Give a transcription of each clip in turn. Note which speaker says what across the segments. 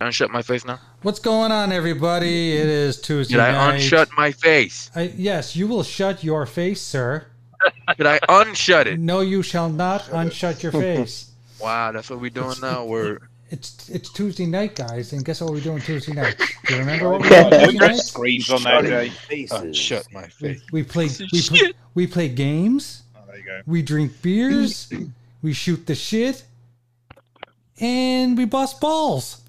Speaker 1: unshut my face now?
Speaker 2: What's going on, everybody? It is Tuesday
Speaker 1: Did I
Speaker 2: night.
Speaker 1: unshut my face?
Speaker 2: I- yes, you will shut your face, sir.
Speaker 1: Did I unshut it?
Speaker 2: No, you shall not unshut your face.
Speaker 1: Wow, that's what we're doing now. We're
Speaker 2: It's it's Tuesday night, guys, and guess what we're doing Tuesday night? Do you remember what we're doing Tuesday night?
Speaker 3: screams on that day.
Speaker 1: unshut my face.
Speaker 2: We play we play, we play games.
Speaker 3: Oh, there you go.
Speaker 2: We drink beers. we shoot the shit, and we bust balls.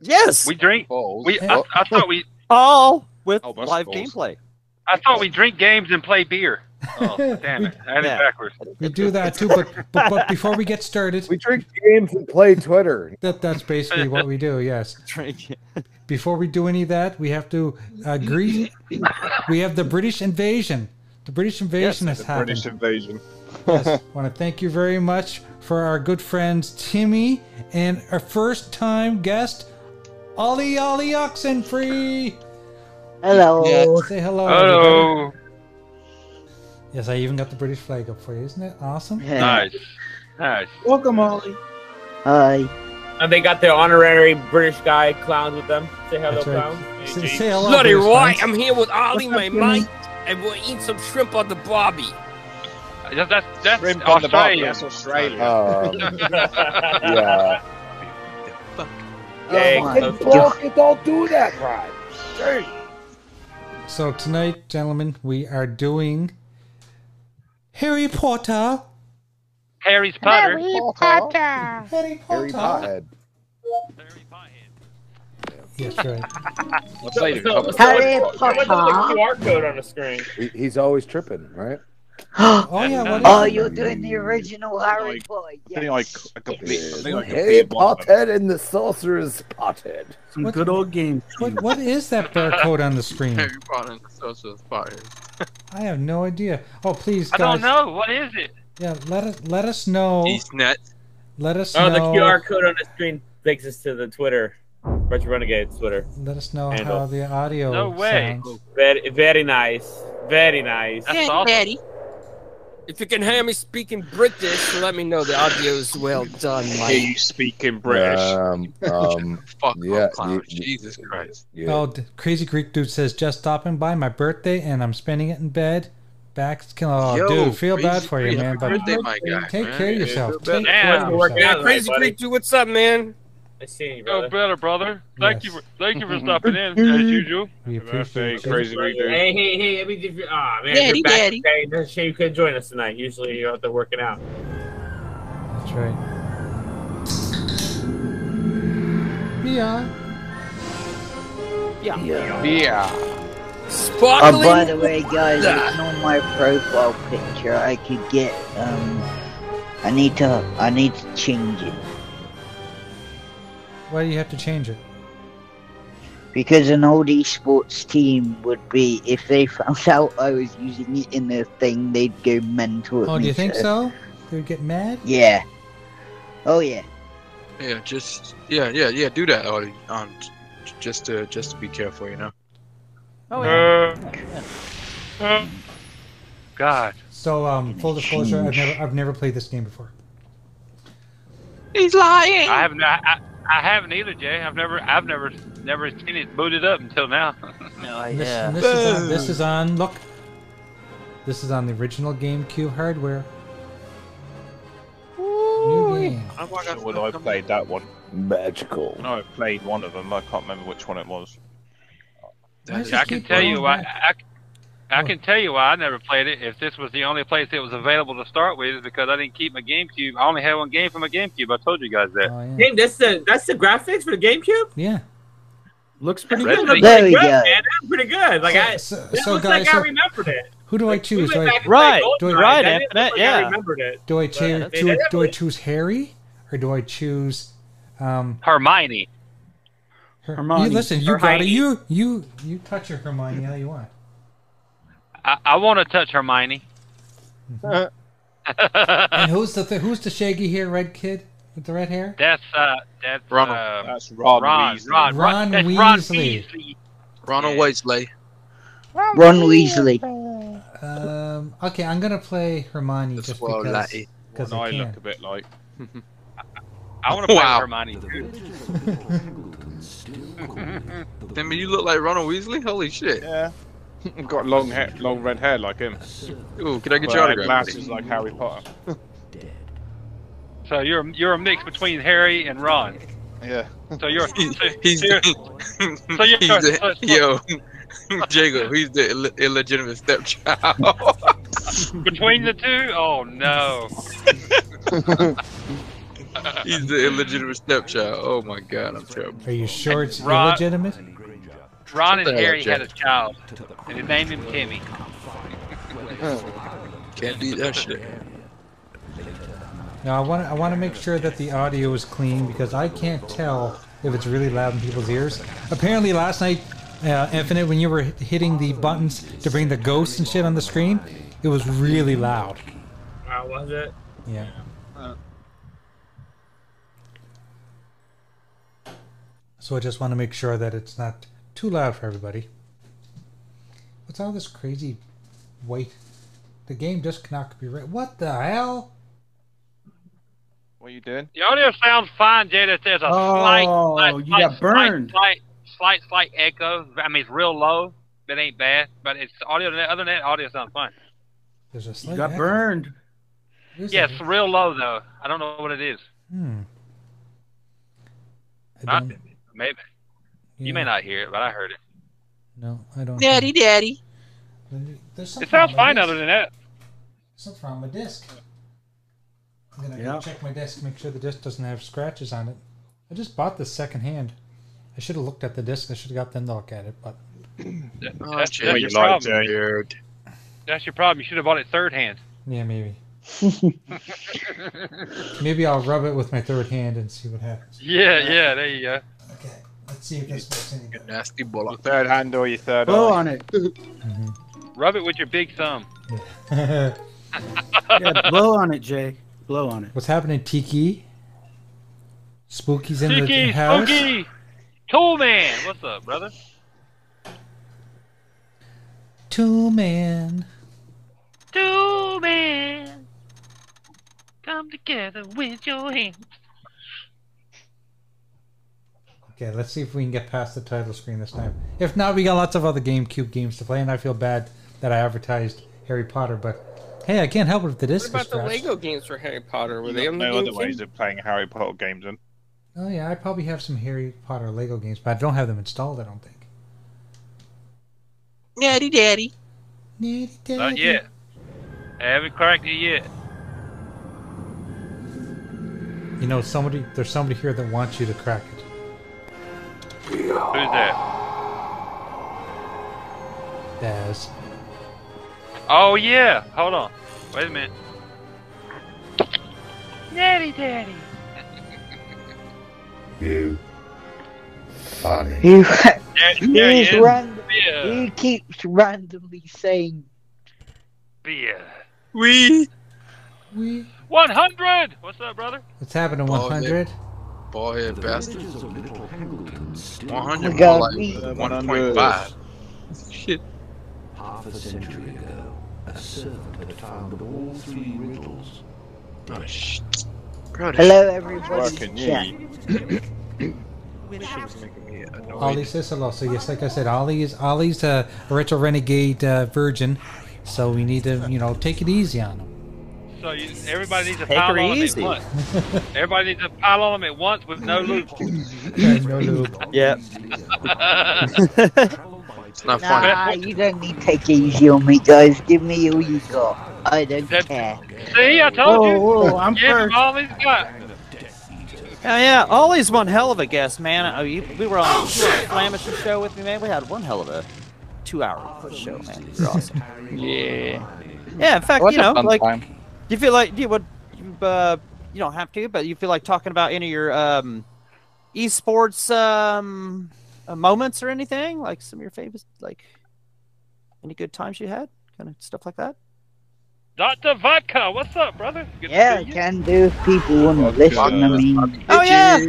Speaker 4: Yes,
Speaker 5: We drink.
Speaker 3: Balls.
Speaker 5: We I, I thought we
Speaker 4: all with
Speaker 3: Oh, bus
Speaker 4: live
Speaker 3: balls.
Speaker 4: gameplay.
Speaker 5: I thought we drink games and play beer. Oh damn it! I had
Speaker 4: Yeah.
Speaker 5: it backwards.
Speaker 2: We do that too, but but, but before we get started,
Speaker 6: We drink games and play Twitter.
Speaker 2: that that's basically what we do. Yes.
Speaker 4: Drink.
Speaker 2: before we do any of that, we have to uh, greet. we have the British invasion. The British invasion has happened.
Speaker 3: British invasion.
Speaker 2: yes. want to thank you very much for our good friends Timmy and our first-time guest, Ollie Ollie Oxenfree.
Speaker 7: Hello.
Speaker 2: Say hello. everybody.
Speaker 5: Oh,
Speaker 2: Yes, I even got the British flag up for you. Isn't it awesome?
Speaker 5: nice, nice.
Speaker 4: Welcome, Ollie.
Speaker 7: Hi.
Speaker 8: And they got their honorary British guy clown with them. Say hello,
Speaker 2: That's right.
Speaker 8: clown.
Speaker 2: Say, say hello.
Speaker 9: Bloody
Speaker 2: British
Speaker 9: right,
Speaker 2: friends.
Speaker 9: I'm here with Ollie,
Speaker 7: What's
Speaker 9: my
Speaker 7: up, Jimmy?
Speaker 9: mate, and we'll eat some shrimp on the barbie.
Speaker 5: That, that's that's Oh.
Speaker 3: Shrimp on the barbie.
Speaker 5: Australia.
Speaker 3: That's Australia.
Speaker 6: Um, yeah.
Speaker 8: Yeah,
Speaker 7: Oh my
Speaker 8: close
Speaker 7: God.
Speaker 8: enough.
Speaker 6: Oh, don't do that, Rod.
Speaker 2: So tonight, gentlemen, we are doing Harry Potter.
Speaker 5: Harry's Potter.
Speaker 2: Harry Potter.
Speaker 6: Harry Potter.
Speaker 2: Yes, right.
Speaker 3: Let's say it.
Speaker 8: So- so-
Speaker 7: Harry
Speaker 8: so what's the
Speaker 7: Potter.
Speaker 8: QR code on the screen?
Speaker 6: He, he's always tripping, right?
Speaker 2: Oh yeah. What is
Speaker 7: oh, you're doing the original Harry
Speaker 3: Like,
Speaker 7: Potter.
Speaker 3: I
Speaker 7: Yes.
Speaker 3: think like a complete. I think like a
Speaker 6: Harry
Speaker 3: complete one.
Speaker 6: Potter and the Sorcerer's Potter.
Speaker 9: Some
Speaker 2: What-
Speaker 9: good old games.
Speaker 2: What, what is that barcode on the screen?
Speaker 1: Harry Potter and the Sorcerer's Potter.
Speaker 2: I have no idea. Oh, please,
Speaker 5: I
Speaker 2: guys.
Speaker 5: don't know what is it.
Speaker 2: Yeah, let us let us know.
Speaker 1: He's nuts.
Speaker 2: Let us
Speaker 8: Oh,
Speaker 2: know.
Speaker 8: the QR code on the screen takes us to the Twitter, Retro Renegade Twitter.
Speaker 2: Let us know
Speaker 8: handle.
Speaker 2: how the audio
Speaker 5: No way.
Speaker 8: Oh,
Speaker 2: sounds.
Speaker 8: Very, very nice. Very nice.
Speaker 5: That's awesome.
Speaker 9: If you can hear me speaking British, let me know the audio is well done,
Speaker 3: Hear
Speaker 9: mate.
Speaker 3: you speak in British.
Speaker 6: Um, um,
Speaker 1: Fuck
Speaker 6: Yeah,
Speaker 1: yeah, clown.
Speaker 6: you- you-
Speaker 1: Jesus Christ.
Speaker 6: yeah.
Speaker 2: Oh, d- crazy Greek dude says just stopping by my birthday and I'm spending it in bed. Back's killing. Oh,
Speaker 1: Yo,
Speaker 2: dude, feel
Speaker 1: Crazy
Speaker 2: bad for you,
Speaker 1: Greek,
Speaker 2: man.
Speaker 1: happy
Speaker 2: But
Speaker 1: birthday, my guy.
Speaker 2: take
Speaker 1: man.
Speaker 2: care of yourself.
Speaker 6: Yeah,
Speaker 2: Take care of
Speaker 8: we're working
Speaker 2: yourself.
Speaker 8: out.
Speaker 9: Yeah, Crazy
Speaker 8: buddy.
Speaker 9: Greek dude, what's up, man?
Speaker 8: Nice seeing you,
Speaker 5: Oh,
Speaker 8: brother.
Speaker 5: brother, brother. Thank
Speaker 2: Yes.
Speaker 5: you, for, thank you for stopping in as usual.
Speaker 2: We appreciate
Speaker 3: Birthday,
Speaker 2: you.
Speaker 3: crazy week, dude.
Speaker 8: Hey, hey, hey! I mean, if you, ah, man,
Speaker 9: Daddy,
Speaker 8: you're back
Speaker 9: daddy.
Speaker 8: today. That's a shame you couldn't join us tonight. Usually, you're out there working out.
Speaker 2: That's right. Yeah.
Speaker 7: Yeah.
Speaker 3: Yeah.
Speaker 7: Oh, by
Speaker 9: Sparkling?
Speaker 7: the way, guys, ignore my profile picture. I could get. Um, I need to. I need to change it
Speaker 2: Why do you have to change it?
Speaker 7: because an old esports team would be if they found out I was using it in their thing, they'd go mental. at
Speaker 2: Oh, do
Speaker 7: me,
Speaker 2: you think
Speaker 7: sir.
Speaker 2: so? They would get mad.
Speaker 7: Yeah. Oh yeah.
Speaker 1: Yeah, just yeah, yeah, yeah. Do that, Ollie. Um, j- j- just to just to be careful, you know.
Speaker 4: Oh,
Speaker 5: Uh, uh, God,
Speaker 2: So, um, full disclosure, I've never I've never played this game before.
Speaker 1: He's lying.
Speaker 5: I haven't. I, I, I haven't either, Jay. I've never, I've never, never seen it booted up until now.
Speaker 2: This, this, is on, this is on. Look, this is on the original GameCube hardware. New game.
Speaker 3: I'm sure when I played that one,
Speaker 6: Magical.
Speaker 3: when I played one of them, I can't remember which one it was.
Speaker 2: Why does
Speaker 5: I
Speaker 2: it
Speaker 5: can
Speaker 2: keep
Speaker 5: tell you
Speaker 2: going
Speaker 5: why.
Speaker 2: back?
Speaker 5: I, I can tell you why I never played it. If this was the only place it was available to start with, is because I didn't keep my GameCube. I only had one game for my GameCube. I told you guys that.
Speaker 2: Oh, yeah.
Speaker 8: Dang, that's the that's the graphics for the GameCube.
Speaker 2: yeah.
Speaker 9: Looks
Speaker 8: That's
Speaker 9: pretty
Speaker 5: That's
Speaker 8: good.
Speaker 5: pretty-
Speaker 7: There we
Speaker 8: Good,
Speaker 7: go.
Speaker 8: man. That's pretty good. Like I,
Speaker 2: so,
Speaker 8: that
Speaker 2: so
Speaker 8: looks
Speaker 2: guys,
Speaker 8: like I
Speaker 2: so
Speaker 8: remembered it.
Speaker 2: who do I choose? Do I,
Speaker 4: Right, right,
Speaker 8: Anthony.
Speaker 4: Antoinette, yeah.
Speaker 8: I remembered it.
Speaker 2: do I choose?
Speaker 8: But they
Speaker 2: Do, I- do I
Speaker 8: definitely-
Speaker 2: choose Harry or do I choose? Um,
Speaker 5: Hermione.
Speaker 2: her,
Speaker 9: Hermione.
Speaker 2: You, listen, you got it.
Speaker 8: Hermione.
Speaker 2: You you you touch your Hermione how you want.
Speaker 5: I, I want to touch Hermione.
Speaker 2: Mm-hmm. And who's the th- who's the shaggy hair red kid with the red hair?
Speaker 5: that's uh, that's
Speaker 1: Ronald.
Speaker 5: uh,
Speaker 3: That's Ron,
Speaker 5: Ron,
Speaker 3: Weasley.
Speaker 5: Ron,
Speaker 2: Ron
Speaker 5: Ron, that's Ron
Speaker 2: Weasley.
Speaker 5: Weasley.
Speaker 1: Ronald
Speaker 5: Yeah.
Speaker 1: Weasley.
Speaker 7: Ron Weasley.
Speaker 2: Um, okay, I'm gonna play Hermione
Speaker 1: That's
Speaker 2: just
Speaker 1: what I
Speaker 2: because
Speaker 1: like.
Speaker 2: because
Speaker 3: And I
Speaker 2: I
Speaker 3: look
Speaker 2: can.
Speaker 3: a bit like.
Speaker 5: I want to play
Speaker 1: Wow.
Speaker 5: Hermione too.
Speaker 1: Timmy, you look like Ronald Weasley. Holy shit!
Speaker 3: Yeah. Got long hair, long red hair like him.
Speaker 1: Ooh, can I get
Speaker 3: But
Speaker 1: your
Speaker 3: had
Speaker 1: autograph? buddy?
Speaker 3: glasses like Harry Potter.
Speaker 5: So you're you're a mix between Harry and Ron.
Speaker 3: Yeah.
Speaker 5: So you're so,
Speaker 1: He's
Speaker 5: so you're- So you're-
Speaker 1: he's the,
Speaker 5: so- so-
Speaker 1: yo, Jago. He's the Ill- illegitimate stepchild.
Speaker 5: between the two. Oh no.
Speaker 1: he's the illegitimate stepchild. Oh my god, I'm terrible.
Speaker 2: Are you sure it's
Speaker 5: Right.
Speaker 2: illegitimate?
Speaker 5: Ron and
Speaker 1: Shut the hell
Speaker 5: Harry
Speaker 1: up,
Speaker 5: had a
Speaker 1: Jack.
Speaker 5: child, and they named him Timmy.
Speaker 1: Can't do that shit.
Speaker 2: Now I want to I want to make sure that the audio is clean because I can't tell if it's really loud in people's ears. Apparently last night, uh, Infinite, when you were hit- hitting the buttons to bring the ghosts and shit on the screen, it was really loud.
Speaker 8: How was it?
Speaker 2: Yeah.
Speaker 9: Uh,
Speaker 2: So I just want to make sure that it's not too loud for everybody. What's all this crazy white? The game just cannot be right. What the hell?
Speaker 3: What are you doing?
Speaker 5: The audio sounds fine, Jada. There's a slight,
Speaker 10: Oh,
Speaker 5: slight,
Speaker 10: you
Speaker 5: slight,
Speaker 10: got burned.
Speaker 5: Slight, slight, slight, slight echo. I mean, it's real low. That ain't bad, but it's audio. Other than that, audio sounds fine.
Speaker 2: There's a slight
Speaker 10: You got
Speaker 2: echo.
Speaker 10: burned.
Speaker 2: There's a-
Speaker 5: Yeah, it's real low though. I don't know what it is.
Speaker 2: Hmm. I
Speaker 5: Huh?
Speaker 2: don't,
Speaker 5: Maybe you may
Speaker 2: yeah,
Speaker 5: not hear it, but I heard
Speaker 1: Oh,
Speaker 5: it.
Speaker 2: No, I don't.
Speaker 7: Daddy.
Speaker 2: There's
Speaker 5: It
Speaker 2: something
Speaker 5: sounds
Speaker 2: on my
Speaker 5: fine
Speaker 2: disc.
Speaker 5: other than that.
Speaker 2: Something on my disc. I'm gonna
Speaker 10: Yeah.
Speaker 2: go check my disc, make sure the disc doesn't have scratches on it. I just bought this secondhand. I should have looked at the disc. I should have got them to look at it, but
Speaker 1: Oh,
Speaker 5: That's-
Speaker 1: Jay,
Speaker 5: that's
Speaker 1: you
Speaker 5: your
Speaker 1: like
Speaker 5: problem.
Speaker 1: Jared.
Speaker 5: That's your problem. You should have bought it third hand.
Speaker 2: yeah, maybe. maybe I'll rub it with my third hand and see what happens.
Speaker 5: Yeah, yeah. There you go.
Speaker 2: Okay, let's see if this works any
Speaker 1: You
Speaker 2: good.
Speaker 1: nasty
Speaker 3: Your
Speaker 1: bullock.
Speaker 3: third hand or your third
Speaker 10: Blow
Speaker 3: eye?
Speaker 10: on it.
Speaker 5: Rub it with your big thumb.
Speaker 10: Yeah, blow on it, Jay. Blow on it.
Speaker 2: What's happening, Tiki? Spooky's in the
Speaker 5: Tiki,
Speaker 2: house.
Speaker 5: Spooky, Tool Man. What's up, brother?
Speaker 2: Two man.
Speaker 5: Tool Man, come together with your hands.
Speaker 2: Okay, let's see if we can get past the title screen this time. If not, we got lots of other GameCube games to play, and I feel bad that I advertised Harry Potter, but hey, I can't help it if the
Speaker 9: What
Speaker 2: disc is
Speaker 9: about the
Speaker 2: scratched.
Speaker 9: Lego games for Harry Potter? Were
Speaker 3: You
Speaker 9: they
Speaker 3: got
Speaker 9: on the
Speaker 3: no other
Speaker 9: GameCube?
Speaker 3: ways of playing Harry Potter games in.
Speaker 2: Oh yeah, I probably have some Harry Potter Lego games, but I don't have them installed. I don't think.
Speaker 7: Daddy, daddy.
Speaker 2: Naughty
Speaker 5: Not
Speaker 2: Daddy.
Speaker 5: yet. I haven't cracked it yet.
Speaker 2: You know, somebody there's somebody here that wants you to crack it.
Speaker 5: Who's that?
Speaker 2: Daz.
Speaker 5: Oh yeah. Hold on. Wait a minute. Natty Daddy.
Speaker 6: You. Funny.
Speaker 7: You,
Speaker 5: There, there he
Speaker 7: he's
Speaker 5: is.
Speaker 7: random,
Speaker 5: Beer.
Speaker 7: he keeps randomly saying,
Speaker 5: Beer.
Speaker 1: We
Speaker 2: We.
Speaker 5: 100. What's up, brother?
Speaker 2: What's happening?
Speaker 1: Oh, yeah.
Speaker 2: 100.
Speaker 1: ballhead bastards. One
Speaker 7: Oh
Speaker 1: hundred,
Speaker 7: my
Speaker 1: more
Speaker 7: God,
Speaker 1: like
Speaker 7: we-
Speaker 1: one point five. Shit.
Speaker 11: Half a century ago, a servant had found all three riddles.
Speaker 1: Oh, shit. Bro, this
Speaker 7: "Hello, everybody."
Speaker 3: Fucking
Speaker 7: Jack.
Speaker 3: ye.
Speaker 1: shit's making me annoyed.
Speaker 2: Ollie Sisalo. So yes, like I said, Ollie is Ollie's a retro renegade uh, virgin, so we need to you know take it easy on him.
Speaker 5: So you, everybody needs to
Speaker 4: Take
Speaker 5: pile
Speaker 4: her
Speaker 5: on
Speaker 4: easy.
Speaker 5: them at once. everybody needs to pile on them at once with no loophole.
Speaker 2: Okay, no lube.
Speaker 4: Yep.
Speaker 1: It's not funny.
Speaker 7: Nah, you don't need to take it easy on me, guys. Give me all you got. I don't
Speaker 5: That-
Speaker 7: care.
Speaker 5: See, I told
Speaker 10: Whoa,
Speaker 5: you.
Speaker 10: whoa, I'm
Speaker 5: Give him
Speaker 10: first.
Speaker 5: all he's got.
Speaker 4: Yeah, yeah. Ollie's one hell of a guest, man. Oh, you, we were on you were on the Flamish show with me, man. We had one hell of a two-hour show, man. You were awesome.
Speaker 11: Yeah.
Speaker 4: Yeah, in fact,
Speaker 9: What's
Speaker 4: you know,
Speaker 9: a fun
Speaker 4: like,
Speaker 9: time?
Speaker 4: do you feel like you would, uh, you don't have to, but you feel like talking about any of your um, esports um uh, moments or anything, like some of your favorites, like any good times you had, kind of stuff like that.
Speaker 5: Dr. Vodka, what's up, brother? Good to
Speaker 7: Yeah,
Speaker 5: see you.
Speaker 7: can do if people want to listen. I mean,
Speaker 4: Oh yeah,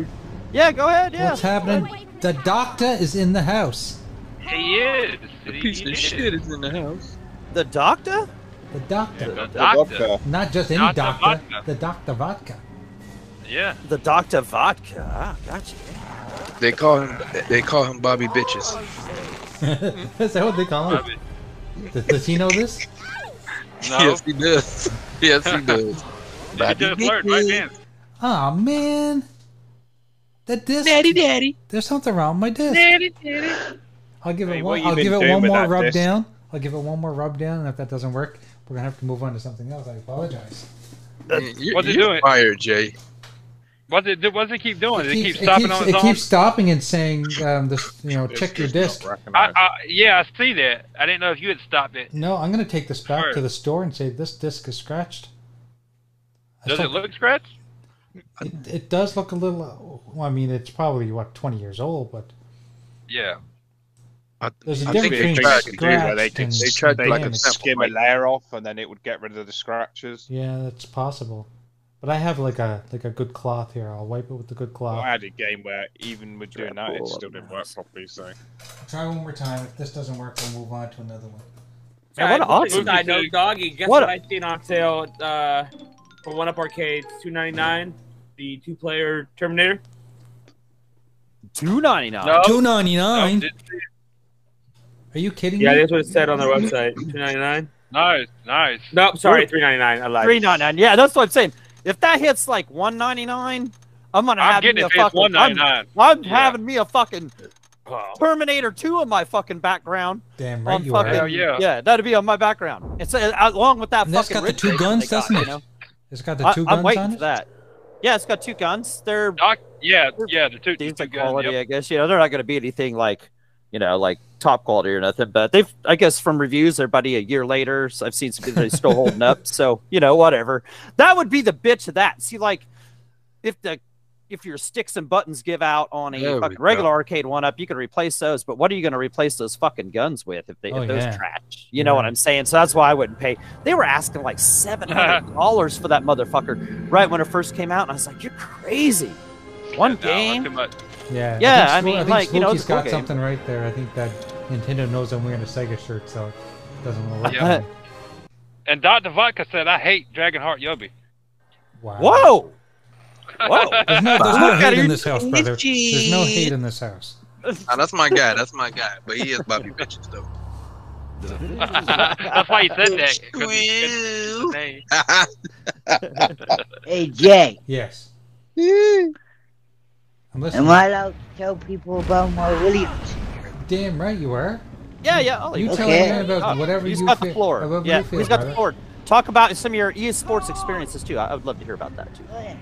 Speaker 4: yeah. Go ahead. Yeah.
Speaker 2: What's happening? The doctor is in the house.
Speaker 5: He is.
Speaker 1: The
Speaker 5: He
Speaker 1: piece of
Speaker 5: is.
Speaker 1: shit is in the house.
Speaker 4: The doctor?
Speaker 2: The doctor.
Speaker 5: The doctor.
Speaker 3: Doctor.
Speaker 2: Not just any
Speaker 5: Not the
Speaker 2: doctor.
Speaker 5: vodka.
Speaker 2: The doctor vodka.
Speaker 5: Yeah.
Speaker 4: The doctor vodka. Ah, gotcha.
Speaker 1: They call him. They call him Bobby Bitches.
Speaker 2: Is that what they call him? Does, does he know this?
Speaker 1: Yes, he does. Yes, he does. Bobby
Speaker 5: just learned right then.
Speaker 2: Aw, man. That disc. Daddy, daddy. There's something wrong with my disc.
Speaker 5: Daddy, daddy.
Speaker 2: I'll give
Speaker 5: Hey,
Speaker 2: it
Speaker 5: what
Speaker 2: one.
Speaker 5: you
Speaker 2: I'll
Speaker 5: been
Speaker 2: give it
Speaker 5: doing
Speaker 2: one
Speaker 5: with
Speaker 2: more
Speaker 5: that
Speaker 2: rub
Speaker 5: disc?
Speaker 2: down. I'll give it one more rub down, and if that doesn't work, we're gonna have to move on to something else. I apologize.
Speaker 1: You,
Speaker 5: What's it
Speaker 1: you're
Speaker 5: doing?
Speaker 1: Fired, Jay.
Speaker 5: What's it? do- What's it keep doing? Does it, keep
Speaker 2: Keeps-
Speaker 5: stopping
Speaker 2: keeps,
Speaker 5: on
Speaker 2: it
Speaker 5: its own?
Speaker 2: keeps stopping and saying, um, this, you know, check your disc.
Speaker 5: I, I, yeah, I see that. I didn't know if you had stopped it.
Speaker 2: No, I'm gonna take this back to the store and say this disc is scratched. I
Speaker 5: Does it
Speaker 2: still-
Speaker 5: look scratched?
Speaker 2: It, it does look a little. uh, Well, I mean, it's probably what 20 years old, but
Speaker 5: Yeah.
Speaker 2: There's a
Speaker 3: I think they
Speaker 2: difference between
Speaker 3: tried to do where they
Speaker 2: scratched
Speaker 3: could
Speaker 2: and
Speaker 3: they tried to like
Speaker 2: damaged.
Speaker 3: skim a layer off and then it would get rid of the scratches.
Speaker 2: yeah, that's possible. But I have like a like a good cloth here. I'll wipe it with the good cloth.
Speaker 3: I had a game where even with doing that, it still didn't work properly. So
Speaker 2: Try one more time. If this doesn't work, we'll move on to another one.
Speaker 4: Yeah, what an awesome-
Speaker 8: I know, doggy. Guess
Speaker 4: What
Speaker 8: what,
Speaker 4: a-
Speaker 8: I seen on sale uh, for One Up Arcades, two ninety nine, the two player Terminator.
Speaker 4: Two ninety nine.
Speaker 8: No.
Speaker 2: Two ninety nine. Are you kidding
Speaker 8: Yeah,
Speaker 2: me?
Speaker 8: that's what it said on their website. Two ninety nine.
Speaker 5: Nice, nice.
Speaker 8: Nope, sorry, three ninety nine. I lied.
Speaker 4: Three ninety nine. Yeah, that's what I'm saying. If that hits like one ninety nine, I'm gonna
Speaker 5: I'm
Speaker 4: have
Speaker 5: getting
Speaker 4: me
Speaker 5: it
Speaker 4: a
Speaker 5: if it's
Speaker 4: fucking.
Speaker 5: $1.99.
Speaker 4: I'm, I'm
Speaker 5: Yeah. Oh.
Speaker 4: having me a fucking Terminator Two on my fucking background.
Speaker 2: Damn
Speaker 4: on
Speaker 2: right you
Speaker 4: fucking,
Speaker 2: are.
Speaker 4: yeah. that'd be on my background. It's uh, along with that
Speaker 2: And that's
Speaker 4: fucking.
Speaker 2: got the
Speaker 4: ridge
Speaker 2: two
Speaker 4: racer they
Speaker 2: guns,
Speaker 4: got,
Speaker 2: doesn't
Speaker 4: you
Speaker 2: it?
Speaker 4: know?
Speaker 2: It's got the
Speaker 4: I-
Speaker 2: 2
Speaker 4: I'm
Speaker 2: guns
Speaker 4: waiting
Speaker 2: on
Speaker 4: for
Speaker 2: it.
Speaker 4: that. Yeah, it's got two guns. They're
Speaker 5: Doc, yeah, yeah, the two, the
Speaker 4: decent
Speaker 5: two guns,
Speaker 4: quality,
Speaker 5: yep.
Speaker 4: I guess. You know, they're not going to be anything like, you know, like top quality or nothing. But they've, I guess, from reviews, they're buddy a year later. So I've seen some people that are still holding up. So you know, whatever. That would be the bitch of that. See, like, if the if your sticks and buttons give out on
Speaker 1: There
Speaker 4: a
Speaker 1: we
Speaker 4: fucking
Speaker 1: go.
Speaker 4: regular arcade one up, you can replace those. But what are you going to replace those fucking guns with if they
Speaker 2: Oh,
Speaker 4: if those
Speaker 2: yeah.
Speaker 4: trash? You know what I'm saying? So that's why I wouldn't pay. They were asking like seven hundred dollars for that motherfucker right when it first came out, and I was like, "You're crazy." One
Speaker 5: No,
Speaker 4: game.
Speaker 5: too much.
Speaker 2: Yeah.
Speaker 4: Yeah,
Speaker 2: I
Speaker 4: I
Speaker 2: think, Spook-
Speaker 4: mean,
Speaker 2: I think
Speaker 4: like, you know,
Speaker 2: Spooky's
Speaker 4: it's a cool
Speaker 2: got
Speaker 4: game.
Speaker 2: something right there. I think that Nintendo knows I'm wearing a Sega shirt, so it doesn't want to work.
Speaker 5: Yeah. And Dr. Vodka said, I hate Dragon Heart Yobi.
Speaker 2: Wow.
Speaker 4: Whoa! Whoa!
Speaker 2: There's no, there's no
Speaker 4: Look at
Speaker 2: hate
Speaker 4: her,
Speaker 2: in this house, brother.
Speaker 4: itchy.
Speaker 2: There's no hate in this house.
Speaker 1: Nah, Ah, that's my guy. That's my guy. But he is Bobby Bitches though.
Speaker 5: That's why he said that. 'cause he said the name.
Speaker 7: Hey, Jay,
Speaker 2: Yes. I'm listening.
Speaker 7: am I allowed to tell people about my Williams?
Speaker 2: Damn right you are.
Speaker 4: Yeah, yeah. Ollie,
Speaker 2: You
Speaker 4: that's
Speaker 2: tell
Speaker 4: fine.
Speaker 2: him about whatever
Speaker 4: he's
Speaker 2: you
Speaker 4: got
Speaker 2: feel-
Speaker 4: the floor.
Speaker 2: whatever
Speaker 4: yeah,
Speaker 2: you feel,
Speaker 4: he's got
Speaker 2: brother.
Speaker 4: the floor. Talk about some of your esports experiences too. I, I would love to hear about that too.
Speaker 7: Go ahead.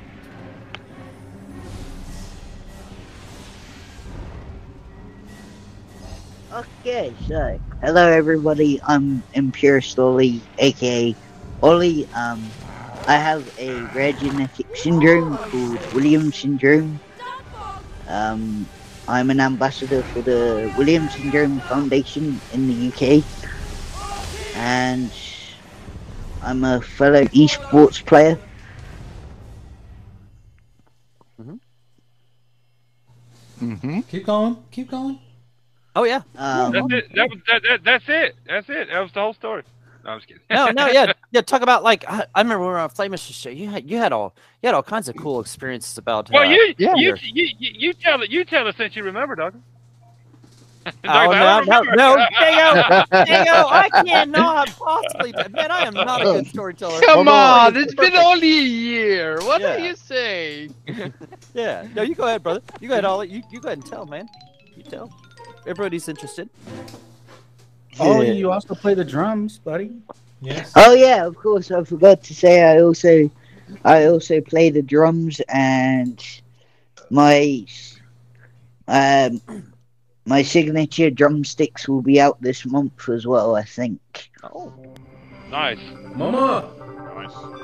Speaker 7: Okay, so hello everybody. I'm Impure Slowly, aka Ollie. Um, I have a rare genetic syndrome called Williams syndrome. Um, I'm an ambassador for the Williams Syndrome Foundation in the UK, and I'm a fellow esports player.
Speaker 2: Mm-hmm. Keep going. Keep going.
Speaker 4: Oh yeah.
Speaker 7: Um,
Speaker 5: That's it. That was, that, that, that's it. That's it. That was the whole story. No, I'm just kidding.
Speaker 4: No, no, yeah, yeah. Talk about like I, I remember when we were on Flame Mission show. You had you had all you had all kinds of cool experiences about.
Speaker 5: Well,
Speaker 4: uh,
Speaker 5: you,
Speaker 4: yeah,
Speaker 5: you,
Speaker 4: your-
Speaker 5: you, you, you tell it. You tell us since you remember, Doctor.
Speaker 4: Oh, no, no, no, Dago, Dago, oh, I cannot possibly. Man, I am not a good storyteller.
Speaker 12: Come on, it's been
Speaker 4: Perfect.
Speaker 12: only a year. What
Speaker 4: Yeah.
Speaker 12: are you saying?
Speaker 4: Yeah. No, you go ahead, brother. You go ahead, Ollie. You, you go ahead and tell, man. You tell. Everybody's interested.
Speaker 10: Oh, you also play the drums, buddy.
Speaker 2: Yes.
Speaker 7: Oh yeah, of course. I forgot to say I also I also play the drums and my um my signature drumsticks will be out this month as well, I think.
Speaker 5: Nice.
Speaker 3: Mama. Nice.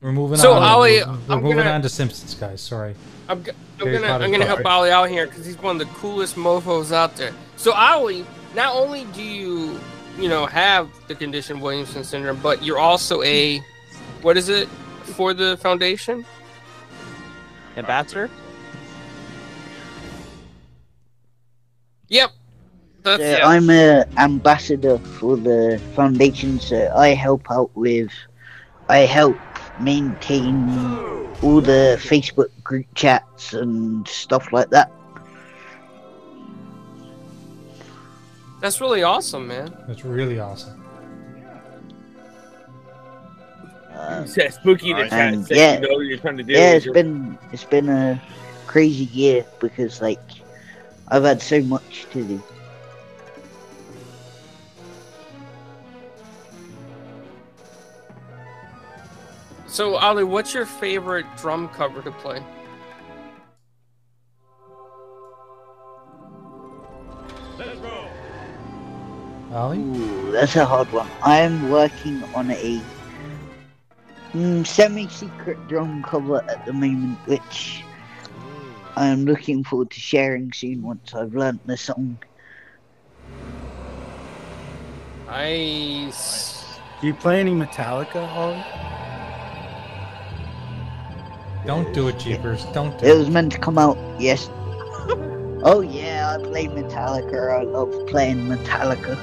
Speaker 2: We're moving
Speaker 9: So,
Speaker 2: on.
Speaker 9: Ollie,
Speaker 2: we're
Speaker 9: I'm
Speaker 2: moving
Speaker 9: gonna-
Speaker 2: on to Simpsons, guys. Sorry.
Speaker 9: I'm, g- I'm
Speaker 2: Harry
Speaker 9: gonna
Speaker 2: Potter's
Speaker 9: I'm gonna help
Speaker 2: daughter.
Speaker 9: Ollie out here because he's one of the coolest mofo's out there. So Ollie, not only do you you know have the condition Williamson syndrome, but you're also a what is it for the foundation?
Speaker 4: Ambassador?
Speaker 9: Yep, that's
Speaker 7: So
Speaker 9: it.
Speaker 7: I'm a ambassador for the foundation, so I help out with I help maintain all the Facebook group chats and stuff like that.
Speaker 9: That's really awesome, man.
Speaker 2: That's really awesome.
Speaker 7: Uh,
Speaker 8: said spooky the chat
Speaker 7: and
Speaker 8: said
Speaker 7: yeah,
Speaker 8: you know what you're trying to do.
Speaker 7: yeah,
Speaker 8: is
Speaker 7: it's
Speaker 8: you're-
Speaker 7: been it's been a crazy year because like I've had so much to do.
Speaker 9: So, Ali, what's your favorite drum cover to play?
Speaker 2: Ollie?
Speaker 7: Ooh, that's a hard one. I am working on a mm, semi-secret drum cover at the moment, which I am looking forward to sharing soon once I've learnt the song.
Speaker 9: Nice.
Speaker 10: Do you play any Metallica, Holly?
Speaker 2: Don't do it, Jeepers. Don't do
Speaker 7: It was meant to come out yes. Oh yeah, I play Metallica. I love playing Metallica.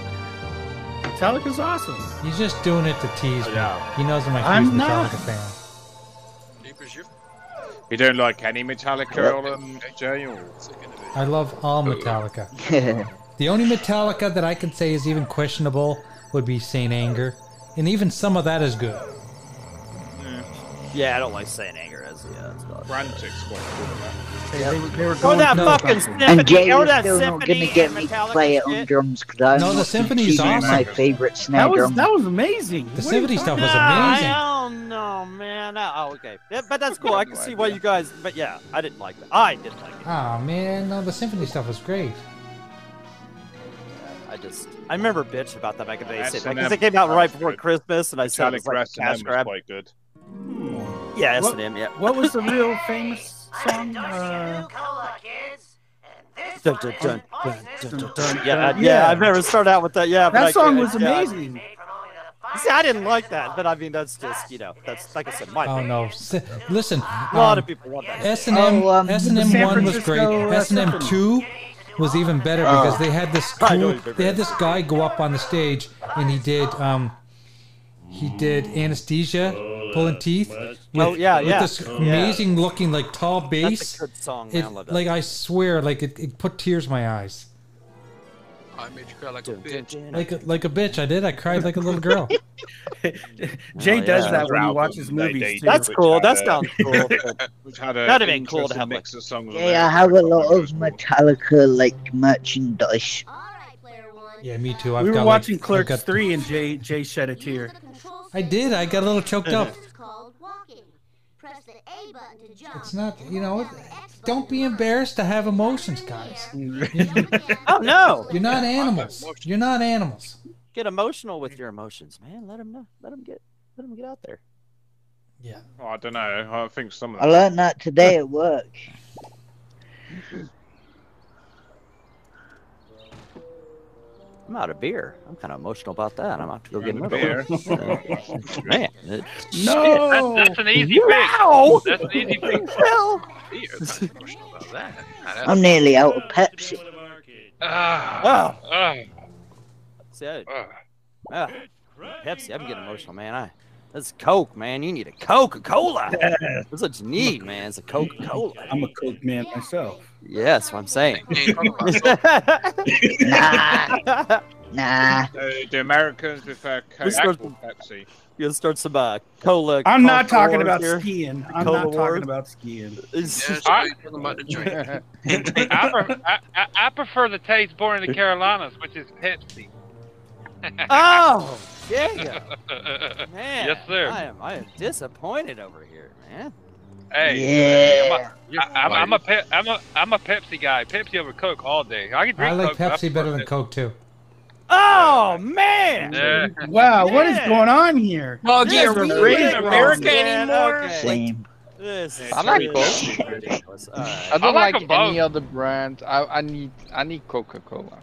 Speaker 10: Metallica's awesome.
Speaker 2: He's just doing it to tease me. He knows I'm a huge
Speaker 10: I'm
Speaker 2: Metallica
Speaker 10: not.
Speaker 2: fan.
Speaker 3: You don't like any Metallica or um, jail?
Speaker 2: I love all
Speaker 10: Oh,
Speaker 2: Metallica. the only Metallica that I can say is even questionable would be Saint Anger, and even some of that is good.
Speaker 4: Yeah, I don't like saying anger as yeah. It's not
Speaker 3: Frantic Squad.
Speaker 4: Or Oh, that fucking
Speaker 7: And
Speaker 4: symphony.
Speaker 7: Jay
Speaker 4: Or
Speaker 7: is
Speaker 4: that
Speaker 7: still not
Speaker 4: symphony
Speaker 7: gonna get
Speaker 4: and
Speaker 7: me to
Speaker 4: Metallica
Speaker 7: play it
Speaker 4: shit.
Speaker 7: on drums because I'm
Speaker 2: No, the
Speaker 7: not
Speaker 2: symphony is
Speaker 7: choosing my
Speaker 2: awesome.
Speaker 7: favorite snare
Speaker 10: That was
Speaker 7: drum.
Speaker 10: that was amazing.
Speaker 2: The
Speaker 10: What are you
Speaker 2: Symphony stuff
Speaker 10: talking
Speaker 2: was
Speaker 10: about?
Speaker 2: amazing.
Speaker 4: I don't know, man. Oh, okay. Yeah, but that's cool. I can see why you guys. But yeah, I didn't like that. I didn't like it.
Speaker 2: Ah man, no, the symphony stuff was great.
Speaker 4: I just. I remember bitch about that back in the day.
Speaker 3: Uh,
Speaker 4: Because
Speaker 3: S&M
Speaker 4: it came out right before Christmas, and I said
Speaker 3: Metallic
Speaker 4: it was like a
Speaker 3: Rest
Speaker 4: cash
Speaker 3: and was
Speaker 4: grab.
Speaker 3: quite good.
Speaker 4: Yeah, S
Speaker 10: What-
Speaker 4: and M. Yeah.
Speaker 10: What was the real famous song? Uh,
Speaker 4: Dun, dun, dun, dun, dun, dun, dun. Yeah, I-
Speaker 10: dun.
Speaker 4: yeah.
Speaker 10: Yeah.
Speaker 4: I remember it started out with that. Yeah, but I
Speaker 10: that song
Speaker 4: couldn't-
Speaker 10: was
Speaker 4: yeah, I-
Speaker 10: amazing.
Speaker 4: See, I didn't like that, but I mean, that's just you know, that's like I said, my.
Speaker 2: Oh
Speaker 4: opinion.
Speaker 2: no, S- listen.
Speaker 4: A lot
Speaker 2: um,
Speaker 4: of people want that. shit.
Speaker 2: S and
Speaker 10: Oh, um,
Speaker 2: M
Speaker 10: the
Speaker 2: S and M
Speaker 10: San
Speaker 2: one was
Speaker 10: Francisco,
Speaker 2: great.
Speaker 10: uh,
Speaker 2: S and M
Speaker 10: symphony.
Speaker 2: two was even better
Speaker 7: Oh.
Speaker 2: because they had this
Speaker 4: I know
Speaker 2: cool,
Speaker 4: what you mean.
Speaker 2: they had this guy go up on the stage and he did um he did anesthesia pulling teeth.
Speaker 4: Oh, yeah,
Speaker 2: with
Speaker 4: yeah.
Speaker 2: This
Speaker 4: Yeah.
Speaker 2: amazing looking like tall bass.
Speaker 4: That's a good song. Man. I
Speaker 2: It,
Speaker 4: love that.
Speaker 2: like I swear, like it, it put tears in my eyes.
Speaker 1: I made you cry like a bitch.
Speaker 2: Like a, like a bitch, I did. I cried like a little girl.
Speaker 10: Jay
Speaker 4: Oh,
Speaker 10: does
Speaker 4: yeah.
Speaker 10: that when he
Speaker 3: Album
Speaker 10: watches
Speaker 3: they- they
Speaker 10: movies too.
Speaker 3: did.
Speaker 4: that's
Speaker 3: which
Speaker 4: cool.
Speaker 3: had
Speaker 4: That
Speaker 3: a-
Speaker 4: sounds cool.
Speaker 3: Which had a
Speaker 4: That'd have been cool to
Speaker 3: interesting
Speaker 4: have, like-
Speaker 3: mix of songs. on
Speaker 7: Yeah,
Speaker 3: there.
Speaker 7: I have a lot of Metallica like merchandise.
Speaker 2: Yeah, me too. I've
Speaker 10: We
Speaker 2: got,
Speaker 10: were
Speaker 2: like-
Speaker 10: watching
Speaker 2: I've
Speaker 10: Clerks
Speaker 2: got-
Speaker 10: three, and Jay Jay shed a tear.
Speaker 2: I did. I got a little choked up. It's not, you know, don't be embarrassed to have emotions, guys.
Speaker 4: Oh no!
Speaker 2: You're not animals. You're not animals.
Speaker 4: Get emotional with your emotions, man. Let them know. Let them get. Let them get out there.
Speaker 2: Yeah.
Speaker 3: Oh, I don't know. I think some of
Speaker 7: I
Speaker 3: them.
Speaker 7: learned that today at work.
Speaker 4: I'm out of beer. I'm kind of emotional about that. I'm about to go get another
Speaker 3: beer.
Speaker 4: one. man, it,
Speaker 10: No.
Speaker 5: That's, that's an easy
Speaker 4: Wow.
Speaker 5: fix. That's an easy fix.
Speaker 4: well,
Speaker 1: Beer, that's not emotional about that. Nah,
Speaker 7: I'm nearly out of Pepsi.
Speaker 1: that- Ah,
Speaker 4: wow.
Speaker 1: ah,
Speaker 4: See, I-
Speaker 1: ah.
Speaker 4: ah, Pepsi. I'm getting emotional, man. I. That's Coke, man. You need a Coca Cola. That's what you need, man. It's a Coca Cola.
Speaker 10: I'm a Coke man myself.
Speaker 4: Yes, what I'm saying.
Speaker 1: Ain't in front of myself.
Speaker 5: Uh,
Speaker 7: Nah, nah.
Speaker 3: The, the Americans prefer Coke
Speaker 4: This was-
Speaker 3: or Pepsi.
Speaker 4: You'll start some uh, cola.
Speaker 10: I'm not
Speaker 4: Coke
Speaker 10: talking
Speaker 4: wars
Speaker 10: about
Speaker 4: here.
Speaker 10: skiing. I'm
Speaker 4: Cola
Speaker 10: not
Speaker 4: wars.
Speaker 10: talking about skiing.
Speaker 4: It's-
Speaker 1: Yeah,
Speaker 5: I-
Speaker 1: that's what I'm about to drink.
Speaker 5: I, pre- I, I, I prefer the taste born in the Carolinas, which is Pepsi.
Speaker 4: oh, there you go. Man,
Speaker 5: Yes, sir.
Speaker 4: I am, I am disappointed over here, man.
Speaker 5: Hey,
Speaker 7: Yeah.
Speaker 5: I, I'm, I'm a pe- I'm a I'm a Pepsi guy. Pepsi over Coke all day. I can drink
Speaker 2: I like
Speaker 5: Coke, but
Speaker 2: Pepsi better than
Speaker 5: prefer
Speaker 2: Coke too.
Speaker 4: Oh man,
Speaker 5: Yeah.
Speaker 10: Wow, what is
Speaker 4: Yeah.
Speaker 10: going on here?
Speaker 9: Well,
Speaker 4: This
Speaker 9: yeah,
Speaker 4: is
Speaker 9: we
Speaker 4: a
Speaker 9: live in
Speaker 4: great
Speaker 9: America
Speaker 4: one.
Speaker 9: anymore.
Speaker 4: Yeah, okay.
Speaker 7: Same.
Speaker 4: this is
Speaker 12: I like
Speaker 4: ridiculous.
Speaker 7: Coke.
Speaker 4: Ridiculous. All right.
Speaker 12: I don't
Speaker 5: I like
Speaker 12: like,
Speaker 5: them both.
Speaker 12: any other brand. I, I need I need Coca Cola.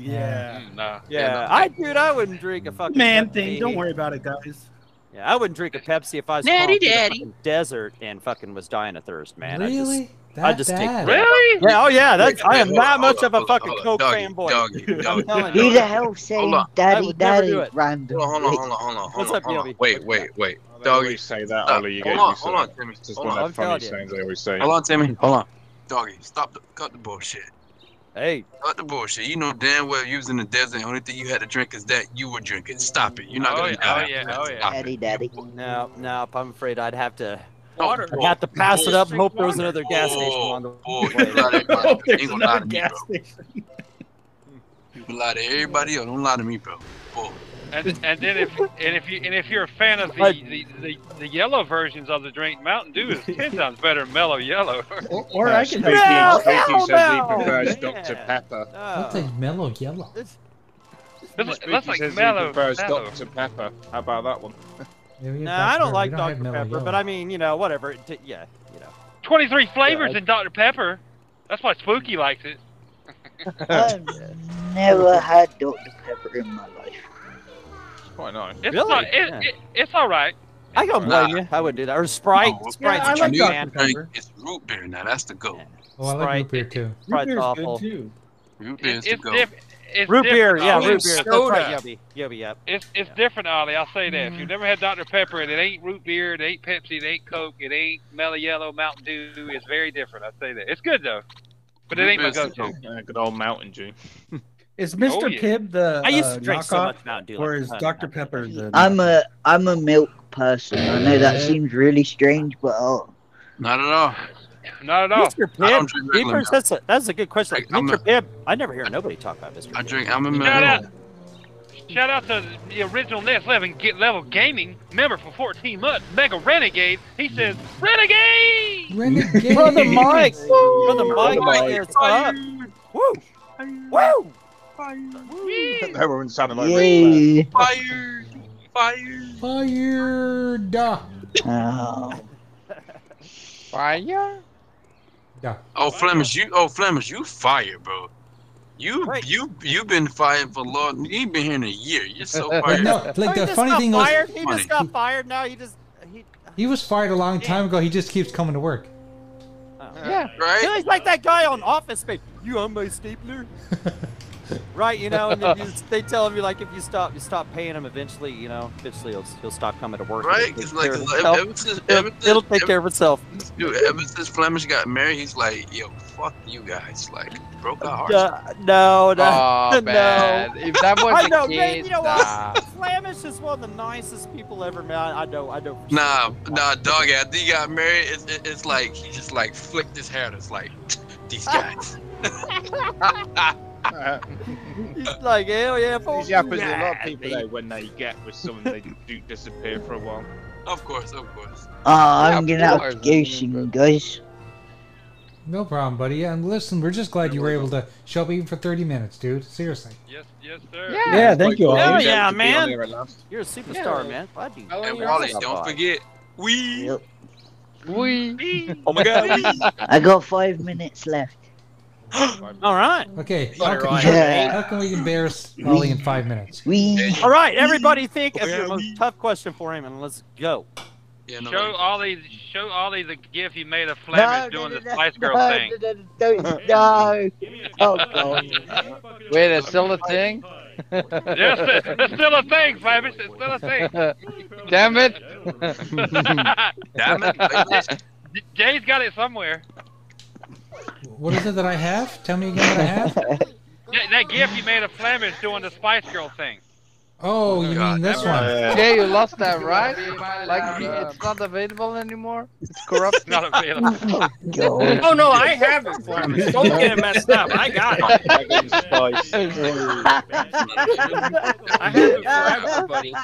Speaker 10: Yeah.
Speaker 5: Mm, Nah.
Speaker 4: Yeah, I dude, I wouldn't drink a fucking
Speaker 10: Man
Speaker 4: Pepsi.
Speaker 10: thing. Don't worry about it, guys.
Speaker 4: Yeah, I wouldn't drink a Pepsi if I was
Speaker 9: Natty
Speaker 4: crawling through the
Speaker 9: Daddy.
Speaker 4: fucking desert and fucking was dying of thirst, man. I
Speaker 2: really? That
Speaker 4: I just take
Speaker 2: bad?
Speaker 4: that.
Speaker 5: Really?
Speaker 4: just, yeah, oh yeah, that's I am
Speaker 1: Hold on,
Speaker 4: not
Speaker 1: hold
Speaker 4: much
Speaker 1: on,
Speaker 4: of a
Speaker 1: hold on,
Speaker 4: fucking
Speaker 1: hold on.
Speaker 4: Coke
Speaker 1: Doggy,
Speaker 4: fanboy.
Speaker 1: Doggy,
Speaker 4: I'm
Speaker 1: doggy,
Speaker 4: telling
Speaker 7: Who
Speaker 4: you.
Speaker 7: the hell saying
Speaker 1: on.
Speaker 7: daddy
Speaker 4: would never
Speaker 7: daddy
Speaker 4: do it.
Speaker 7: random?
Speaker 1: Hold on, hold on,
Speaker 7: bitch?
Speaker 1: hold on, hold on, hold on,
Speaker 4: What's
Speaker 1: hold on.
Speaker 4: up,
Speaker 1: hold on.
Speaker 4: Yobi?
Speaker 1: Wait, wait, wait.
Speaker 3: They always say that,
Speaker 1: No,
Speaker 3: Ollie. You
Speaker 1: hold
Speaker 3: gave
Speaker 1: on,
Speaker 3: me
Speaker 1: hold on, Timmy.
Speaker 3: It's just
Speaker 1: Hold
Speaker 3: one
Speaker 1: on.
Speaker 3: of the
Speaker 1: I've got
Speaker 3: funny
Speaker 1: you.
Speaker 3: things they always say.
Speaker 1: Hold on, Timmy. Hold on. Doggy, stop the cut the bullshit.
Speaker 4: Hey.
Speaker 1: Cut the bullshit. You know damn well you was in the desert. The only thing you had to drink is that you were drinking. Stop it. You're
Speaker 4: Oh,
Speaker 1: not gonna die. Stop it.
Speaker 7: Daddy, daddy.
Speaker 4: No, no. If I'm afraid, I'd have to.
Speaker 1: Water.
Speaker 4: I'd have to pass it up and hope there was another gas station on the
Speaker 1: Boy, you
Speaker 4: way.
Speaker 1: lied to everybody.
Speaker 4: Hope there's
Speaker 1: You gonna lie to
Speaker 4: another
Speaker 1: me,
Speaker 4: gas
Speaker 1: bro. You lie to everybody else. Don't lie to me, bro. Boy.
Speaker 5: And, and then if and if you and if you're a fan of the, the, the, the yellow versions of the drink, Mountain Dew is ten times better than Mellow Yellow.
Speaker 10: Or I can
Speaker 3: Speaking,
Speaker 10: help you.
Speaker 3: speaking
Speaker 10: Hell
Speaker 3: says he
Speaker 10: no.
Speaker 3: prefers Dr. Pepper.
Speaker 5: Uh,
Speaker 2: What's a mellow yellow?
Speaker 3: Speaking
Speaker 5: like
Speaker 3: says
Speaker 5: mellow-
Speaker 3: he prefers
Speaker 5: mellow.
Speaker 3: Dr. Pepper. How about that one?
Speaker 4: No, I don't like
Speaker 2: have
Speaker 4: Dr
Speaker 2: Mellow
Speaker 4: Pepper,
Speaker 2: Yellow.
Speaker 4: but I mean, you know, whatever. It t- yeah, you know.
Speaker 5: Twenty-three flavors
Speaker 4: Yeah, I-
Speaker 5: in Dr Pepper. That's why Spooky likes it.
Speaker 7: I've never had Dr. Pepper in my life.
Speaker 3: Quite nice.
Speaker 5: It's
Speaker 4: Really?
Speaker 5: not, it,
Speaker 4: Yeah.
Speaker 5: it, it's all right.
Speaker 4: I don't blame you. I wouldn't do that. Or Sprite. Sprite's
Speaker 1: What you
Speaker 4: good,
Speaker 1: need
Speaker 4: man.
Speaker 1: to drink is root beer. Now that's the go.
Speaker 2: Oh, I like root beer too.
Speaker 4: Sprite's awful.
Speaker 1: Root beer is the
Speaker 5: It's
Speaker 1: go.
Speaker 5: diff- it's
Speaker 4: Root beer,
Speaker 5: different,
Speaker 4: yeah,
Speaker 5: Ollie.
Speaker 4: root beer. That's right, yummy, yummy, yep.
Speaker 5: It's it's different, Ollie. I'll say that.
Speaker 1: Mm-hmm.
Speaker 5: If you've never had Dr Pepper, and it ain't root beer, it ain't Pepsi, it ain't Coke, it ain't Mellow Yellow, Mountain Dew. It's very different. I say that. It's good though, but it ain't my go-to.
Speaker 3: Yeah, Good old Mountain Dew.
Speaker 10: Is Mr.
Speaker 5: Oh, yeah.
Speaker 10: Pibb the
Speaker 5: I used
Speaker 10: uh,
Speaker 5: to drink so
Speaker 10: knockoff,
Speaker 5: much Mountain Dew,
Speaker 10: or
Speaker 5: like,
Speaker 10: is
Speaker 5: uh,
Speaker 10: Dr. Pepper the?
Speaker 7: I'm a I'm a milk person. I know that seems really strange, but oh,
Speaker 1: Not at all.
Speaker 5: Not at all.
Speaker 4: Mr.
Speaker 1: I
Speaker 4: Pibb,
Speaker 1: don't drink regular
Speaker 4: Beepers,
Speaker 1: milk.
Speaker 4: that's a, that's a good question. Like,
Speaker 1: I'm
Speaker 4: Mr. Pibb, I never hear nobody talk about Mr.
Speaker 1: I
Speaker 4: Pibb.
Speaker 1: drink almond milk.
Speaker 5: Shout out, shout out to the original Next Level Get Level Gaming member for 14 months, Mega Renegade. He says, Renegade!
Speaker 2: Renegade.
Speaker 4: Brother Mike, brother Mike,
Speaker 3: Mike.
Speaker 4: right there, it's up. Woo, woo.
Speaker 3: Everyone sounded like Rick
Speaker 7: yay!
Speaker 1: Fire! Fire!
Speaker 2: Fired. Duh.
Speaker 7: Oh,
Speaker 12: Fire?
Speaker 2: Duh.
Speaker 1: Oh Flemish, you oh Flemish, you fired, bro. You
Speaker 4: Right.
Speaker 1: you you been fired for law. You ain't been here in a year. You're so
Speaker 2: But
Speaker 1: fired.
Speaker 2: no, like
Speaker 4: he
Speaker 2: the
Speaker 4: just
Speaker 2: funny
Speaker 4: got
Speaker 2: thing was,
Speaker 4: fired. he just got fired. Now he just he.
Speaker 2: he was fired a long time ago. He just keeps coming to work.
Speaker 12: Yeah.
Speaker 4: Yeah,
Speaker 1: Right?
Speaker 4: uh, he's like that guy on Office Space. You on my stapler? right, you know, and then you, they tell him you like if you stop, you stop paying him. Eventually, you know, eventually he'll he'll stop coming to work. and
Speaker 1: Right?
Speaker 4: it'll
Speaker 1: It's
Speaker 4: take
Speaker 1: like
Speaker 4: care of itself.
Speaker 1: ever, ever since ever
Speaker 4: It'll,
Speaker 1: since,
Speaker 4: it'll take
Speaker 1: ever,
Speaker 4: care of itself.
Speaker 1: dude, ever since Flemish got married, he's like, yo, fuck you guys. Like broke our hearts.
Speaker 4: Uh, no, no.
Speaker 12: Oh,
Speaker 4: No.
Speaker 12: man. If that was
Speaker 4: I
Speaker 12: the
Speaker 4: know, man,
Speaker 12: case,
Speaker 4: you know what?
Speaker 12: nah.
Speaker 4: Flamish is one of the nicest people ever, man. I know, I know. for sure.
Speaker 1: Nah, nah, dog. After he got married, it's, it- it's like he just like flicked his hair. and It's like these guys.
Speaker 3: Flair.
Speaker 4: He's like, hell yeah, fuck
Speaker 3: This
Speaker 4: you.
Speaker 3: happens to a lot of
Speaker 4: Nah,
Speaker 3: people
Speaker 4: man.
Speaker 3: though when they get with someone they do disappear for a while.
Speaker 1: of course, of course.
Speaker 7: oh I'm
Speaker 12: Yeah,
Speaker 7: gonna
Speaker 12: boy.
Speaker 7: have to go soon, guys.
Speaker 2: No problem, buddy. And listen, we're just glad you were able to show up even for 30 minutes, dude. Seriously.
Speaker 5: Yes, yes, sir.
Speaker 10: Yeah, thank you all.
Speaker 4: Hell
Speaker 3: Hell
Speaker 4: Oh, yeah, man.
Speaker 3: There at last.
Speaker 4: You're a superstar, man. Glad you.
Speaker 9: Mellow
Speaker 1: And
Speaker 9: Yellow.
Speaker 1: Oh, Wally,
Speaker 4: awesome.
Speaker 1: don't forget. We.
Speaker 7: Yep.
Speaker 1: Oh my God.
Speaker 7: I got five minutes left.
Speaker 4: All right,
Speaker 2: Okay. How can,
Speaker 9: Right.
Speaker 7: Yeah.
Speaker 2: how can we embarrass Ollie in five minutes?
Speaker 7: We
Speaker 4: all right. Everybody, think of your most tough question for him, and let's go.
Speaker 1: Yeah, no,
Speaker 5: Show Ollie, show Ollie the gif he made of Flemish doing the Spice Girl
Speaker 7: no,
Speaker 5: thing.
Speaker 7: No, no, no, no. Oh god.
Speaker 12: Wait, that's still a thing?
Speaker 5: yes, it's- it's still a thing, Flemish. It's still a thing.
Speaker 12: Damn it!
Speaker 1: damn it. Like,
Speaker 5: J- Jay's got it somewhere.
Speaker 2: What is it that I have? Tell me again what I have.
Speaker 5: J- that gif he made of Flemish doing the Spice Girl thing.
Speaker 2: Oh, you mean this one?
Speaker 12: Jay, you lost that, right? Like, it's not available anymore? It's corrupt.
Speaker 5: Not available.
Speaker 7: Oh God.
Speaker 9: Oh no, I have it for him. Don't get it messed up. I got it.
Speaker 3: Dragon spice.
Speaker 9: I have it for everybody.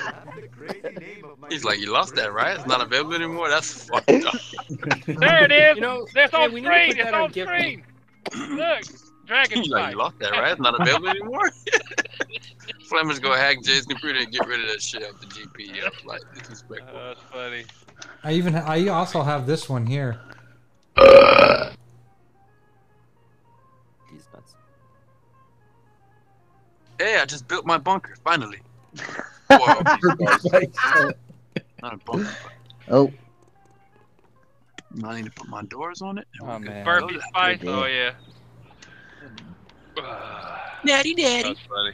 Speaker 1: He's like, you lost that, right? It's not available anymore. That's fucked up.
Speaker 5: There it is.
Speaker 9: You know,
Speaker 5: That's
Speaker 9: hey,
Speaker 5: on
Speaker 9: we need to
Speaker 5: screen.
Speaker 9: put
Speaker 5: It's
Speaker 9: that on
Speaker 5: on
Speaker 9: gift.
Speaker 5: screen. Look, Dragon
Speaker 1: He's like,
Speaker 5: Spice.
Speaker 1: you lost that, right? It's not available anymore. Flemish gonna hack Jay's computer and get rid of that shit off the GP. Yeah, like disrespectful.
Speaker 5: Oh, that's funny.
Speaker 2: I even I also have this one here.
Speaker 4: He's nuts.
Speaker 1: Hey, I just built my bunker finally. Well, not a bunker.
Speaker 7: Oh,
Speaker 1: but I need to put my doors on it.
Speaker 12: Oh, man.
Speaker 5: Burpee Spice.
Speaker 7: idea.
Speaker 5: Oh yeah. Daddy, daddy. That's funny.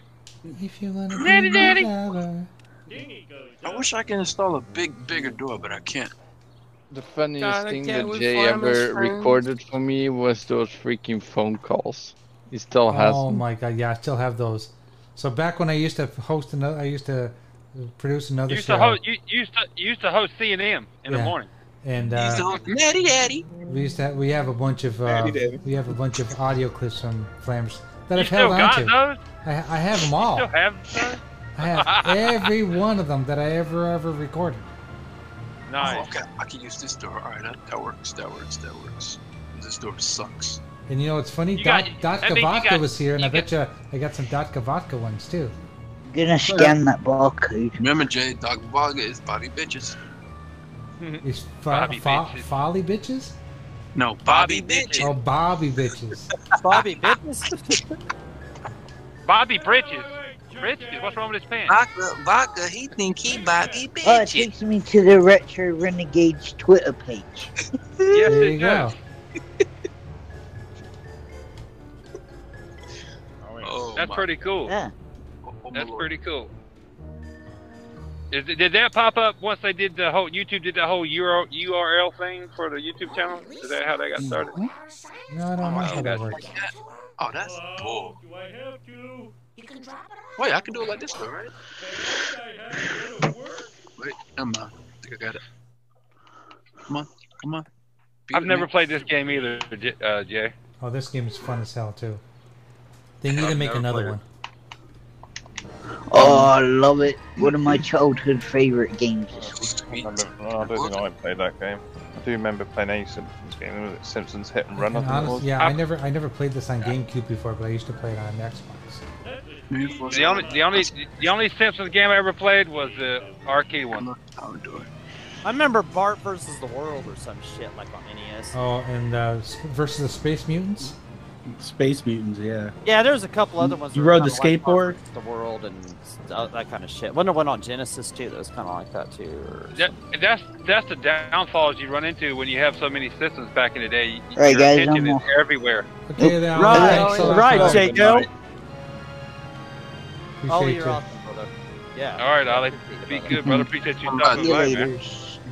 Speaker 2: If you wanna
Speaker 5: Daddy,
Speaker 2: be my
Speaker 5: daddy.
Speaker 2: lover.
Speaker 1: I wish I could install a big, bigger door, but I can't.
Speaker 13: The funniest
Speaker 1: God, I
Speaker 13: thing
Speaker 1: can't
Speaker 13: that
Speaker 1: with
Speaker 13: Jay
Speaker 1: farmers
Speaker 13: ever
Speaker 1: friends.
Speaker 13: recorded for me was those freaking phone calls. He still has
Speaker 2: Oh
Speaker 13: them.
Speaker 2: my god, yeah, I still have those. So back when I used to host another, I used to produce another
Speaker 5: You used
Speaker 2: show.
Speaker 5: to host. You you used to you used to host C and M in the
Speaker 2: Yeah.
Speaker 5: morning.
Speaker 2: and uh,
Speaker 1: Natty Daddy.
Speaker 2: we used to have, we have a bunch of uh,
Speaker 5: Daddy, daddy.
Speaker 2: we have a bunch of audio clips from Flammers that
Speaker 5: You
Speaker 2: I've held
Speaker 5: still got
Speaker 2: on to.
Speaker 5: those?
Speaker 2: I, I have them all.
Speaker 5: You still have
Speaker 1: Oh,
Speaker 5: those?
Speaker 2: I have every one of them that I ever ever recorded.
Speaker 1: Nice. okay, I can use this door. All right, that, that works. That works. That works. This door sucks.
Speaker 2: And you know it's funny,
Speaker 1: You
Speaker 2: Dot,
Speaker 1: got-
Speaker 2: Dot
Speaker 1: I think you
Speaker 2: Vodka
Speaker 1: got-
Speaker 2: was here, and I bet you I got some Dot Vodka ones too.
Speaker 7: I'm gonna scan that barcode.
Speaker 1: Remember, Jay, Doc Baga is Bobby Bitches.
Speaker 5: Mm-hmm.
Speaker 2: It's fo-
Speaker 1: Bobby
Speaker 2: fo- Folly bitches.
Speaker 1: No, Bobby, Bitches.
Speaker 2: Oh, Bobby bitches.
Speaker 4: Bobby bitches.
Speaker 5: Bobby Bridges. Bridges. What's wrong with his pants?
Speaker 1: Vodka, vodka. He think he Bobby
Speaker 7: Oh, it takes me to the Retro Renegades Twitter page.
Speaker 5: yes,
Speaker 2: there you go.
Speaker 14: Oh
Speaker 1: Oh
Speaker 5: That's pretty cool.
Speaker 7: Yeah.
Speaker 5: That's pretty cool. Is, it- did that pop up once they did the whole YouTube did the whole URL, URL thing for the YouTube channel? Is that how they got started?
Speaker 2: No, I don't know how that
Speaker 5: God.
Speaker 2: works.
Speaker 1: Oh, that's bull. Wait, I can do it like this though, right? Wait, come on. I think I got it. Come on, come on.
Speaker 5: I've never played this game either, J- uh, Jay.
Speaker 2: Oh, this game is fun as hell too. They need to make another one.
Speaker 7: Oh, I love it. One of my childhood favorite games.
Speaker 1: Oh
Speaker 3: I, remember, well, I don't think I played that game. I do remember playing a Simpsons game. Was it Simpsons Hit and Run? I
Speaker 2: And
Speaker 3: think it was.
Speaker 2: honestly, yeah, I never, I never played this on GameCube before, but I used to play it on Xbox.
Speaker 5: The only the only the only Simpsons game I ever played was the arcade one.
Speaker 4: I remember Bart versus the World or some shit like on E NES.
Speaker 2: Oh, and uh, s- versus the Space Mutants.
Speaker 10: Space mutants, yeah.
Speaker 4: Yeah, there was a couple other ones.
Speaker 10: You
Speaker 4: that were
Speaker 10: rode the
Speaker 4: kinda like
Speaker 10: skateboard?
Speaker 4: Bart versus the World and st- uh, that kind of shit. Wasn't there one on Genesis too that was kind of like that too? Or...
Speaker 5: That, that's that's the downfalls you run into when you have so many systems back in the day. You-
Speaker 7: All right,
Speaker 5: your
Speaker 7: guys,
Speaker 5: attention
Speaker 7: I'm
Speaker 5: is everywhere.
Speaker 2: Okay, then.
Speaker 4: Right,
Speaker 2: thanks a lot.
Speaker 4: right, Jacob.
Speaker 2: Appreciate
Speaker 4: Oh, you're
Speaker 2: you.
Speaker 4: awesome, brother. Yeah.
Speaker 5: All right, Ollie. Be good, brother. Appreciate you stopping
Speaker 1: Yeah,
Speaker 5: by,
Speaker 1: later.
Speaker 5: man.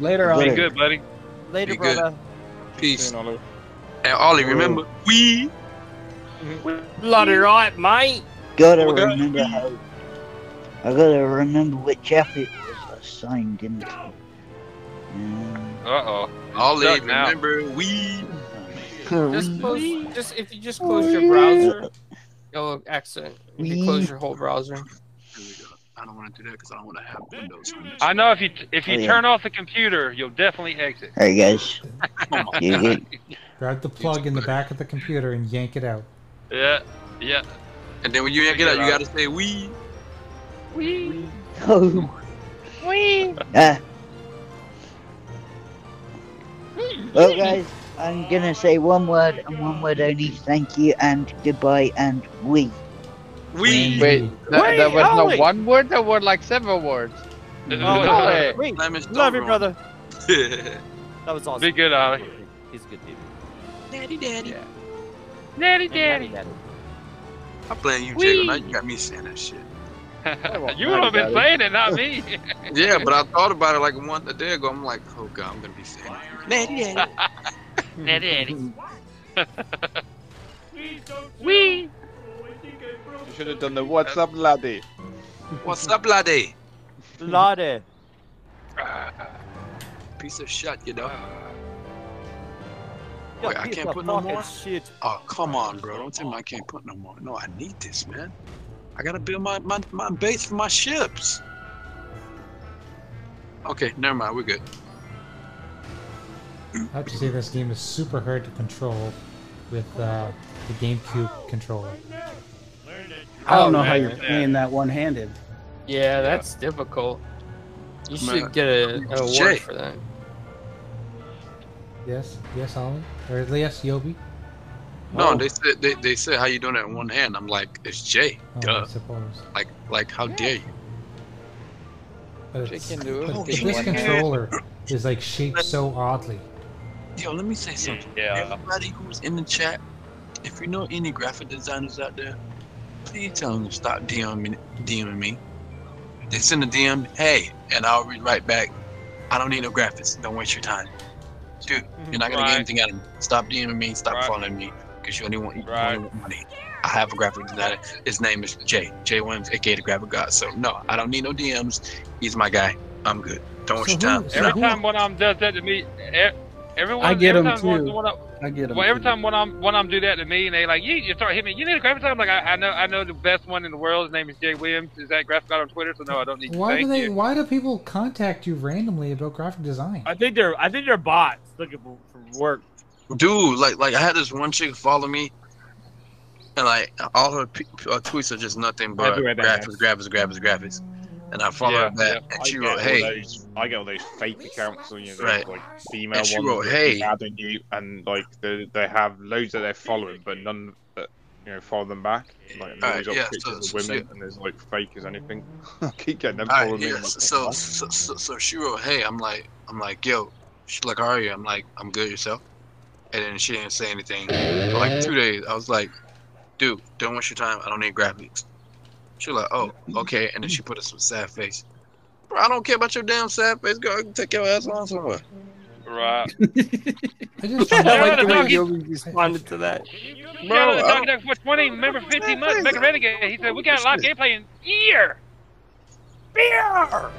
Speaker 10: Later
Speaker 5: Be
Speaker 10: on.
Speaker 5: good, buddy.
Speaker 4: Later,
Speaker 1: Be good.
Speaker 4: brother.
Speaker 1: Peace. And Ollie, remember, we.
Speaker 9: Bloody right, mate.
Speaker 7: Gotta
Speaker 1: Oh
Speaker 9: We're gonna-
Speaker 7: remember how. I gotta remember which app it was I signed into.
Speaker 5: Uh oh.
Speaker 1: Ollie,
Speaker 9: Stuck now.
Speaker 1: remember, we.
Speaker 9: Just close. Just if you just close your browser. Oh, accent. If you close your whole browser.
Speaker 1: I don't want to do that because I don't want to have windows. on this.
Speaker 5: I know if you if you
Speaker 7: Oh, yeah.
Speaker 5: turn off the computer, you'll definitely exit.
Speaker 7: Alright, guys. You good?
Speaker 2: Grab the plug in the back of the computer and yank it out.
Speaker 5: Yeah, yeah.
Speaker 1: And then when you get out, you gotta say we.
Speaker 5: Wee.
Speaker 7: Oh,
Speaker 5: Wee.
Speaker 7: ah. Well, guys, I'm gonna say one word and one word only. Thank you and goodbye and we.
Speaker 1: We.
Speaker 13: Wait, that,
Speaker 4: Wait,
Speaker 13: that was
Speaker 7: Oh,
Speaker 4: Ollie!
Speaker 13: not one word. That were like several words.
Speaker 4: Oh,
Speaker 13: Ollie.
Speaker 4: wait.
Speaker 1: Clemens, don't
Speaker 4: Love you,
Speaker 1: run.
Speaker 4: brother.
Speaker 1: Daddy,
Speaker 4: That was awesome.
Speaker 5: Be good, Ollie.
Speaker 4: He's a good dude.
Speaker 1: daddy.
Speaker 5: Natty
Speaker 4: Daddy.
Speaker 5: daddy.
Speaker 1: I'm playing you,
Speaker 5: Wee.
Speaker 1: Jay. Now you got me saying that shit.
Speaker 5: you would have been saying it, not me.
Speaker 1: Yeah, but I thought about it like one a day ago. I'm like, oh god, I'm gonna be saying it.
Speaker 12: Natty Daddy.
Speaker 5: Natty daddy. Wee.
Speaker 15: You should have done the what's up, laddie.
Speaker 1: What's up, laddie?
Speaker 4: Lade.
Speaker 1: Piece of shit, you know.
Speaker 4: Yeah,
Speaker 1: Wait, I
Speaker 4: piece
Speaker 1: can't
Speaker 4: of
Speaker 1: put no
Speaker 4: fucking
Speaker 1: more.
Speaker 4: Shit.
Speaker 1: Oh come on, bro! Don't tell me I can't put no more. No, I need this, man. I gotta build my my, my base for my ships. Okay, never mind. We're good.
Speaker 2: I have to say this game is super hard to control with uh, the GameCube controller.
Speaker 10: I don't know
Speaker 9: Oh,
Speaker 10: how
Speaker 9: man.
Speaker 10: you're playing that one handed.
Speaker 9: Yeah, that's difficult. You
Speaker 2: Man.
Speaker 9: should get a, an award
Speaker 2: Jay.
Speaker 9: for that.
Speaker 2: Yes, yes, Ollie, or yes, Yobi.
Speaker 1: No,
Speaker 2: Oh.
Speaker 1: they said they, they said how you doing that in one hand. I'm like, it's Jay.
Speaker 2: Oh,
Speaker 1: Duh.
Speaker 2: I suppose.
Speaker 1: Like like how dare you?
Speaker 2: But, it's,
Speaker 1: Chicken noodle.
Speaker 2: but
Speaker 1: Oh,
Speaker 2: this
Speaker 1: chicken.
Speaker 2: controller is like shaped so oddly.
Speaker 1: Yo, let me say something. Everybody who's in the chat, if you know any graphic designers out there, please tell them to stop DMing, DMing me. They send a DM, hey, and I'll read right back. I don't need no graphics. Don't waste your time, dude. You're not
Speaker 5: Mhm.
Speaker 1: gonna
Speaker 5: Right.
Speaker 1: get anything out of me. Stop DMing me. Stop
Speaker 5: Right.
Speaker 1: following me because you only want you only want money. I have a graphic designer. His name is Jay Jay Williams, aka the Graphic God. So no, I don't need no DMs. He's my guy. I'm good. Don't waste your time.
Speaker 5: Every time one of them does that to me, e- everyone.
Speaker 14: I get
Speaker 5: every
Speaker 14: 'em
Speaker 5: time one-
Speaker 14: too.
Speaker 5: one of-
Speaker 14: I get them.
Speaker 5: Well, every time one of 'em- one of them do that to me, and they like, you, you start hitting me. You need a graphic. I'm like, I, I know, I know the best one in the world. His name is Jay Williams. Is that graphic guy on Twitter? So no, I don't need. you.
Speaker 2: Why do
Speaker 5: Thank
Speaker 2: they?
Speaker 5: you.
Speaker 2: Why do people contact you randomly about graphic design?
Speaker 16: I think they're I think they're bots looking for, for work.
Speaker 1: dude like like i had this one chick follow me and like all her, p- uh tweets are just nothing but
Speaker 3: be right back,
Speaker 1: graphics graphics graphics graphics and i followed her back and she wrote hey
Speaker 3: I get all those fake accounts, you know, those,
Speaker 1: Right.
Speaker 3: like female
Speaker 1: And she
Speaker 3: ones
Speaker 1: wrote,
Speaker 3: that
Speaker 1: "Hey."
Speaker 3: keep adding you, and like they, they have loads that they're following, but none that you know follow them back. Like and
Speaker 1: Alright,
Speaker 3: these are
Speaker 1: yeah,
Speaker 3: pictures
Speaker 1: so-
Speaker 3: of
Speaker 1: so-
Speaker 3: women,
Speaker 1: so-
Speaker 3: and there's like fake as anything. I keep getting them
Speaker 1: All
Speaker 3: following
Speaker 1: right,
Speaker 3: me.
Speaker 1: yeah, so, so, so so she wrote hey i'm like i'm like yo she's like how are you i'm like i'm good yourself and then she didn't say anything for like two days i was like dude don't waste your time i don't need graphics she was like oh okay and then she put us some sad face Bro, I don't care about your damn sad face, girl. Take your ass on somewhere.
Speaker 5: Right.
Speaker 2: I just
Speaker 5: Shout out to Doggy-
Speaker 9: responded to that.
Speaker 5: shout out to
Speaker 9: Bro,
Speaker 5: Doggy Dog for 20, remember 15 months, Mega Renegade. He said, we got live gameplay in year. Beer!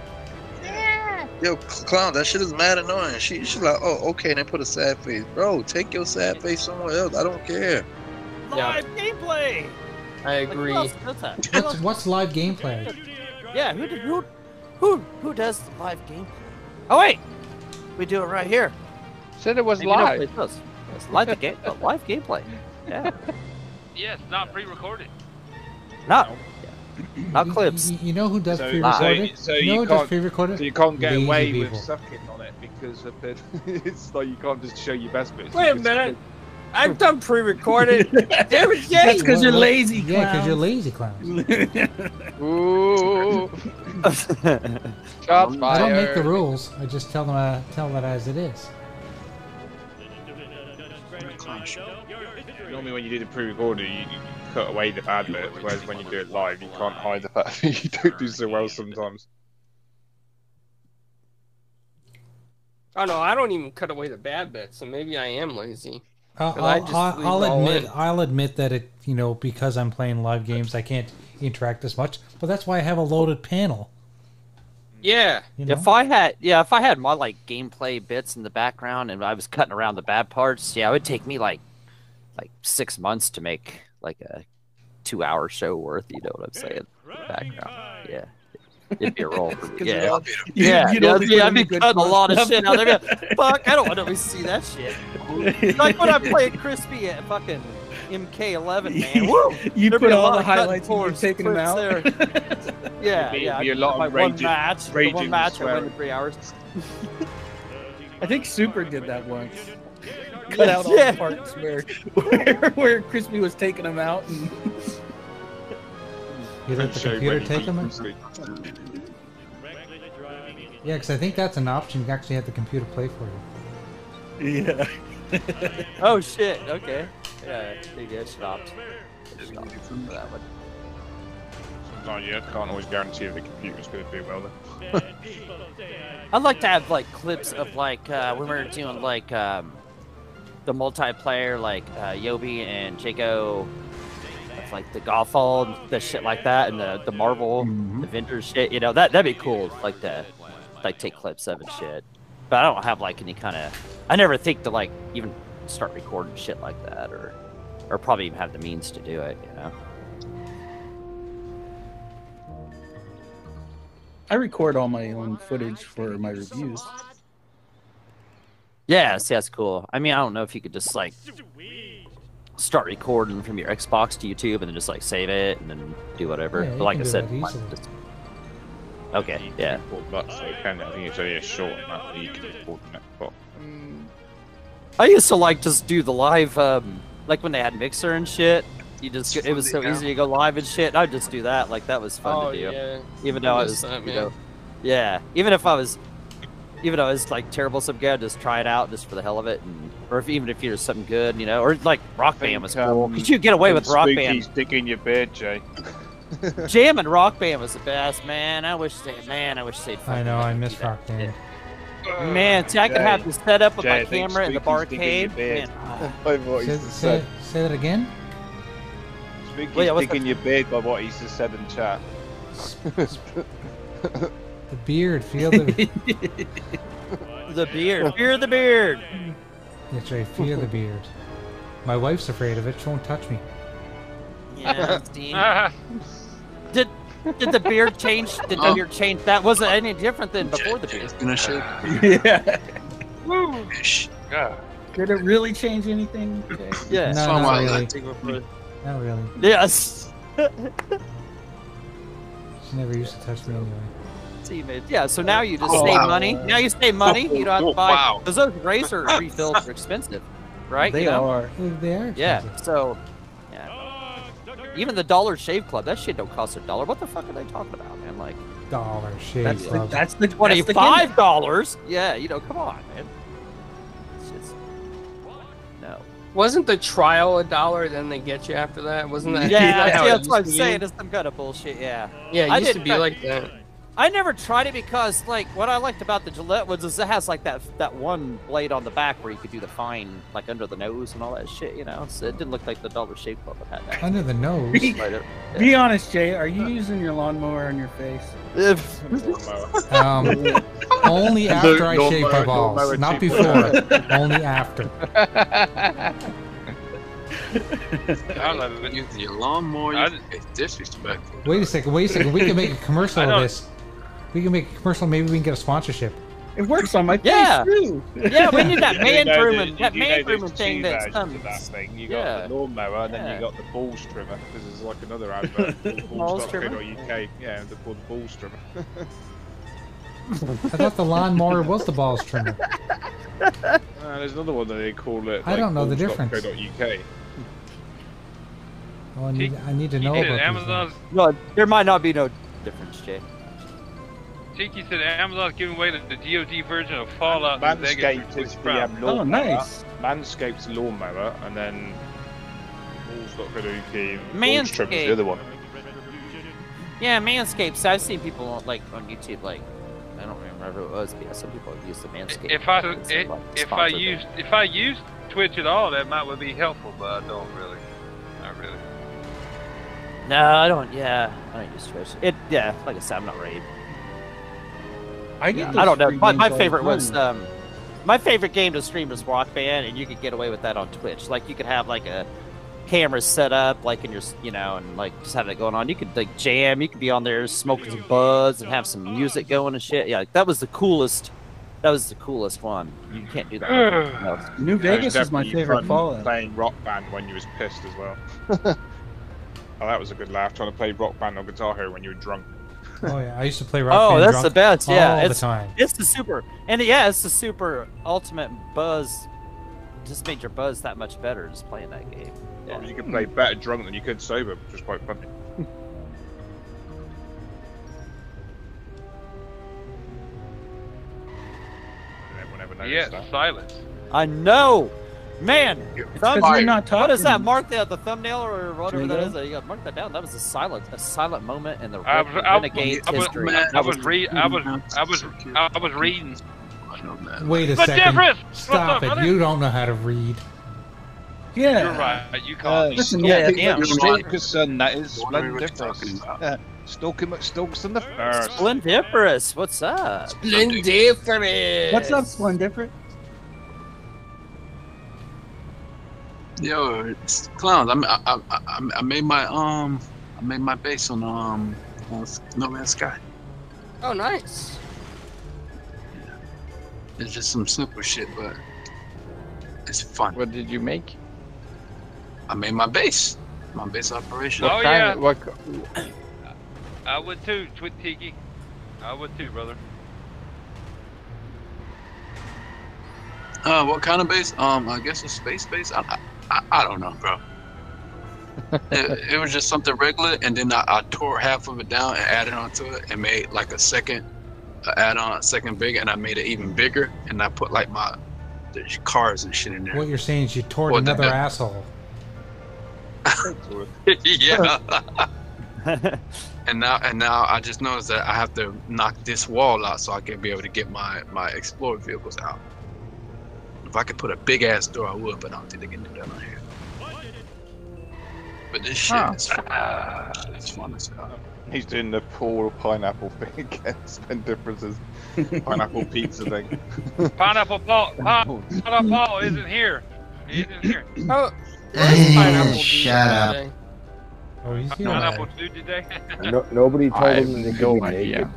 Speaker 1: Yo, clown, that shit is mad annoying. She she's like, oh, okay, and they put a sad face. Bro, take your sad face somewhere else. I don't care.
Speaker 4: Live gameplay.
Speaker 9: I
Speaker 4: agree.
Speaker 2: What's, what's live gameplay?
Speaker 4: Yeah, who did, who who who does the live game? Oh wait, we do it right here.
Speaker 10: Said it was
Speaker 4: Maybe no
Speaker 10: live.
Speaker 4: place does. It's live the game, but live gameplay. Yeah,
Speaker 5: Yes, not pre-recorded.
Speaker 4: not not clips.
Speaker 2: You, you know who does
Speaker 3: So-
Speaker 2: pre-recorded?
Speaker 3: so- so
Speaker 2: you
Speaker 3: you
Speaker 2: know who does
Speaker 3: can't-
Speaker 2: pre-recorded?
Speaker 3: So you can't get
Speaker 2: Lazy
Speaker 3: away
Speaker 2: people.
Speaker 3: with sucking on it because of it. it's like you can't just show your best bits.
Speaker 9: Wait a
Speaker 3: because-
Speaker 9: minute. I've done pre-recorded. Damn it, Jay.
Speaker 14: That's 'cause you're lazy,
Speaker 2: Yeah, because you're lazy clowns.
Speaker 10: Ooh. Shots fired.
Speaker 2: I don't make the rules. I just tell them. I tell that as it is.
Speaker 3: Normally, when you do the pre-recorder, you, you cut away the bad bits, whereas when you do it live, you can't hide the fact that you don't do so well sometimes.
Speaker 9: Oh no, I don't even cut away the bad bits, so maybe I am lazy.
Speaker 2: Uh,
Speaker 9: 'Cause I
Speaker 2: I'll,
Speaker 9: just leave
Speaker 2: I'll,
Speaker 9: it
Speaker 2: I'll
Speaker 9: all
Speaker 2: admit,
Speaker 9: in.
Speaker 2: I'll admit that it, you know, because I'm playing live games, I can't interact as much. But that's why I have a loaded panel.
Speaker 9: Yeah.
Speaker 2: You know?
Speaker 4: If I had yeah, if I had my like gameplay bits in the background and I was cutting around the bad parts, yeah, it would take me like like six months to make like a two hour show worth. You know what I'm saying? Background, yeah. It'd be a roll. for me,
Speaker 9: 'Cause
Speaker 4: yeah,
Speaker 9: you're all-
Speaker 4: yeah,
Speaker 9: you'd
Speaker 4: yeah,
Speaker 9: only
Speaker 4: yeah,
Speaker 9: put
Speaker 4: I'd
Speaker 9: in
Speaker 4: be
Speaker 9: the good
Speaker 4: cutting a lot of
Speaker 9: stuff.
Speaker 4: shit out there. I'd be like, Fuck, I don't want to see that shit. like when I played crispy at fucking MK11, man. Woo!
Speaker 14: You
Speaker 4: There'd
Speaker 14: put
Speaker 4: be a
Speaker 14: all
Speaker 4: lot
Speaker 14: the
Speaker 4: of cutting
Speaker 14: highlights and you're
Speaker 4: towards-
Speaker 14: taking them
Speaker 4: towards
Speaker 14: out.
Speaker 4: there. yeah,
Speaker 3: It'd be-
Speaker 4: yeah.
Speaker 3: be a
Speaker 4: I
Speaker 3: lot
Speaker 4: did
Speaker 3: of
Speaker 4: my one
Speaker 3: raging-
Speaker 4: match, the one
Speaker 3: raging
Speaker 4: match, I went
Speaker 3: swearing.
Speaker 4: in three hours.
Speaker 14: I think Super did that once. Cut out all
Speaker 4: Yeah.
Speaker 14: the parts where, where where Crispy was taking them out and
Speaker 2: You let the
Speaker 3: Show
Speaker 2: computer
Speaker 3: when you
Speaker 2: take
Speaker 3: eat
Speaker 2: them.
Speaker 3: crispy.
Speaker 2: Yeah, because I think that's an option. You actually have the computer play for you.
Speaker 14: Yeah.
Speaker 4: Oh shit. Okay. Yeah. Maybe I should opt. Should opt for that one.
Speaker 3: Sometimes you can't always guarantee that the computer's going to do well. Then.
Speaker 4: I'd like to have like clips of like uh, when we were doing like um, the multiplayer, like uh, Yobi and Jaco, with, like the golf ball, and the shit like that, and the the Marvel Avengers shit. You know that that'd be cool. Like to like take clips of and shit. But I don't have like any kind of. I never think to like even start recording shit like that, or or probably even have the means to do it. You know.
Speaker 14: I record all my own footage for my reviews.
Speaker 4: Yeah, see, that's cool. I mean, I don't know if you could just like start recording from your Xbox to YouTube and then just like save it and then do whatever.
Speaker 2: Yeah, you
Speaker 4: but like I
Speaker 2: can do
Speaker 4: said,
Speaker 2: that
Speaker 4: mine
Speaker 2: easily.
Speaker 4: just- okay, yeah.
Speaker 3: Well, but so you can. I think it's only a short amount that you can record in it. But
Speaker 4: I used to like just do the live, um, like when they had Mixer and shit. You just it was so easy to go live and shit. I'd just do that. Like that was fun
Speaker 9: Oh,
Speaker 4: to do.
Speaker 9: yeah.
Speaker 4: Even
Speaker 9: I
Speaker 4: though I
Speaker 9: miss
Speaker 4: was,
Speaker 9: that,
Speaker 4: you
Speaker 9: man.
Speaker 4: know, yeah. Even if I was, even though I was like terrible, some guy just try it out just for the hell of it, and or if even if you're something good, you know, or like Rock Band was cool. Could you get away with Rock Band?
Speaker 3: Spooky's digging your beard, Jay.
Speaker 4: Jam and Rock Band was the best, man. I wish they, man, I wish they'd.
Speaker 2: I know, I miss Rock Band.
Speaker 4: Man, see, I could have this set up with
Speaker 2: Jay,
Speaker 4: my
Speaker 2: I think
Speaker 4: camera in the
Speaker 2: Squeaky's digging
Speaker 4: barcade.
Speaker 2: your bed.
Speaker 4: Man, ah.
Speaker 2: Say, say, say that again?
Speaker 3: Spooky's
Speaker 4: Well, yeah, what's
Speaker 3: digging your beard by what he's just said in chat.
Speaker 2: The beard, feel the.
Speaker 4: the beard, fear the beard.
Speaker 2: That's right, feel the beard. My wife's afraid of it. She won't touch me.
Speaker 4: Yeah, see. did did the beard change? Did
Speaker 2: Oh.
Speaker 4: the beard change? That wasn't any different than before the beard.
Speaker 1: Gonna shake.
Speaker 10: yeah.
Speaker 4: Woo.
Speaker 1: God.
Speaker 10: Did it really change anything?
Speaker 4: Yeah.
Speaker 2: No,
Speaker 1: Someone
Speaker 2: not
Speaker 1: like
Speaker 2: really.
Speaker 1: that take over.
Speaker 2: Not really.
Speaker 4: Yes.
Speaker 2: She never used to touch me anyway.
Speaker 4: Teammate. Yeah, so now you just
Speaker 2: Oh,
Speaker 4: save
Speaker 2: wow. Oh,
Speaker 4: money. Now you save money. You don't have to buy.
Speaker 2: Wow.
Speaker 4: Because those razor refills are expensive, right?
Speaker 10: They
Speaker 4: you know?
Speaker 10: are.
Speaker 2: They are.
Speaker 4: Yeah. So, yeah. Even the Dollar Shave Club, that shit don't cost a dollar. What the fuck are they talking about, man? Like
Speaker 2: Dollar shave
Speaker 4: That's the-
Speaker 2: club.
Speaker 10: that's the- that's the
Speaker 4: twenty-five dollars? Yeah, you know, come on, man. It's just no.
Speaker 9: Wasn't the trial a dollar? Then they get you after that. Wasn't that?
Speaker 4: Yeah,
Speaker 9: that's
Speaker 4: yeah,
Speaker 9: how it
Speaker 4: that's what I'm
Speaker 9: used to be?
Speaker 4: saying. It's some kind of bullshit. Yeah.
Speaker 9: Yeah, it
Speaker 4: I
Speaker 9: used to
Speaker 4: didn't
Speaker 9: be
Speaker 4: try-
Speaker 9: like that.
Speaker 4: I never tried it because, like, what I liked about the Gillette was is it has like that that one blade on the back where you could do the fine, like under the nose and all that shit. You know, so it didn't look like the Dollar Shave Club had that.
Speaker 2: Under the nose.
Speaker 4: Later.
Speaker 10: Be honest, Jay. Are you using your lawnmower on your face?
Speaker 2: Um, only
Speaker 10: No-
Speaker 2: after I
Speaker 10: no
Speaker 2: shave
Speaker 10: mar-
Speaker 2: my
Speaker 10: no
Speaker 2: balls,
Speaker 10: marriage
Speaker 2: not
Speaker 10: people.
Speaker 2: before. only after.
Speaker 1: I love it. Using your lawnmower. you- It's disrespectful.
Speaker 2: Wait a second. Wait a second. We can make a commercial
Speaker 1: I
Speaker 2: of
Speaker 1: don't-
Speaker 2: this. We can make a commercial. Maybe we can get a sponsorship.
Speaker 10: It works on my face
Speaker 4: Yeah.
Speaker 10: too.
Speaker 4: Yeah, we need that
Speaker 3: You
Speaker 4: man
Speaker 3: know the-
Speaker 4: grooming,
Speaker 3: you
Speaker 4: that
Speaker 3: know
Speaker 4: man
Speaker 3: there's
Speaker 4: grooming
Speaker 3: two
Speaker 4: thing that's
Speaker 3: versions of
Speaker 4: comes.
Speaker 3: that thing. You got
Speaker 4: Yeah.
Speaker 3: the lawnmower, and then
Speaker 4: Yeah.
Speaker 3: you got the balls trimmer because it's like another advert.
Speaker 4: Balls trimmer?
Speaker 3: UK. Yeah, they're called balls trimmer.
Speaker 2: I thought the lawnmower was the balls trimmer.
Speaker 3: Uh, there's another one that they call it.
Speaker 2: I
Speaker 3: like,
Speaker 2: don't know the
Speaker 3: balls.co.uk.
Speaker 2: Oh, I need, I need to know
Speaker 5: did
Speaker 2: about these things.
Speaker 5: Amazon's
Speaker 4: No, there might not be no difference, Jay.
Speaker 5: Tiki said Amazon's giving away the, the GOG version of Fallout. and they get
Speaker 3: Manscaped
Speaker 5: free
Speaker 3: is the
Speaker 5: Sprouts.
Speaker 3: um,
Speaker 2: Oh,
Speaker 3: lawnmower. Manscaped's lawnmower, and then balls.co.uk. Balls trimmer's
Speaker 4: Manscaped.
Speaker 3: the other one.
Speaker 4: Yeah, Manscaped. I've seen people on, like on YouTube, like I don't remember who it was, but yeah, some people use the Manscaped.
Speaker 5: If I
Speaker 4: It's,
Speaker 5: if,
Speaker 4: like,
Speaker 5: if I
Speaker 4: sponsored them.
Speaker 5: used if I used Twitch at all, that might would be helpful, but I don't really, not really.
Speaker 4: No, I don't. Yeah, I don't use Twitch. It. Yeah, like I said, I'm not ready.
Speaker 10: I
Speaker 4: Yeah,
Speaker 10: get.
Speaker 4: I don't know.
Speaker 10: those free
Speaker 4: My, my
Speaker 10: games all the
Speaker 4: favorite was
Speaker 10: time.
Speaker 4: um, my favorite game to stream was Rock Band, and you could get away with that on Twitch. Like you could have like a camera set up, like in your s- you know, and like just have it going on. You could like jam. You could be on there smoking some buzz and have some music going and shit. Yeah, like, that was the coolest. That was the coolest one. You can't do that. on anything else.
Speaker 10: New Vegas
Speaker 3: That was
Speaker 10: is my
Speaker 3: definitely
Speaker 10: favorite
Speaker 3: fun
Speaker 10: Fallout.
Speaker 3: Playing Rock Band when you was pissed as well. oh, that was a good laugh. Trying to play Rock Band on Guitar Hero when you were drunk.
Speaker 2: Oh yeah, I used to play rock.
Speaker 4: Oh,
Speaker 2: band
Speaker 4: that's
Speaker 2: drunk
Speaker 4: the best.
Speaker 2: all
Speaker 4: Yeah,
Speaker 2: the
Speaker 4: it's
Speaker 2: time.
Speaker 4: it's the super and yeah, it's the super ultimate buzz. Just made your buzz that much better just playing that game. Yeah.
Speaker 3: You could play
Speaker 10: Hmm.
Speaker 3: better drunk than you could sober, which was quite funny. Everyone ever noticed
Speaker 5: Yeah,
Speaker 3: that?
Speaker 5: silence.
Speaker 4: I know, man. thumb-
Speaker 10: 'cause you're not
Speaker 4: What is that?
Speaker 10: talking.
Speaker 4: Mark the, the thumbnail or whatever that
Speaker 10: Jago?
Speaker 4: is. You got mark that down. That was a silent, a silent moment in the
Speaker 5: I was I, was-
Speaker 4: Renegades
Speaker 5: I was,
Speaker 4: history.
Speaker 5: man, I
Speaker 4: That
Speaker 5: was read I was I was I was reading.
Speaker 2: Wait a
Speaker 5: But
Speaker 2: second.
Speaker 5: difference! What's
Speaker 2: Stop
Speaker 5: up,
Speaker 2: it.
Speaker 5: honey?
Speaker 2: You don't know how to read.
Speaker 10: Yeah. Uh,
Speaker 5: You're right. You called me.
Speaker 10: listen, yeah,
Speaker 5: Damn.
Speaker 10: damn.
Speaker 3: son, um, that is
Speaker 1: talking
Speaker 3: splendiferous. Uh, Stalking McStalks in the first.
Speaker 4: Splendiferous, what's up?
Speaker 9: Splendiferous.
Speaker 10: What's up, Splendiferous?
Speaker 1: Yo, it's clowns. I'm, I, I, I, I made my um, I made my base on um, on S- No Man's Sky.
Speaker 9: Oh, nice.
Speaker 1: It's just some simple shit, but it's fun.
Speaker 13: What did you make?
Speaker 1: I made my base, my base operation.
Speaker 5: What Oh, kind yeah. of-
Speaker 13: What?
Speaker 5: I would too, Twit Tiki. I would too, brother.
Speaker 1: Uh, what kind of base? Um, I guess a space base. I, I- I, I don't know, bro. it, it was just something regular, and then I, I tore half of it down and added onto it, and made like a second a add-on, a second big, and I made it even bigger, and I put like my the cars and shit in there.
Speaker 2: What you're saying is you tore
Speaker 1: What the
Speaker 2: another
Speaker 1: hell?
Speaker 2: asshole.
Speaker 1: yeah. and now and now I just noticed that I have to knock this wall out so I can be able to get my my explorer vehicles out. If I could put a big ass door, I would, but I don't think they can do that right here. But this shit
Speaker 15: Huh.
Speaker 1: is fun. Ah, it's fun as hell.
Speaker 15: He's doing the poor pineapple thing again. Spend differences. Pineapple pizza thing.
Speaker 5: Pineapple Paul, Paul, Pineapple Paul isn't here. He isn't here.
Speaker 9: Oh,
Speaker 17: Shut up.
Speaker 2: Oh, he's
Speaker 17: here.
Speaker 5: Pineapple dude today.
Speaker 17: No, nobody told
Speaker 13: I have
Speaker 17: him that they could be
Speaker 13: no idea.
Speaker 17: naked.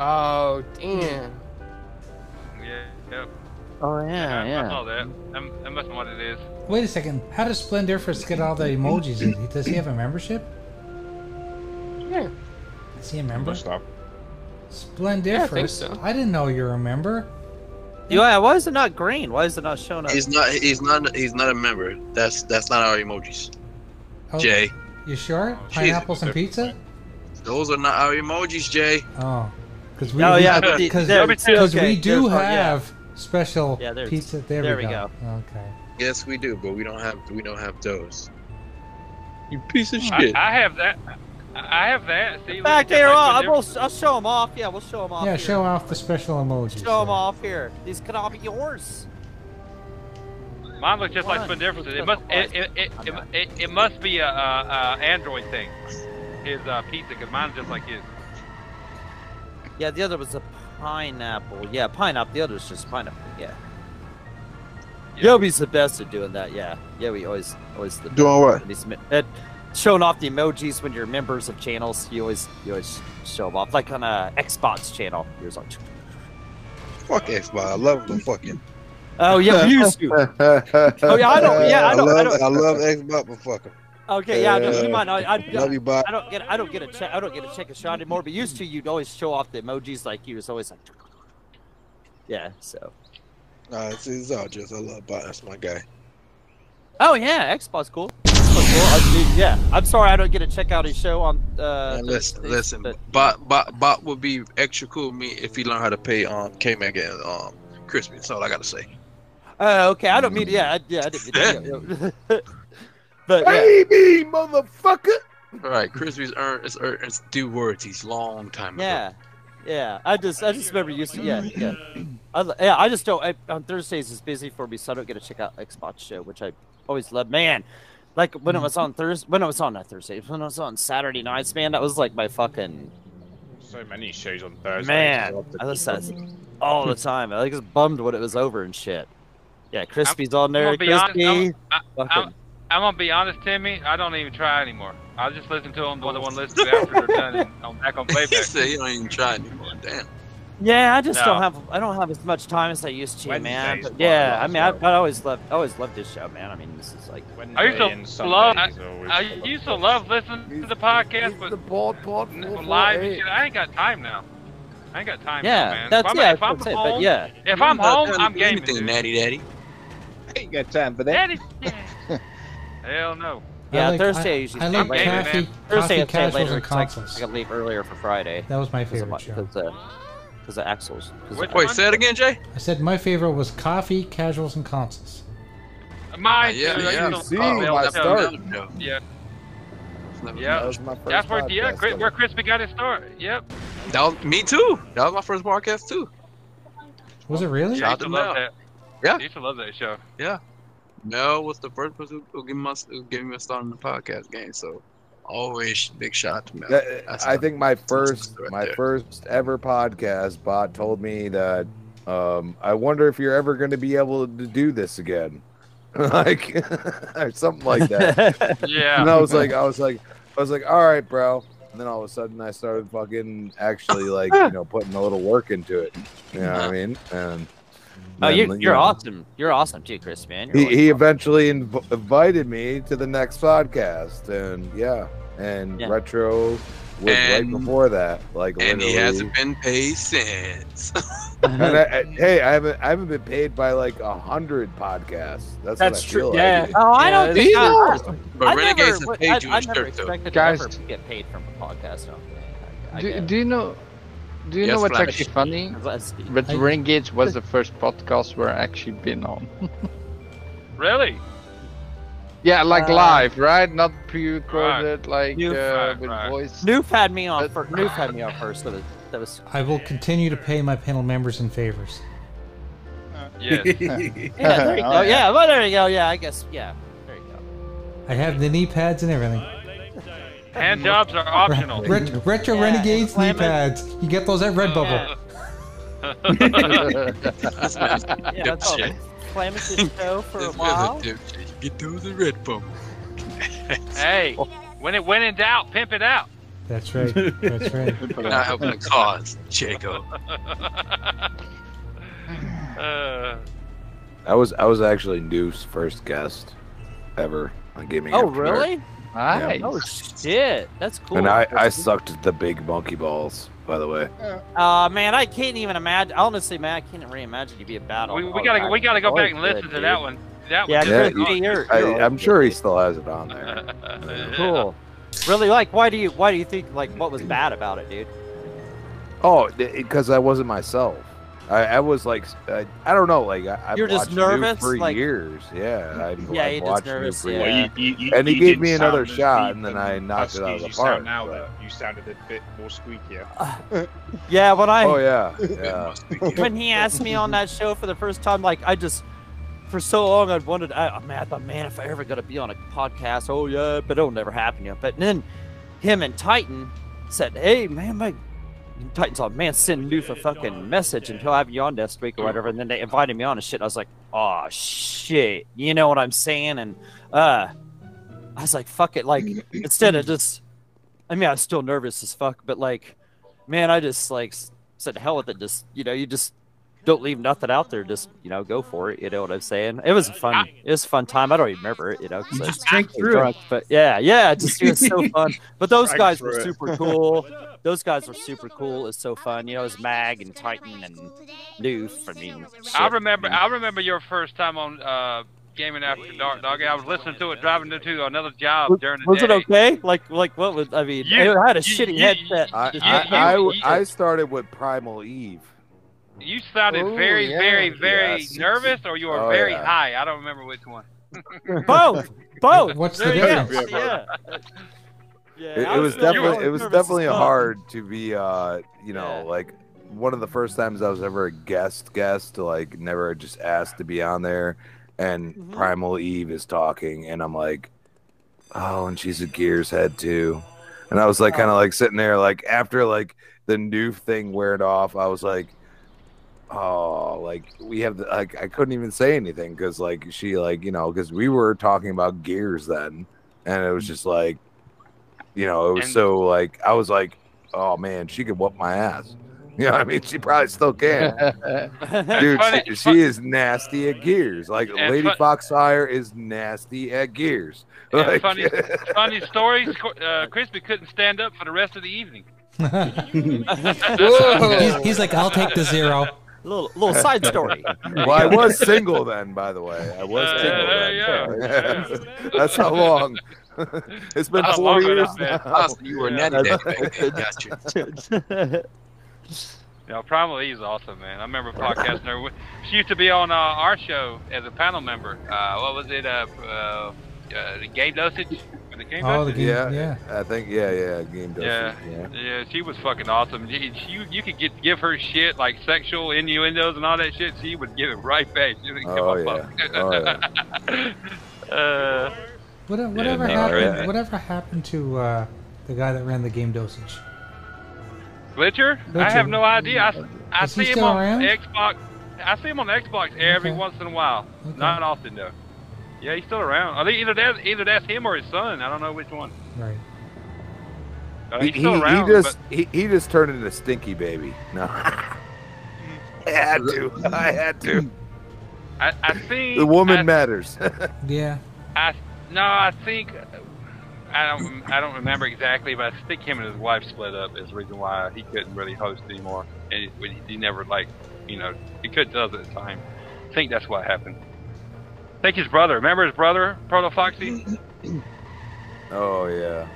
Speaker 9: Oh
Speaker 4: Hmm.
Speaker 9: damn.
Speaker 5: Yeah. Yep.
Speaker 4: Oh
Speaker 5: I,
Speaker 4: yeah,
Speaker 5: I
Speaker 4: yeah.
Speaker 5: saw that. That, that must be what it is.
Speaker 2: Wait a second. How does Splendiferous get all the emojis? in? Does he have a membership?
Speaker 9: Yeah.
Speaker 2: Is he a member?
Speaker 3: Must have.
Speaker 2: Splendiferous.
Speaker 4: Yeah, I think so.
Speaker 2: I didn't know you were a member.
Speaker 4: Yeah, why is it not green? Why is it not showing up?
Speaker 1: He's not. He's not. He's not a member. That's that's not our emojis.
Speaker 2: Oh.
Speaker 1: Jay,
Speaker 2: You sure?
Speaker 1: Jesus.
Speaker 2: Pineapples and pizza?
Speaker 1: those are not our emojis, Jay.
Speaker 2: Oh, because we
Speaker 4: Oh,
Speaker 2: we-
Speaker 4: yeah, but the-
Speaker 2: cause,
Speaker 4: there we-
Speaker 2: 'cause
Speaker 4: okay,
Speaker 2: we
Speaker 4: there's
Speaker 2: do
Speaker 4: one, yeah.
Speaker 2: have special
Speaker 4: Yeah, there's-
Speaker 2: Oh, pizza. There,
Speaker 4: there
Speaker 2: we,
Speaker 4: we
Speaker 2: go. Oh. Okay.
Speaker 1: Yes, we do, but we don't have. We don't have those. You piece of
Speaker 5: Hmm. I,
Speaker 1: shit.
Speaker 5: I have that. I I have that. See,
Speaker 4: Back
Speaker 5: look,
Speaker 4: there,
Speaker 5: like
Speaker 4: I'll,
Speaker 5: the
Speaker 4: I will,
Speaker 5: difference.
Speaker 4: I'll show them off. Yeah, we'll show them off.
Speaker 2: Yeah,
Speaker 4: here.
Speaker 2: show off the special emojis.
Speaker 4: Show them off here. These could all be yours.
Speaker 5: Mine looks just like
Speaker 4: One.
Speaker 5: Spin Differences. It must it it, it, it, it, it must be a, uh uh Android thing. His uh, pizza, because mine's just like his.
Speaker 4: Yeah, the other was a pineapple. Yeah, pineapple. The other's just pineapple. Yeah. Yobi's the best at doing that. Yeah. Yobi always always the
Speaker 17: Doing what?
Speaker 4: He's mi- At showing off the emojis when you're members of channels. You always you always show them off, like on a Xbox channel. You're like,
Speaker 1: Fuck Xbox. I love the fucking.
Speaker 4: oh yeah, you used to.
Speaker 1: oh
Speaker 4: yeah, I don't- yeah, I don't- I
Speaker 1: love,
Speaker 4: don't-
Speaker 1: love Xbox, but fuck 'em.
Speaker 4: Okay, yeah, no, you
Speaker 1: Uh,
Speaker 4: might not. I,
Speaker 1: love you, Bob.
Speaker 4: I don't get. I don't get a check. I don't get a check a shot anymore. But used to, you'd always show off the emojis. Like you was always like, yeah. So.
Speaker 1: Nah, it's, it's all just I love Bob. That's my guy.
Speaker 4: Oh yeah, Xbox cool. Xbox cool. I, dude, yeah, I'm sorry I don't get to check out his show on. Uh,
Speaker 1: Man, listen,
Speaker 4: Thursdays,
Speaker 1: listen.
Speaker 4: but-
Speaker 1: Bot, bot, bot would be extra cool with me if he learned how to pay um K Mac and um Crispy. That's all I gotta say.
Speaker 4: Oh, okay. I don't mean. Yeah, I, yeah, I didn't mean. Yeah, but yeah.
Speaker 1: Baby, motherfucker. All right, Crispy's earned it's, earned it's due words. He's long time
Speaker 4: yeah, yeah. I just, I just remember used to. Yeah, yeah. I, li- yeah, I just don't. I, on Thursdays is busy for me, so I don't get to check out Xbox show, which I always love. Man, like when
Speaker 1: Mm-hmm.
Speaker 4: it was on Thursday, when it was on not Thursday, when it was on Saturday nights, man, that was like my fucking
Speaker 3: So many shows on Thursday.
Speaker 4: man. I listened to that all the time. I was bummed when it was over and shit. Yeah, Crispy's on
Speaker 5: I'm
Speaker 4: there.
Speaker 5: gonna be honest,
Speaker 4: Crispy.
Speaker 5: I'm-
Speaker 4: fucking-
Speaker 5: I'm gonna be honest, Timmy. I don't even try anymore. I just listen to them. The
Speaker 4: Oh.
Speaker 5: other one listens to after they're done. And I'm back on
Speaker 1: ago. he
Speaker 5: playback.
Speaker 1: said he don't even try anymore. Damn.
Speaker 4: Yeah, I just
Speaker 5: No.
Speaker 4: don't have I don't have as much time as I used to, man.
Speaker 5: Wednesdays
Speaker 4: But
Speaker 5: were
Speaker 4: yeah,
Speaker 5: the
Speaker 4: I mean, I, I always loved I always loved this show, man. I mean, this is like
Speaker 5: I used to love. I, I used to love listening to the podcast, but the
Speaker 10: bald, bald,
Speaker 5: live and shit. I ain't got time now. I ain't got time.
Speaker 4: Yeah,
Speaker 5: now, man.
Speaker 4: that's-
Speaker 5: if I'm,
Speaker 4: yeah,
Speaker 5: If I'm
Speaker 4: that's it, but
Speaker 5: home,
Speaker 4: yeah.
Speaker 5: If I'm
Speaker 1: Not
Speaker 5: home,
Speaker 1: trying to
Speaker 5: I'm
Speaker 1: do
Speaker 5: gaming.
Speaker 1: anything,
Speaker 5: dude.
Speaker 1: Natty Daddy.
Speaker 15: ain't got time for that.
Speaker 5: That is. Hell no.
Speaker 4: yeah
Speaker 2: I like-
Speaker 4: Thursday.
Speaker 2: I-
Speaker 4: I, usually
Speaker 2: I like
Speaker 4: later, man.
Speaker 2: coffee-
Speaker 4: Thursday
Speaker 2: coffee
Speaker 4: I stay
Speaker 2: casuals
Speaker 4: later
Speaker 2: and
Speaker 4: 'cause I-
Speaker 2: consoles.
Speaker 4: I can leave earlier for Friday.
Speaker 2: That was my favorite
Speaker 4: Because
Speaker 2: show.
Speaker 4: of, because of Axel's. 'cause of
Speaker 1: Wait, say that again, Jay.
Speaker 2: I said my favorite was coffee, casuals, and consoles.
Speaker 5: My
Speaker 1: yeah,
Speaker 5: dude, I
Speaker 1: yeah.
Speaker 5: used to
Speaker 1: See,
Speaker 5: love
Speaker 1: my
Speaker 5: that show.
Speaker 1: start.
Speaker 5: Yeah.
Speaker 1: That
Speaker 5: Yeah.
Speaker 1: was my first
Speaker 5: That's where yeah,
Speaker 1: podcast
Speaker 5: Chris,
Speaker 1: ever.
Speaker 5: where Crispy got his start. Yep.
Speaker 1: That was, me too. That was my first podcast too.
Speaker 2: Was it really?
Speaker 5: I used to love that.
Speaker 1: Yeah.
Speaker 5: I used to love that show.
Speaker 1: Yeah. Mel was the first person who gave me, who gave me a start in the podcast game, so always big shout to Mel.
Speaker 17: That-
Speaker 1: That's
Speaker 17: I
Speaker 1: a-
Speaker 17: think my first
Speaker 1: right
Speaker 17: my
Speaker 1: there.
Speaker 17: first ever podcast bot told me that um, I wonder if you're ever going to be able to do this again, like or something like that.
Speaker 5: Yeah.
Speaker 17: And I was like, I was like, I was like, all right, bro. And then all of a sudden, I started fucking actually like you know putting a little work into it. You know what I mean? And
Speaker 4: Oh,
Speaker 17: then,
Speaker 4: you're,
Speaker 17: you
Speaker 4: you're
Speaker 17: know,
Speaker 4: awesome. You're awesome too, Chris, man. You're
Speaker 17: He,
Speaker 4: like-
Speaker 17: he eventually inv- invited me to the next podcast, and yeah, and
Speaker 4: Yeah.
Speaker 17: retro was
Speaker 1: And-
Speaker 17: right before that. Like,
Speaker 1: and
Speaker 17: literally.
Speaker 1: he hasn't been paid since.
Speaker 17: And I, I- hey, I haven't I haven't been paid by like a hundred podcasts. That's,
Speaker 8: That's
Speaker 17: what I
Speaker 8: true,
Speaker 17: Feel
Speaker 8: yeah.
Speaker 17: Like.
Speaker 4: Oh, I don't think I, I,
Speaker 1: But
Speaker 4: I
Speaker 1: Renegades
Speaker 4: never,
Speaker 1: have paid
Speaker 4: I,
Speaker 1: you
Speaker 4: I
Speaker 1: in
Speaker 4: never
Speaker 1: shirt, though.
Speaker 4: expected
Speaker 10: Guys-
Speaker 4: to ever get paid from a podcast. No. I, I
Speaker 10: Do,
Speaker 4: get
Speaker 10: do you know? Do you
Speaker 13: Yes,
Speaker 10: know what's
Speaker 13: Flash.
Speaker 10: actually funny?
Speaker 13: But Renegades was the first podcast where I actually been on.
Speaker 5: Really?
Speaker 13: Yeah, like
Speaker 4: Uh,
Speaker 13: live, right? Not pre-recorded, like
Speaker 4: Noof,
Speaker 13: uh, with voice.
Speaker 4: Noof had me on first. Noof had me on first. That was that was.
Speaker 2: I will continue to pay my panel members in favors.
Speaker 4: Yeah. yeah. There you go. Yeah. Well, there you go. Yeah. I guess. Yeah. There you go.
Speaker 2: I have the knee pads and everything.
Speaker 5: Hand jobs are optional.
Speaker 2: Ret- retro
Speaker 5: Yeah,
Speaker 2: Renegades knee
Speaker 5: slamming.
Speaker 2: pads. You get those at Redbubble. Oh,
Speaker 4: Yeah, that's all. Clamous is show for a while.
Speaker 1: Get those at Redbubble.
Speaker 5: hey, when it when in doubt, pimp it out.
Speaker 2: That's right. That's right.
Speaker 1: Not helping the cause, Jacob.
Speaker 5: Uh,
Speaker 17: I was I was actually Noof's first guest ever on Gaming.
Speaker 4: Oh
Speaker 17: After Dark.
Speaker 4: really?
Speaker 17: Nice.
Speaker 4: Oh shit. That's cool.
Speaker 17: And I, I sucked at the big monkey balls, by the way.
Speaker 4: Uh man, I can't even imagine. Honestly, man, I can't reimagine you be a battle.
Speaker 5: we, we gotta we gotta go back and listen to that one. That
Speaker 4: Yeah,
Speaker 5: was
Speaker 4: good.
Speaker 5: good.
Speaker 4: Yeah, you're-
Speaker 17: I,
Speaker 4: you're-
Speaker 17: I'm sure he still has it on there.
Speaker 4: Cool. Really, like, why do you why do you think like what was bad about it, dude?
Speaker 17: Oh, because I wasn't myself. I, I was like, I, I don't know, like I, I've
Speaker 4: You're just
Speaker 17: watched Noob
Speaker 4: nervous,
Speaker 17: for
Speaker 4: like-
Speaker 17: years. Yeah, I,
Speaker 4: Yeah,
Speaker 17: I've
Speaker 4: you're just
Speaker 17: watched Noob
Speaker 4: nervous,
Speaker 17: for
Speaker 4: yeah. Well,
Speaker 17: years.
Speaker 3: you- you-
Speaker 17: and he
Speaker 3: you
Speaker 17: gave
Speaker 3: didn't
Speaker 17: me another
Speaker 3: sound as
Speaker 17: shot,
Speaker 3: deep
Speaker 17: and then
Speaker 3: and
Speaker 17: I knocked it
Speaker 3: husky
Speaker 17: out
Speaker 3: as
Speaker 17: of the
Speaker 3: you sound
Speaker 17: park.
Speaker 3: now,
Speaker 17: but-
Speaker 3: though. You sounded a bit more squeakier.
Speaker 4: Yeah, when I
Speaker 17: oh yeah, yeah.
Speaker 4: when he asked me on that show for the first time, like I just for so long I'd wondered, I, oh, man, I thought, man, if I ever gonna be on a podcast, oh yeah, but it'll never happen, you know. But then him and Titan said, hey man, my and Titan's all man, send Noof a fucking message until I have you on next week or whatever. And then they invited me on and shit. I was like, oh shit, you know what I'm saying? And uh, I was like, fuck it, like instead of just, I mean, I'm still nervous as fuck, but like man, I just like s- said to hell with it. Just you know, you just don't leave nothing out there. Just you know, go for it. You know what I'm saying? It was a fun. It was a fun time. I don't even remember it. You know, 'cause I was
Speaker 10: drank
Speaker 4: really
Speaker 10: through it.
Speaker 4: But yeah, yeah, it just it was so fun. But those
Speaker 10: Drank
Speaker 4: guys
Speaker 10: through
Speaker 4: were
Speaker 10: it.
Speaker 4: super cool. Those guys were super cool. It's so fun. You know, it was Mag and Titan and Noof. I mean, shit.
Speaker 5: I remember I remember your first time on uh, Gaming After Dark, dog. I was listening to it driving to- to another job during the
Speaker 4: Was
Speaker 5: day.
Speaker 4: it okay? Like, like what was? I mean,
Speaker 5: You-
Speaker 4: I had a
Speaker 5: you-
Speaker 4: shitty
Speaker 5: you-
Speaker 4: headset.
Speaker 17: I,
Speaker 4: Just-
Speaker 17: I,
Speaker 5: you-
Speaker 17: I, I started with Primal Eve.
Speaker 5: You sounded
Speaker 4: Oh,
Speaker 5: very,
Speaker 4: yeah.
Speaker 5: very, very
Speaker 17: Yes.
Speaker 5: nervous, or you were
Speaker 17: Oh,
Speaker 5: very
Speaker 17: yeah.
Speaker 5: high. I don't remember which one.
Speaker 4: Both. Both.
Speaker 2: What's the
Speaker 4: There you go.
Speaker 2: difference?
Speaker 4: Yeah.
Speaker 17: It,
Speaker 4: I
Speaker 17: it was
Speaker 4: you were
Speaker 17: definitely it was
Speaker 4: nervous as
Speaker 17: definitely
Speaker 4: fuck.
Speaker 17: hard to be uh you know like one of the first times I was ever a guest guest to like never just asked to be on there and
Speaker 4: Mm-hmm.
Speaker 17: Primal Eve is talking and I'm like oh and she's a gears head too and I was like
Speaker 4: Oh.
Speaker 17: kind of like sitting there like after like the new thing weared off I was like oh like we have the, like i couldn't even say anything because like she like you know because we were talking about gears then and it was
Speaker 5: Mm.
Speaker 17: just like you know it was
Speaker 13: And-
Speaker 17: so like i was like oh man she could whoop my ass you know what i mean she probably still can dude she, she is nasty at gears like
Speaker 5: And
Speaker 17: lady
Speaker 5: fu-
Speaker 17: foxfire is nasty at gears
Speaker 5: And
Speaker 17: like,
Speaker 5: funny, funny story. Squ- Uh, Crispy couldn't stand up for the rest of the evening.
Speaker 2: he's, he's like, I'll take the zero.
Speaker 4: Little, little side story.
Speaker 17: well, I was single then, by the way. I was
Speaker 4: Uh,
Speaker 17: single
Speaker 4: there
Speaker 17: then.
Speaker 4: you
Speaker 17: That's how long. it's been
Speaker 1: That's how
Speaker 17: four
Speaker 1: long
Speaker 17: years
Speaker 1: I've been.
Speaker 17: now.
Speaker 1: Awesome, you were netted that back then, gotcha.
Speaker 5: No, Primal E is awesome, man. I remember podcasting her. She used to be on uh, our show as a panel member. Uh, what was it? Uh, uh, uh, the game dosage. Was it game
Speaker 2: Oh, the
Speaker 5: dosage?
Speaker 2: game. Yeah.
Speaker 17: I think yeah, yeah, game does.
Speaker 5: Yeah. yeah, she was fucking awesome. You, you you could get give her shit like sexual innuendos and all that shit. She would give it right back. She would
Speaker 17: Oh yeah. Oh uh, yeah.
Speaker 5: Uh,
Speaker 2: What, whatever
Speaker 17: no,
Speaker 2: happened?
Speaker 17: right.
Speaker 2: Whatever happened to uh, the guy that ran the game dosage?
Speaker 5: Glitcher? I
Speaker 2: Glitcher.
Speaker 5: have no idea. I, I
Speaker 2: Is he
Speaker 5: see him
Speaker 2: still
Speaker 5: on
Speaker 2: around?
Speaker 5: Xbox. I see him on Xbox every once in a while. Not often though. Yeah, he's still around. I think either that's either that's him or his son. I don't know which one.
Speaker 2: Right.
Speaker 5: Uh,
Speaker 17: He,
Speaker 5: he's still
Speaker 17: he- he
Speaker 5: around.
Speaker 17: just he, he just turned into Stinky Baby. No. I had to. I had to.
Speaker 5: but I, I think
Speaker 17: The woman
Speaker 5: I,
Speaker 17: matters.
Speaker 2: Yeah.
Speaker 5: I no, I think I don't. I don't remember exactly, but I think him and his wife split up is the reason why he couldn't really host anymore, and he, he never like, you know, he could does at the time. I think that's what happened. I think his brother. Remember his brother, Proto Foxy?
Speaker 17: oh yeah.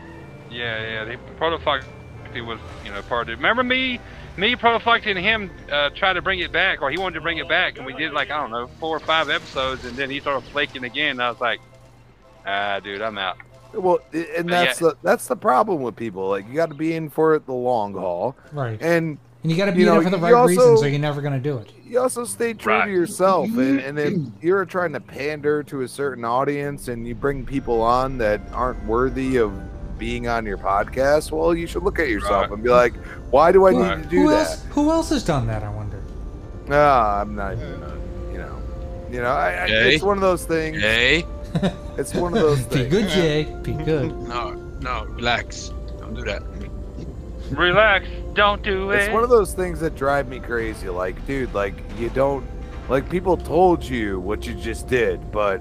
Speaker 5: Yeah, yeah. The Protofoxy was, you know, part of it. Remember me, me, Protofoxy, and him uh, tried to bring it back, or he wanted to bring it back, and we did like I don't know four or five episodes, and then he started flaking again. And I was like, Ah, dude, I'm out.
Speaker 17: Well, i- and
Speaker 5: But yeah.
Speaker 17: that's the that's the problem with people. Like you got to be in for it the long haul,
Speaker 2: Right.
Speaker 17: and
Speaker 2: And you got to be
Speaker 17: you
Speaker 2: there
Speaker 17: know,
Speaker 2: for the
Speaker 17: you
Speaker 2: right
Speaker 17: also-
Speaker 2: reasons, or you're never going to do it.
Speaker 17: you also stay true
Speaker 2: Right.
Speaker 17: to yourself. And, and if
Speaker 2: Mm-hmm.
Speaker 17: you're trying to pander to a certain audience and you bring people on that aren't worthy of being on your podcast, well, you should look at yourself and be like, why do I need to do
Speaker 2: who
Speaker 17: that?
Speaker 2: else? Who else has done that? I wonder.
Speaker 17: Ah, I'm not even. gonna- You know, you know, I, I,
Speaker 1: Jay?
Speaker 17: it's one of those things.
Speaker 1: Hey.
Speaker 17: It's one of those
Speaker 2: Be
Speaker 17: things.
Speaker 2: good, Jay. Be good.
Speaker 1: No, no, relax. Don't do that.
Speaker 5: Relax. Don't do it.
Speaker 17: It's one of those things that drive me crazy. Like, dude, like you don't, like people told you what you just did, but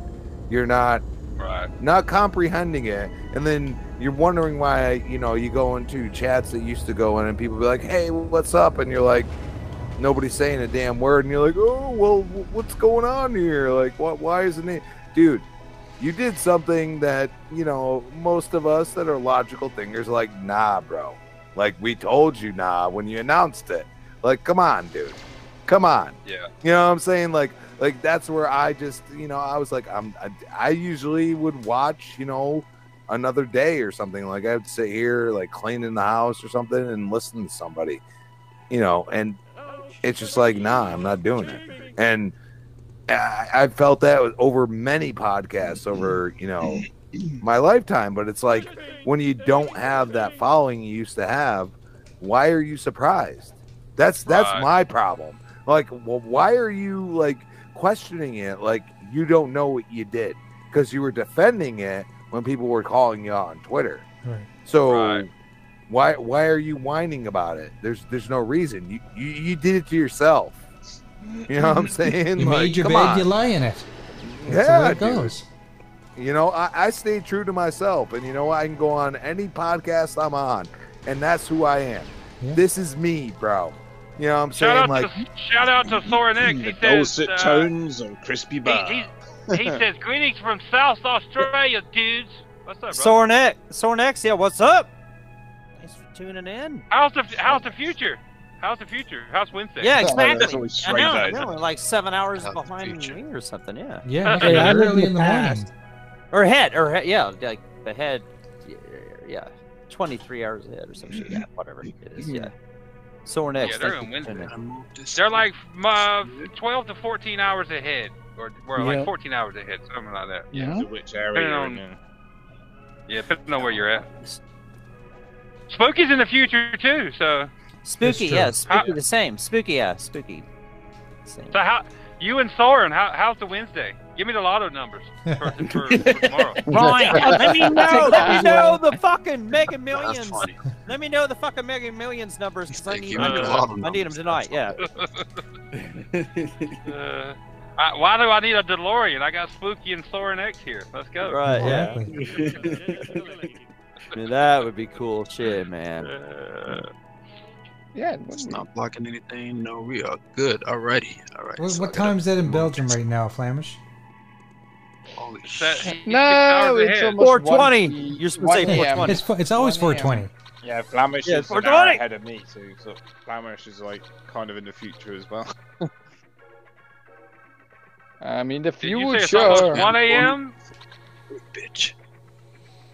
Speaker 17: you're not,
Speaker 5: right.
Speaker 17: not comprehending it, and then you're wondering why. You know, you go into chats that used to go in, and people be like, "Hey, what's up?" and you're like. Nobody's saying a damn word, and you're like, "Oh, well, wh- what's going on here? Like, what? Why isn't it, dude? You did something that you know most of us that are logical thinkers are like, nah, bro. Like we told you nah when you announced it. Like, come on, dude. Come on.
Speaker 5: Yeah.
Speaker 17: You know what I'm saying? Like, like that's where I just, you know, I was like, I'm, I, I usually would watch, you know, another day or something. Like I would sit here, like cleaning the house or something, and listen to somebody, you know, and it's just like, nah, I'm not doing it. And I, I felt that with- over many podcasts over, you know, my lifetime. But it's like when you don't have that following you used to have, why are you surprised? That's that's
Speaker 15: Right.
Speaker 17: my problem. Like, well, why are you like questioning it? Like you don't know what you did because you were defending it when people were calling you out on Twitter.
Speaker 2: Right.
Speaker 17: So why why are you whining about it? There's there's no reason. You you, you did it to yourself. You know what I'm saying?
Speaker 2: You
Speaker 17: Like,
Speaker 2: made your
Speaker 17: come
Speaker 2: bed,
Speaker 17: on.
Speaker 2: you lie in it. That's
Speaker 17: yeah,
Speaker 2: the way it
Speaker 17: dude.
Speaker 2: goes.
Speaker 17: You know, I, I stay true to myself, and you know, I can go on any podcast I'm on, and that's who I am. This is me, bro. You know what I'm
Speaker 5: Shout
Speaker 17: saying?
Speaker 5: out
Speaker 17: Like,
Speaker 5: to shout out to Thorin X. He says
Speaker 3: Mm, Dulcet
Speaker 5: uh,
Speaker 3: tones and crispy bar.
Speaker 5: he, he, he says greetings from South Australia, dudes. What's up, bro?
Speaker 4: Sornex, Sornex, yeah, what's up? Thanks for tuning in.
Speaker 5: How's the How's the future? How's the future? How's Wednesday?
Speaker 4: Yeah, exactly.
Speaker 5: That's always
Speaker 4: I
Speaker 5: straight
Speaker 4: know, I
Speaker 5: days.
Speaker 4: know, we're like seven hours behind me or something. Yeah.
Speaker 5: Yeah, Hey, I live early in the morning.
Speaker 4: Or head, or head, yeah, like the head. yeah, Yeah, twenty-three hours ahead or some shit. Yeah, whatever it is. Yeah. Sornex.
Speaker 5: Yeah,
Speaker 4: thank
Speaker 5: they're on
Speaker 4: you for tuning
Speaker 5: Wednesday.
Speaker 4: in.
Speaker 5: They're like m- uh, 12 to 14 hours ahead, or, or
Speaker 4: Yeah.
Speaker 5: like 14 hours ahead, something like that.
Speaker 3: Yeah. To which area
Speaker 5: Depending
Speaker 3: you're
Speaker 5: on-
Speaker 3: in. yeah.
Speaker 5: yeah, depending on where you're at. Spooky's in the future too, so.
Speaker 4: Spooky,
Speaker 5: true.
Speaker 4: yeah, spooky, the same. Spooky, yeah, spooky. Same.
Speaker 5: So how you and Thorin? How, how's the Wednesday? Give me the lotto numbers for, for, for tomorrow.
Speaker 4: Fine. Let me know. Let me know the fucking Mega Millions.
Speaker 5: funny.
Speaker 4: Let me know the fucking Mega Millions numbers because I need
Speaker 5: give me the lotto
Speaker 4: them. I need them tonight. Yeah.
Speaker 5: Uh, I, why do I need a DeLorean? I got Spooky and Thorin X here. Let's go.
Speaker 4: Right. Yeah. that would be cool shit, man.
Speaker 5: Uh,
Speaker 1: Yeah, it's not blocking anything. No, we are good. Alrighty, alright.
Speaker 2: What,
Speaker 1: so I
Speaker 2: what
Speaker 1: gotta-
Speaker 2: time is that in Belgium right now, Flamish?
Speaker 1: Holy
Speaker 5: shit.
Speaker 12: No, it's almost
Speaker 4: 420.
Speaker 12: 1
Speaker 4: You're supposed to say
Speaker 12: 1
Speaker 4: 420.
Speaker 12: a.m.
Speaker 2: It's fu- it's always 420.
Speaker 3: Yeah, Flamish
Speaker 4: Yeah,
Speaker 3: is
Speaker 4: for
Speaker 3: an hour
Speaker 4: Dominic!
Speaker 3: ahead of me too. So Flamish is like kind of in the future as well.
Speaker 13: I'm in the
Speaker 5: Did you
Speaker 13: future.
Speaker 5: say it's almost 1 a.m.?
Speaker 1: Bitch.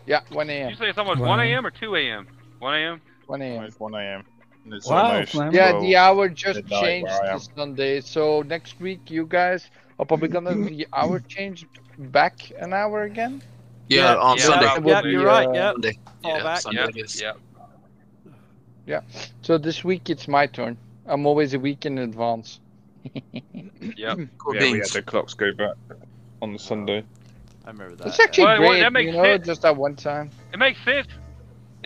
Speaker 13: Yeah, 1 a.m.
Speaker 5: Did you say it's almost 1 a.m. or 2 a.m.? 1 a.m.
Speaker 13: 1 a.m.
Speaker 3: 1 a.m. And it's
Speaker 13: Wow,
Speaker 3: almost
Speaker 13: Flamish.
Speaker 10: Yeah,
Speaker 3: twelve
Speaker 10: the hour just
Speaker 3: midnight where
Speaker 10: changed
Speaker 3: I am.
Speaker 10: this Sunday. So next week, you guys are probably gonna the hour change back an hour again.
Speaker 1: Yeah,
Speaker 10: Yeah,
Speaker 1: on
Speaker 10: yeah,
Speaker 1: Sunday.
Speaker 10: that would Yep, be, you're right, uh, yep.
Speaker 1: Sunday.
Speaker 10: Fall
Speaker 1: Yeah,
Speaker 10: back.
Speaker 1: Sunday
Speaker 10: Yep,
Speaker 1: it is.
Speaker 10: Yeah. So this week it's my turn. I'm always a week in advance.
Speaker 5: Yeah.
Speaker 3: Yeah, we
Speaker 10: Cool
Speaker 3: had
Speaker 10: beans.
Speaker 3: the clocks go back on the Sunday.
Speaker 4: I remember that.
Speaker 10: It's actually
Speaker 5: Well, well,
Speaker 10: great,
Speaker 5: that makes
Speaker 10: you know,
Speaker 5: sense.
Speaker 10: just that one time.
Speaker 5: It makes sense. It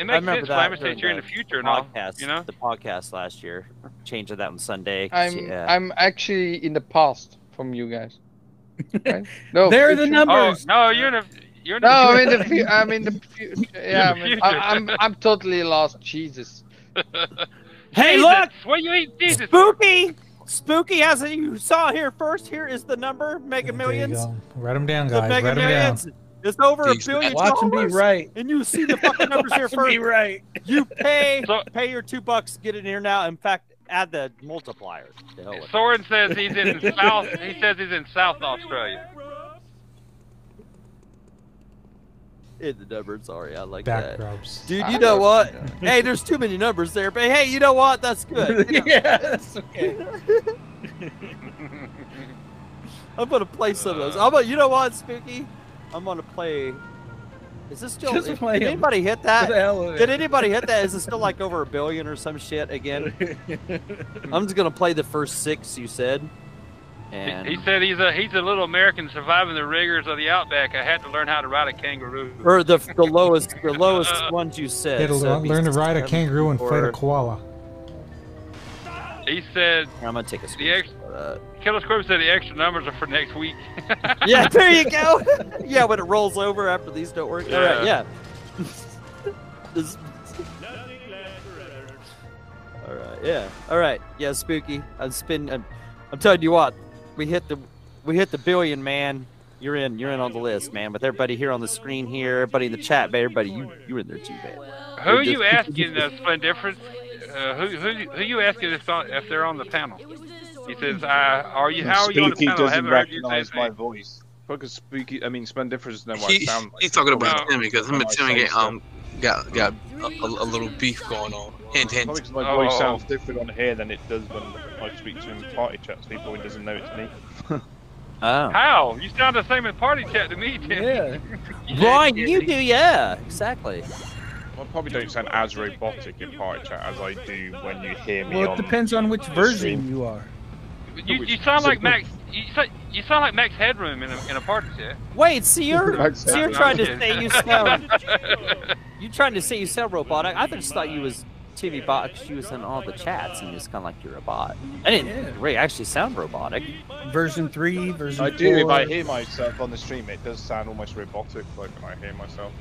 Speaker 4: I
Speaker 5: makes
Speaker 4: remember
Speaker 5: sense,
Speaker 4: that.
Speaker 5: Flamish,
Speaker 4: during
Speaker 5: that you're in the future and all.
Speaker 4: podcast,
Speaker 5: You know?
Speaker 4: the podcast last year, changing that on Sunday. 'cause,
Speaker 10: I'm
Speaker 4: yeah.
Speaker 10: I'm actually in the past from you guys. Right? No,
Speaker 5: There are
Speaker 10: future.
Speaker 5: Oh, no, you're in the. You're in
Speaker 10: No,
Speaker 5: the
Speaker 10: I'm in the fu- I'm in the future. Yeah, I'm,
Speaker 5: You're in
Speaker 10: in,
Speaker 5: the
Speaker 10: I, I'm
Speaker 5: future.
Speaker 10: I'm totally lost. Jesus.
Speaker 4: Hey,
Speaker 5: Jesus,
Speaker 4: look!
Speaker 5: What you eat, Jesus?
Speaker 4: Spooky, Spooky has it. You saw here first. Here is the number, Mega Millions.
Speaker 2: There you go. Write them down,
Speaker 4: The
Speaker 2: guys.
Speaker 4: Mega
Speaker 2: Write them down.
Speaker 4: Millions. It's over a
Speaker 2: Jeez,
Speaker 4: billion
Speaker 2: watch 'em
Speaker 4: dollars.
Speaker 2: be right.
Speaker 4: And you see the fucking numbers here
Speaker 2: Watch 'em
Speaker 4: first.
Speaker 2: be
Speaker 4: right. You pay pay your two bucks, get it here now. In fact, add the multiplier. The hell with it.
Speaker 5: Soren says he's in South. He says he's in South Australia.
Speaker 4: in the number. Sorry, I like
Speaker 2: Back
Speaker 4: that.
Speaker 2: rubs.
Speaker 4: Dude,
Speaker 2: Back
Speaker 4: you know
Speaker 2: rubs,
Speaker 4: what?
Speaker 2: yeah.
Speaker 4: hey, there's too many numbers there, but hey, you know what? That's good. You know?
Speaker 18: Yeah, that's okay.
Speaker 4: I'm gonna play some of those.
Speaker 18: Uh.
Speaker 4: I'm gonna, you know what, Spooky? I'm gonna play. Is this still?
Speaker 18: Just
Speaker 4: did
Speaker 18: play them.
Speaker 4: anybody hit
Speaker 18: For
Speaker 4: that?
Speaker 18: the hell of it.
Speaker 4: Did anybody hit that? Is it still like over a billion or some shit again? I'm just gonna play the first six you said. And
Speaker 5: He said he's a he's a little American surviving the rigors of the outback. I had to learn how to ride a kangaroo.
Speaker 4: or the the lowest the lowest ones you said.
Speaker 2: It'll
Speaker 4: so
Speaker 2: learn-
Speaker 4: it'd be
Speaker 2: learn to ride a
Speaker 4: seven
Speaker 2: kangaroo and fight a
Speaker 4: or-
Speaker 2: koala.
Speaker 5: He said
Speaker 4: I'm gonna take a
Speaker 5: the
Speaker 4: extra.
Speaker 5: Killer Squirm said the extra numbers are for next week.
Speaker 4: yeah, there you go. yeah, when it rolls over after these don't work. All right,
Speaker 5: Yeah.
Speaker 4: yeah. This- All right, yeah. All right, yeah. Spooky. I'm spin. I'm, I'm telling you what, we hit the, we hit the billion, man. You're in. You're in on the list, man. With everybody here on the screen here, everybody in the chat, man. Everybody, you, you in there too, man.
Speaker 5: Who are you asking uh, Splendiference? Uh, who who who you asking if, on, if they're on the panel? He says, uh, "Are you? How are you on the
Speaker 3: Spooky
Speaker 5: panel? I
Speaker 3: doesn't
Speaker 5: haven't heard you say
Speaker 3: recognize my voice. Fucking spooky. I mean, Splendiference doesn't know what I
Speaker 1: He,
Speaker 3: sound like.
Speaker 1: he's talking about
Speaker 3: Probably
Speaker 1: Timmy because him and
Speaker 3: I
Speaker 1: Timmy
Speaker 3: say
Speaker 1: get, um got got a, a, a little beef going on. Hint, hint.
Speaker 3: because my
Speaker 10: Oh.
Speaker 5: Oh.
Speaker 3: voice sounds different on here than it does when I speak to him in party chats. People he doesn't know it's me.
Speaker 4: Oh.
Speaker 5: How? You sound the same in party chat to me, Tim. Yeah.
Speaker 4: Right, you do, yeah, exactly.
Speaker 3: I probably don't sound as robotic in party chat as I do when you hear me
Speaker 14: Well, it
Speaker 3: on.
Speaker 14: depends on which version you are.
Speaker 5: you, you sound like Max. You, sa- you sound like Max Headroom in a, in a party chat.
Speaker 4: Wait, see you're,
Speaker 5: Like
Speaker 4: see you're
Speaker 5: that.
Speaker 4: trying to
Speaker 5: Yeah.
Speaker 4: say you sound you trying to say you sound robotic. I just thought you was TV bot 'cause you was in all the chats and you was kind of like you're a bot. I didn't think you actually sound robotic.
Speaker 14: Version three, version
Speaker 3: I do. If
Speaker 14: four.
Speaker 3: I hear myself on the stream, it does sound almost robotic, like when I hear myself.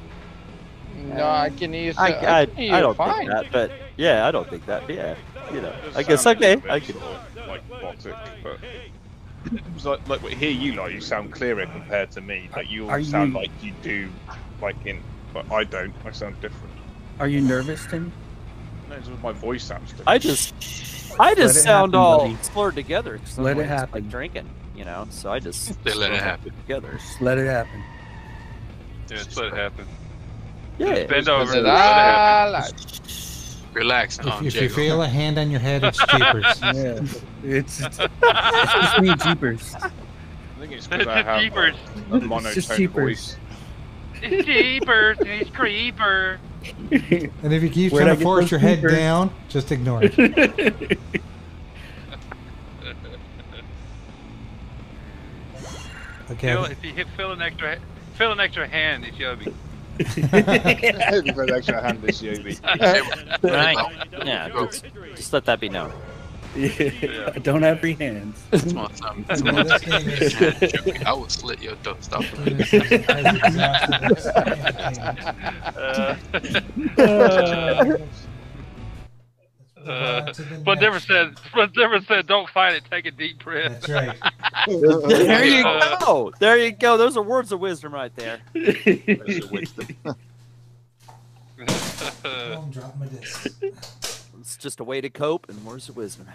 Speaker 10: No, I can hear.
Speaker 14: uh,
Speaker 4: I, I, I
Speaker 10: can hear
Speaker 4: don't
Speaker 10: fine.
Speaker 4: think that, but yeah, I don't think that. but Yeah, you know,
Speaker 3: It
Speaker 4: I guess
Speaker 3: sounds
Speaker 4: okay,
Speaker 3: a bit
Speaker 4: I could.
Speaker 3: sort of, like robotic, but. It was Like, like here, you lot, you sound clearer compared to me. Like you all
Speaker 14: Are
Speaker 3: sound
Speaker 14: you-
Speaker 3: like you do, like in, but I don't. I sound different.
Speaker 14: Are you nervous, Tim?
Speaker 3: No, it's just my voice sounds different.
Speaker 4: I just, I
Speaker 14: Let
Speaker 4: just
Speaker 14: it
Speaker 4: sound
Speaker 14: happen,
Speaker 4: all
Speaker 14: buddy.
Speaker 4: slurred together. 'cause
Speaker 14: Let it
Speaker 4: sometimes, like,
Speaker 14: happen.
Speaker 4: drinking, you know. So I just
Speaker 1: They let it
Speaker 4: slurred
Speaker 1: happen.
Speaker 4: together.
Speaker 14: Just let it happen.
Speaker 5: Yeah, that's what happened.
Speaker 4: Yeah.
Speaker 5: Just bend over. and
Speaker 4: Ah,
Speaker 5: let it happen.
Speaker 1: Relax,
Speaker 2: If,
Speaker 1: um,
Speaker 2: if you
Speaker 1: Jacob.
Speaker 2: feel a hand on your head, it's jeepers.
Speaker 14: yeah, it's, it's, it's just me, jeepers.
Speaker 3: I think it's
Speaker 5: It's
Speaker 3: because I have
Speaker 5: jeepers.
Speaker 3: a
Speaker 14: It's just
Speaker 3: monotone voice.
Speaker 14: jeepers.
Speaker 5: It's deeper. It's creeper.
Speaker 2: And if you keep
Speaker 14: Where'd I
Speaker 2: trying to
Speaker 14: get
Speaker 2: force
Speaker 14: those
Speaker 2: your head
Speaker 14: jeepers?
Speaker 2: down, just ignore it. Okay.
Speaker 5: Feel- if you hit, feel an extra, feel an extra hand, it's Yobi.
Speaker 3: If I actually hand this Yobi.
Speaker 4: Right. Yeah. Just, just let that be known.
Speaker 14: I don't have free hands.
Speaker 1: That's my time. That's my time. I will slit your throat. Stop.
Speaker 5: Uh, but never said, but never said, don't fight it. Take a deep breath.
Speaker 2: That's
Speaker 4: there you go. There you go. Those are words of wisdom right there.
Speaker 1: Uh,
Speaker 14: Uh,
Speaker 2: I'm dropping my disc.
Speaker 4: It's just a way to cope and words of wisdom.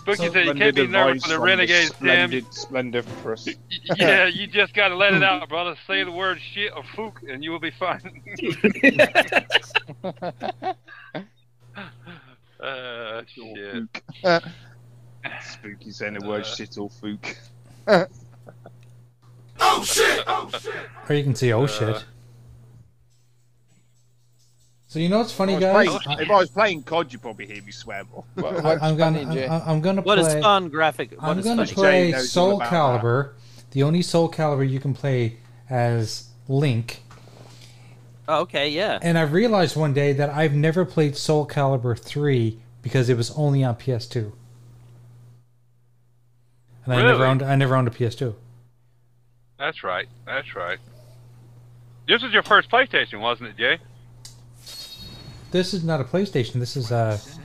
Speaker 5: Spooky said you can't be nervous for the renegades, Tim.
Speaker 3: Splendid, splendid for us.
Speaker 5: Yeah, you just gotta let it out, brother. Say the word shit or fook, and you will be fine. uh, shit.
Speaker 3: Spooky saying the word shit or fook.
Speaker 5: Oh shit! Oh shit!
Speaker 2: Or you can say, oh shit. So you know what's
Speaker 4: Oh,
Speaker 2: funny,
Speaker 3: If I was
Speaker 2: guys?
Speaker 3: playing- if I was playing COD, you'd probably hear me swear more.
Speaker 2: I- I'm gonna, I- I'm gonna
Speaker 4: What
Speaker 2: play.
Speaker 4: is fun graphic? what
Speaker 2: I'm
Speaker 4: is
Speaker 2: gonna
Speaker 4: funny?
Speaker 2: play
Speaker 4: Jay knows all
Speaker 2: Soul
Speaker 4: about
Speaker 2: Calibur, the only Soul Calibur you can play as Link.
Speaker 4: Oh, okay, yeah.
Speaker 2: And I realized one day that I've never played Soul Calibur three because it was only on PS2. And I never
Speaker 5: Really?
Speaker 2: owned I never owned a PS2.
Speaker 5: That's right. That's right. This was your first PlayStation, wasn't it, Jay?
Speaker 2: This is not a PlayStation. This is a. This,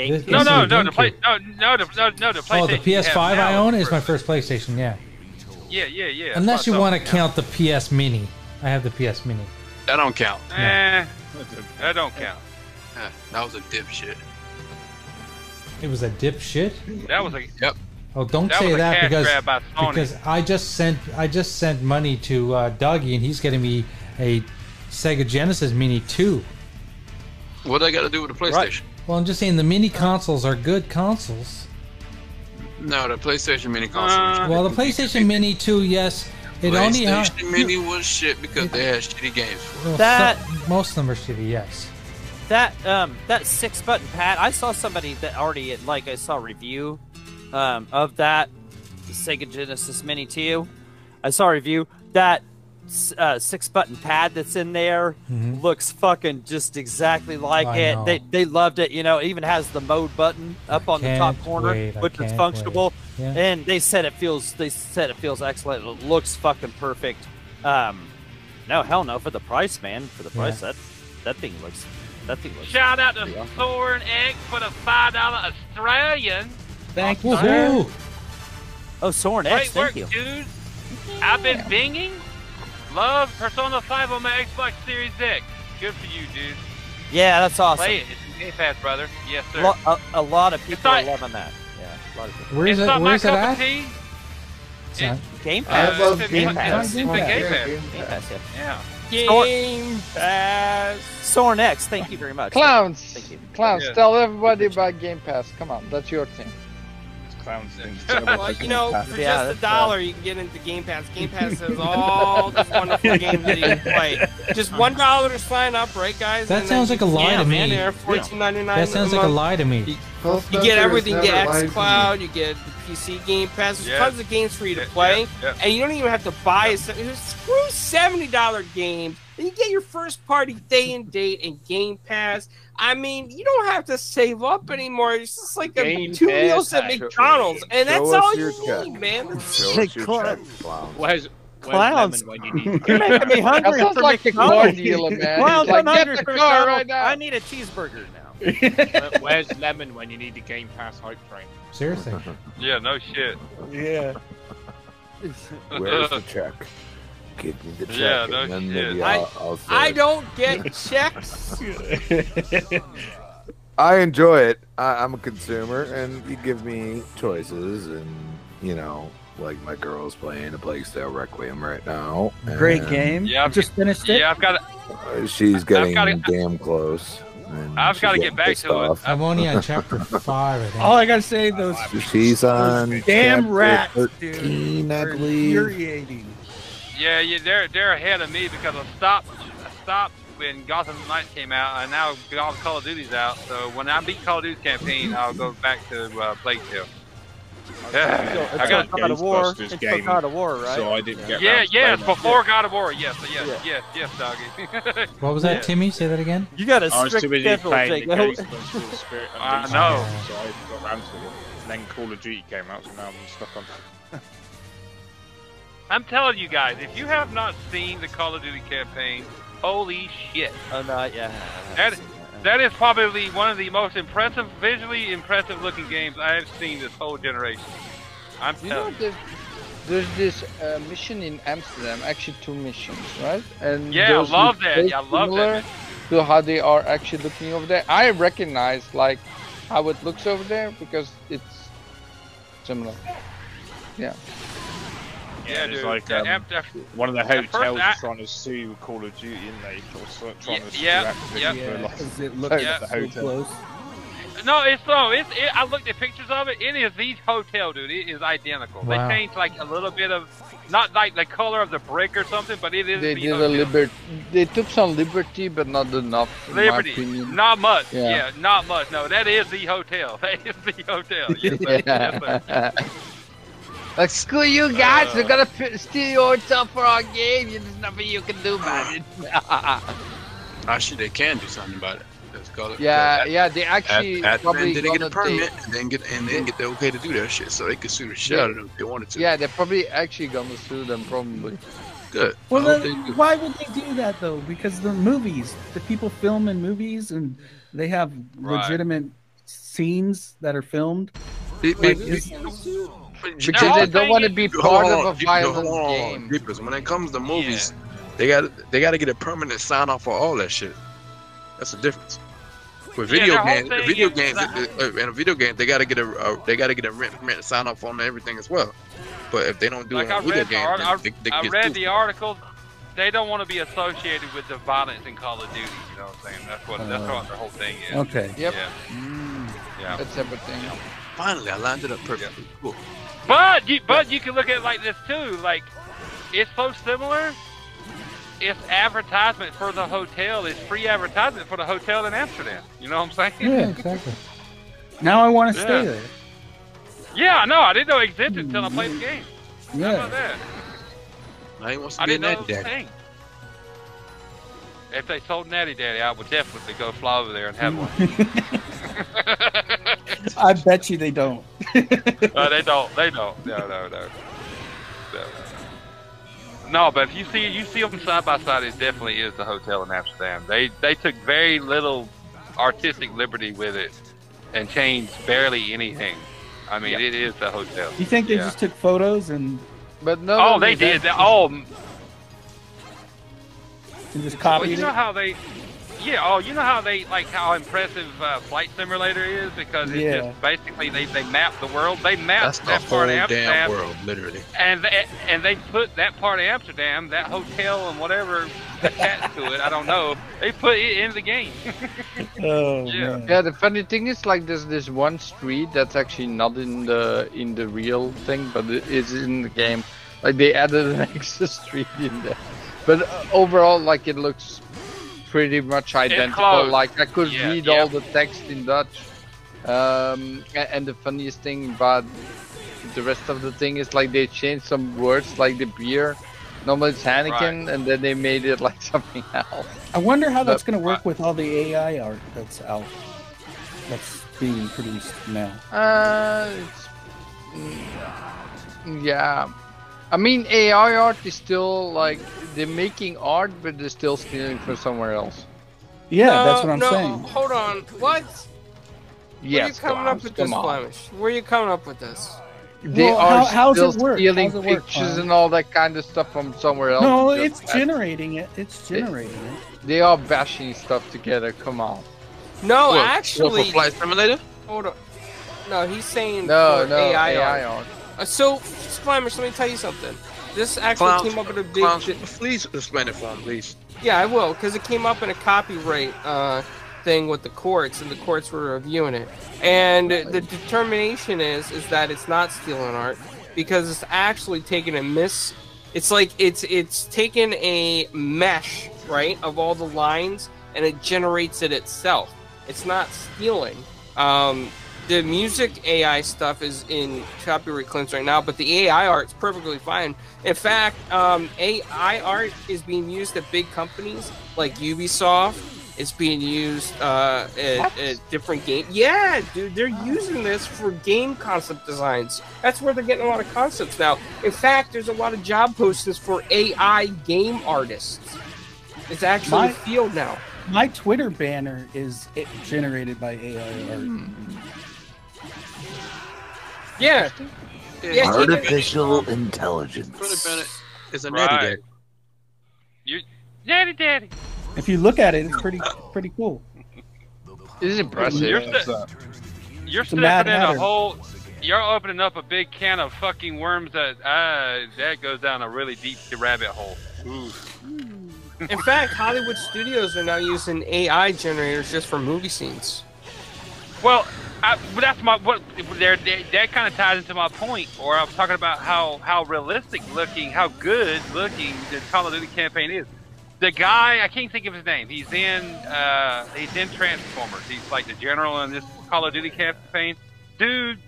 Speaker 5: No,
Speaker 2: this
Speaker 5: no,
Speaker 2: is a
Speaker 5: no. The
Speaker 2: GameCube.
Speaker 5: play, no, no, the, no, no. The PlayStation.
Speaker 2: Oh, the
Speaker 5: you have
Speaker 2: PS5 I
Speaker 5: now.
Speaker 2: own is my first PlayStation. Yeah.
Speaker 5: Yeah, yeah, yeah. that's
Speaker 2: Unless
Speaker 5: what
Speaker 2: you
Speaker 5: I
Speaker 2: want to
Speaker 5: thought.
Speaker 2: count the PS Mini. I have the PS Mini.
Speaker 1: That don't count.
Speaker 5: Eh, that don't count.
Speaker 1: Eh, That was a dipshit.
Speaker 2: It was a dipshit.
Speaker 5: That was a
Speaker 1: Yep.
Speaker 2: Oh, don't
Speaker 5: That was
Speaker 2: say
Speaker 5: a
Speaker 2: that
Speaker 5: cash
Speaker 2: because
Speaker 5: grab by Sony.
Speaker 2: because I just sent I just sent money to uh, Dougie and he's getting me a Sega Genesis Mini Two.
Speaker 1: What do I got to do with the PlayStation?
Speaker 2: Well, I'm just saying the mini consoles are good consoles.
Speaker 1: No, the PlayStation
Speaker 10: Uh,
Speaker 1: Mini console.
Speaker 2: well, the PlayStation Mini Two, yes, it only ha-
Speaker 1: Uh, PlayStation Mini was shit because they had shitty games. For
Speaker 2: well,
Speaker 1: it.
Speaker 4: That-
Speaker 2: some- most of them are shitty. Yes.
Speaker 4: That um that six button pad, I saw somebody that already like I saw a review um of that the Sega Genesis Mini 2. I saw a review that s- uh, six button pad that's in there
Speaker 2: Mhm.
Speaker 4: looks fucking just exactly like
Speaker 2: I
Speaker 4: it.
Speaker 2: know.
Speaker 4: They they loved it, you know. It even has the mode button up on the top
Speaker 2: can't
Speaker 4: corner,
Speaker 2: wait, I
Speaker 4: which is
Speaker 2: can't
Speaker 4: functional.
Speaker 2: wait. Yeah.
Speaker 4: And they said it feels they said it feels excellent. It looks fucking perfect. Um, no hell no for the price, man. For the price,
Speaker 2: Yeah.
Speaker 4: that that thing looks that thing looks.
Speaker 5: Shout out to Thorn Egg for the five dollar Australian.
Speaker 4: Thank
Speaker 2: you, sir.
Speaker 4: Oh, Soren X,
Speaker 5: Great work,
Speaker 4: thank you.
Speaker 5: dudes. I've been binging. Love Persona 5 on my Xbox Series X. Good for you, dude.
Speaker 4: Yeah, that's awesome.
Speaker 5: Play it. It's in Game Pass, brother. Yes, sir.
Speaker 4: Lo- a, a lot of people
Speaker 5: not-
Speaker 4: are loving that. Yeah, a lot of people.
Speaker 2: Where is
Speaker 5: it's
Speaker 2: it?
Speaker 5: not
Speaker 2: Where
Speaker 5: my
Speaker 2: is it
Speaker 5: cup
Speaker 2: at?
Speaker 5: of tea.
Speaker 2: It's
Speaker 19: Eh,
Speaker 2: not-
Speaker 4: Game
Speaker 5: Uh,
Speaker 4: Pass.
Speaker 5: it's in-
Speaker 4: Game
Speaker 5: it's-
Speaker 4: Pass.
Speaker 5: It's in Game Pass.
Speaker 4: Game Pass, yeah.
Speaker 5: Yeah.
Speaker 9: Game Pass.
Speaker 4: Soren X, thank you very much.
Speaker 10: Clowns.
Speaker 4: Thank you.
Speaker 10: Clowns,
Speaker 4: Yeah.
Speaker 10: tell everybody about Game Pass. Come on, that's your thing.
Speaker 3: Clowns thing.
Speaker 9: Well, you know, for
Speaker 10: Yeah, that's
Speaker 9: just a dollar, you can get into Game Pass. Game Pass has all these wonderful games that you can play. Just one dollar to sign up, right, guys?
Speaker 2: That
Speaker 9: And
Speaker 2: sounds
Speaker 9: then
Speaker 2: like a lie
Speaker 9: you
Speaker 2: to
Speaker 9: get in
Speaker 2: me.
Speaker 9: There, fourteen ninety nine.
Speaker 2: That sounds like a lie to me.
Speaker 9: You get everything. You get XCloud. You get the PC Game Pass. There's
Speaker 5: Yeah.
Speaker 9: tons of games for you to play,
Speaker 5: yeah.
Speaker 9: and you don't even have to buy it. Screw seventy dollar games. And you get your first party day and date and Game Pass. I mean, you don't have to save up anymore. It's just like a,
Speaker 10: Game
Speaker 9: two
Speaker 10: Pass.
Speaker 9: meals at
Speaker 10: Show-
Speaker 9: McDonald's, and
Speaker 17: show
Speaker 9: that's
Speaker 17: us
Speaker 9: all
Speaker 17: your
Speaker 9: you
Speaker 17: check.
Speaker 9: need, man. That's-
Speaker 17: Show us your check, clown.
Speaker 19: Where's, where's
Speaker 4: Clowns.
Speaker 19: Lemon when you need
Speaker 4: You're making me hungry
Speaker 10: sounds
Speaker 4: for
Speaker 10: like a car
Speaker 4: McDonald's.
Speaker 10: dealer, man.
Speaker 4: Clowns,
Speaker 10: Like,
Speaker 4: I'm
Speaker 10: get
Speaker 4: hungry
Speaker 10: the car
Speaker 4: for McDonald's.
Speaker 10: right now.
Speaker 4: I need a cheeseburger now.
Speaker 19: Where- Where's Lemon when you need the Game Pass hype train?
Speaker 2: Seriously.
Speaker 5: Yeah, no shit.
Speaker 19: Yeah.
Speaker 17: Where's the check? Give me the check,
Speaker 5: Yeah, no
Speaker 17: and then
Speaker 5: shit.
Speaker 17: maybe
Speaker 9: I-
Speaker 17: I'll, I'll say
Speaker 9: I
Speaker 17: it.
Speaker 9: don't get checks.
Speaker 17: I enjoy it. I, I'm a consumer, and you give me choices, and you know, like my girl's playing a Plague Tale Requiem right now.
Speaker 19: Great
Speaker 17: and
Speaker 19: game.
Speaker 5: Yeah, I've
Speaker 19: Just finished it.
Speaker 5: Yeah, I've got.
Speaker 17: She's getting
Speaker 5: gotta-
Speaker 17: damn close. and
Speaker 5: I've
Speaker 17: she's
Speaker 5: gotta
Speaker 17: getting
Speaker 5: get back
Speaker 17: pissed
Speaker 5: to it.
Speaker 17: off.
Speaker 2: I'm only on chapter five. I think.
Speaker 19: All I gotta say, those
Speaker 17: She's on
Speaker 19: damn
Speaker 17: chapter
Speaker 19: rats, dude,
Speaker 17: 13, I
Speaker 19: are
Speaker 17: believe.
Speaker 19: infuriating.
Speaker 5: Yeah, yeah, they're they're ahead of me because I stopped I stopped when Gotham Knights came out, and now all Call of Duty's out. So when I beat Call of Duty's campaign, I'll go back to uh, Plague Tale. Yeah,
Speaker 4: It's
Speaker 5: I got.
Speaker 4: God of War.
Speaker 3: Ghostbusters
Speaker 4: It's
Speaker 3: game,
Speaker 4: God of War, right?
Speaker 3: So I didn't get
Speaker 5: Yeah,
Speaker 3: round to
Speaker 5: yes,
Speaker 3: playing that
Speaker 5: before
Speaker 3: shit.
Speaker 5: God of War, yes, yes, yes, yes, doggy.
Speaker 2: What was that, Timmy? Say that again.
Speaker 4: You got a
Speaker 3: I was
Speaker 4: strict
Speaker 3: too busy
Speaker 4: schedule,
Speaker 3: playing
Speaker 4: Jake.
Speaker 3: the Ghostbusters Spirit and
Speaker 5: I
Speaker 3: Beast
Speaker 5: know.
Speaker 3: Wars, So I haven't got round to it. And then Call of Duty came out, so now I'm stuck on.
Speaker 5: I'm telling you guys, if you have not seen the Call of Duty campaign, holy shit.
Speaker 4: Oh no, yeah.
Speaker 5: That, that is probably one of the most impressive, visually impressive looking games I have seen this whole generation. I'm
Speaker 10: You know,
Speaker 5: telling you.
Speaker 10: there's, there's this uh, mission in Amsterdam, actually two missions, right? And
Speaker 5: Yeah, I
Speaker 10: those look
Speaker 5: love that.
Speaker 10: very
Speaker 5: Yeah, I love
Speaker 10: similar
Speaker 5: that
Speaker 10: To how they are actually looking over there. I recognize like how it looks over there because it's similar. Yeah.
Speaker 5: Yeah,
Speaker 3: it's
Speaker 5: dude.
Speaker 3: like
Speaker 5: Yeah,
Speaker 3: um,
Speaker 5: after- after-
Speaker 3: one of the
Speaker 5: at first
Speaker 3: hotels
Speaker 5: I-
Speaker 3: is trying to sue Call of Duty, and they sort of trying to sue
Speaker 5: yeah,
Speaker 3: Activision
Speaker 5: yeah.
Speaker 3: for like,
Speaker 19: Because it
Speaker 3: at
Speaker 19: looks
Speaker 5: Yeah.
Speaker 3: the
Speaker 19: so
Speaker 3: hotel.
Speaker 19: close.
Speaker 5: No, it's no. It's, it, I looked at pictures of it. It is the hotel, dude. It is identical.
Speaker 10: Wow.
Speaker 5: They changed like a little bit of, not like the color of the brick or something, but it is
Speaker 10: They
Speaker 5: the
Speaker 10: did a
Speaker 5: hotel.
Speaker 10: liberty. They took some liberty, but not enough. In My
Speaker 5: Liberty.
Speaker 10: opinion.
Speaker 5: Not much.
Speaker 10: Yeah.
Speaker 5: Yeah. not much. No, that is the hotel. That is the hotel. Yes, sir. Yes, sir.
Speaker 10: like screw you guys, we're
Speaker 5: Uh.
Speaker 10: gonna p- steal your hotel for our game. There's nothing you can do about it.
Speaker 1: Actually, they can do something about it. Let's call it.
Speaker 10: yeah, yeah, they actually
Speaker 1: At, at,
Speaker 10: probably
Speaker 1: and didn't get a
Speaker 10: gonna
Speaker 1: permit,
Speaker 10: take-
Speaker 1: and then get and then get the okay to do that shit, so they could sue the shit
Speaker 10: Yeah.
Speaker 1: out of them if they wanted to.
Speaker 10: yeah, they're probably actually gonna sue them probably.
Speaker 1: Good.
Speaker 19: Well,
Speaker 1: I hope
Speaker 19: then,
Speaker 1: they do.
Speaker 19: why would they do that though? Because the movies, the people film in movies, and they have
Speaker 1: Right.
Speaker 19: legitimate scenes that are filmed.
Speaker 1: Be- be-
Speaker 19: Like,
Speaker 1: be-
Speaker 19: is-
Speaker 10: Because they don't want to be part of a violent game.
Speaker 1: Because when it comes to movies, they got they got to get a permanent sign off for all that shit. That's the difference. With
Speaker 5: Yeah,
Speaker 1: video
Speaker 5: their whole
Speaker 1: games,
Speaker 5: thing
Speaker 1: video
Speaker 5: is
Speaker 1: games,
Speaker 5: that-
Speaker 1: uh, in a video game, they gotta get a, uh, they gotta get a rent, rent sign off on everything as well. But if they don't do
Speaker 5: Like
Speaker 1: it
Speaker 5: I
Speaker 1: on a video
Speaker 5: read, the,
Speaker 1: game,
Speaker 5: art-
Speaker 1: then
Speaker 5: I,
Speaker 1: they, they
Speaker 5: I
Speaker 1: get
Speaker 5: read
Speaker 1: sued.
Speaker 5: the article. They don't want to be associated with the violence in Call of Duty. You know what I'm saying? That's what that's
Speaker 1: Uh,
Speaker 5: what the whole thing is.
Speaker 1: okay. Yep.
Speaker 5: Yeah.
Speaker 10: Mm.
Speaker 5: yeah.
Speaker 10: That's everything.
Speaker 1: Finally, I lined it up perfectly. Cool.
Speaker 5: But you, but you can look at it like this too. Like it's so similar. It's advertisement for the hotel. It's free advertisement for the hotel in Amsterdam. You know what I'm saying?
Speaker 19: Yeah, exactly. Now I want to
Speaker 5: Yeah.
Speaker 19: stay there.
Speaker 5: Yeah, I know. I didn't know it existed until I played the game. How
Speaker 19: Yeah.
Speaker 5: about that?
Speaker 1: I ain't wants to
Speaker 5: I
Speaker 1: be in
Speaker 5: didn't know it
Speaker 1: that
Speaker 5: was a
Speaker 1: deck.
Speaker 5: thing. If they sold Natty Daddy, I would definitely go fly over there and have one.
Speaker 19: I bet you they don't.
Speaker 5: no, they don't. They don't. No, no, no. No, no, no. No, but if you see you see them side by side, it definitely is the hotel in Amsterdam. They they took very little artistic liberty with it and changed barely anything. I mean, it is the hotel.
Speaker 19: You think they
Speaker 5: Yeah.
Speaker 19: just took photos and
Speaker 10: But no.
Speaker 5: oh, they did. They, oh,
Speaker 19: and just
Speaker 5: Well,
Speaker 19: copied
Speaker 5: you know
Speaker 19: it?
Speaker 5: how they, yeah. Oh, you know how they like how impressive uh, Flight Simulator is because it's
Speaker 19: Yeah.
Speaker 5: just basically they, they map the world. They map
Speaker 1: That's the
Speaker 5: that
Speaker 1: whole
Speaker 5: part of
Speaker 1: damn
Speaker 5: Amsterdam,
Speaker 1: world, literally.
Speaker 5: and they, and they put that part of Amsterdam, that hotel and whatever attached to it. I don't know. They put it in the game.
Speaker 19: Oh,
Speaker 5: yeah.
Speaker 10: Yeah, the funny thing is, like, there's this one street that's actually not in the in the real thing, but it is in the game. Like, they added an extra street in there. But uh, overall, like, it looks pretty much identical.
Speaker 13: close.
Speaker 10: Like, I could
Speaker 13: Yeah,
Speaker 10: read
Speaker 13: yeah.
Speaker 10: all the text in Dutch. Um, a- and the funniest thing about the rest of the thing is, like, they changed some words, like the beer. Normally it's Heineken, and then they made it like something else.
Speaker 19: I wonder how that's
Speaker 10: But-
Speaker 19: going to work with all the AI art that's out, that's being produced now.
Speaker 10: Uh, it's, mm, yeah. I mean, AI art is still like they're making art, but they're still stealing from somewhere else.
Speaker 19: Yeah, that's
Speaker 9: No,
Speaker 19: what I'm
Speaker 9: no,
Speaker 19: saying.
Speaker 9: Hold on. What? Where are you
Speaker 10: Yes,
Speaker 9: coming up
Speaker 10: Klaus,
Speaker 9: with
Speaker 10: come
Speaker 9: this,
Speaker 10: on.
Speaker 9: Flemish? Where are you coming up with this?
Speaker 10: They
Speaker 19: Well,
Speaker 10: are
Speaker 19: how- how's
Speaker 10: still
Speaker 19: it work?
Speaker 10: stealing
Speaker 19: How's it work,
Speaker 10: pictures
Speaker 19: Klaus?
Speaker 10: and all that kind of stuff from somewhere else.
Speaker 19: No, it's
Speaker 10: just that-
Speaker 19: generating it. It's generating it.
Speaker 10: They are bashing stuff together. Come on.
Speaker 9: No, What, what, for actually- Flight
Speaker 1: Simulator.
Speaker 9: Hold on. No, he's saying
Speaker 10: No,
Speaker 9: for
Speaker 10: no,
Speaker 9: AI,
Speaker 10: AI
Speaker 9: art.
Speaker 10: art.
Speaker 9: Uh, so, Flemish, let me tell you something. This actually
Speaker 1: Clowns,
Speaker 9: came up in a big.
Speaker 1: clowns, please explain it for him, please.
Speaker 9: Yeah, I will, because it came up in a copyright uh, thing with the courts, and the courts were reviewing it. And the determination is is that it's not stealing art because it's actually taking a miss. It's like it's it's taken a mesh right of all the lines, and it generates it itself. It's not stealing. Um, the music AI stuff is in copyright claims right now, but the AI art's perfectly fine. In fact, um, AI art is being used at big companies like Ubisoft. It's being used uh, at, at different game. Yeah, dude, they're using this for game concept designs. That's where they're getting a lot of concepts now. In fact, there's a lot of job postings for AI game artists. It's actually
Speaker 19: My-
Speaker 9: a field now.
Speaker 19: My Twitter banner is it generated by AI art.
Speaker 9: Yeah.
Speaker 5: Yeah, he did.
Speaker 11: Artificial intelligence.
Speaker 1: Twitter Bennett is a
Speaker 5: Right.
Speaker 1: natty deck.
Speaker 5: Daddy, daddy.
Speaker 19: If you look at it, it's pretty pretty cool.
Speaker 10: This is
Speaker 5: You're,
Speaker 10: impressive.
Speaker 5: ste- you're
Speaker 19: It's a Mad
Speaker 5: stepping in a
Speaker 19: Hatter.
Speaker 5: whole. You're opening up a big can of fucking worms that uh, that goes down a really deep rabbit hole. Ooh.
Speaker 9: In fact, Hollywood studios are now using AI generators just for movie scenes.
Speaker 5: Well, I, but that's my what there that- that kind of ties into my point, or I'm talking about how how realistic looking, how good looking the Call of Duty campaign is. The guy I can't think of his name. He's in uh, he's in Transformers. He's like the general in this Call of Duty campaign. Dude,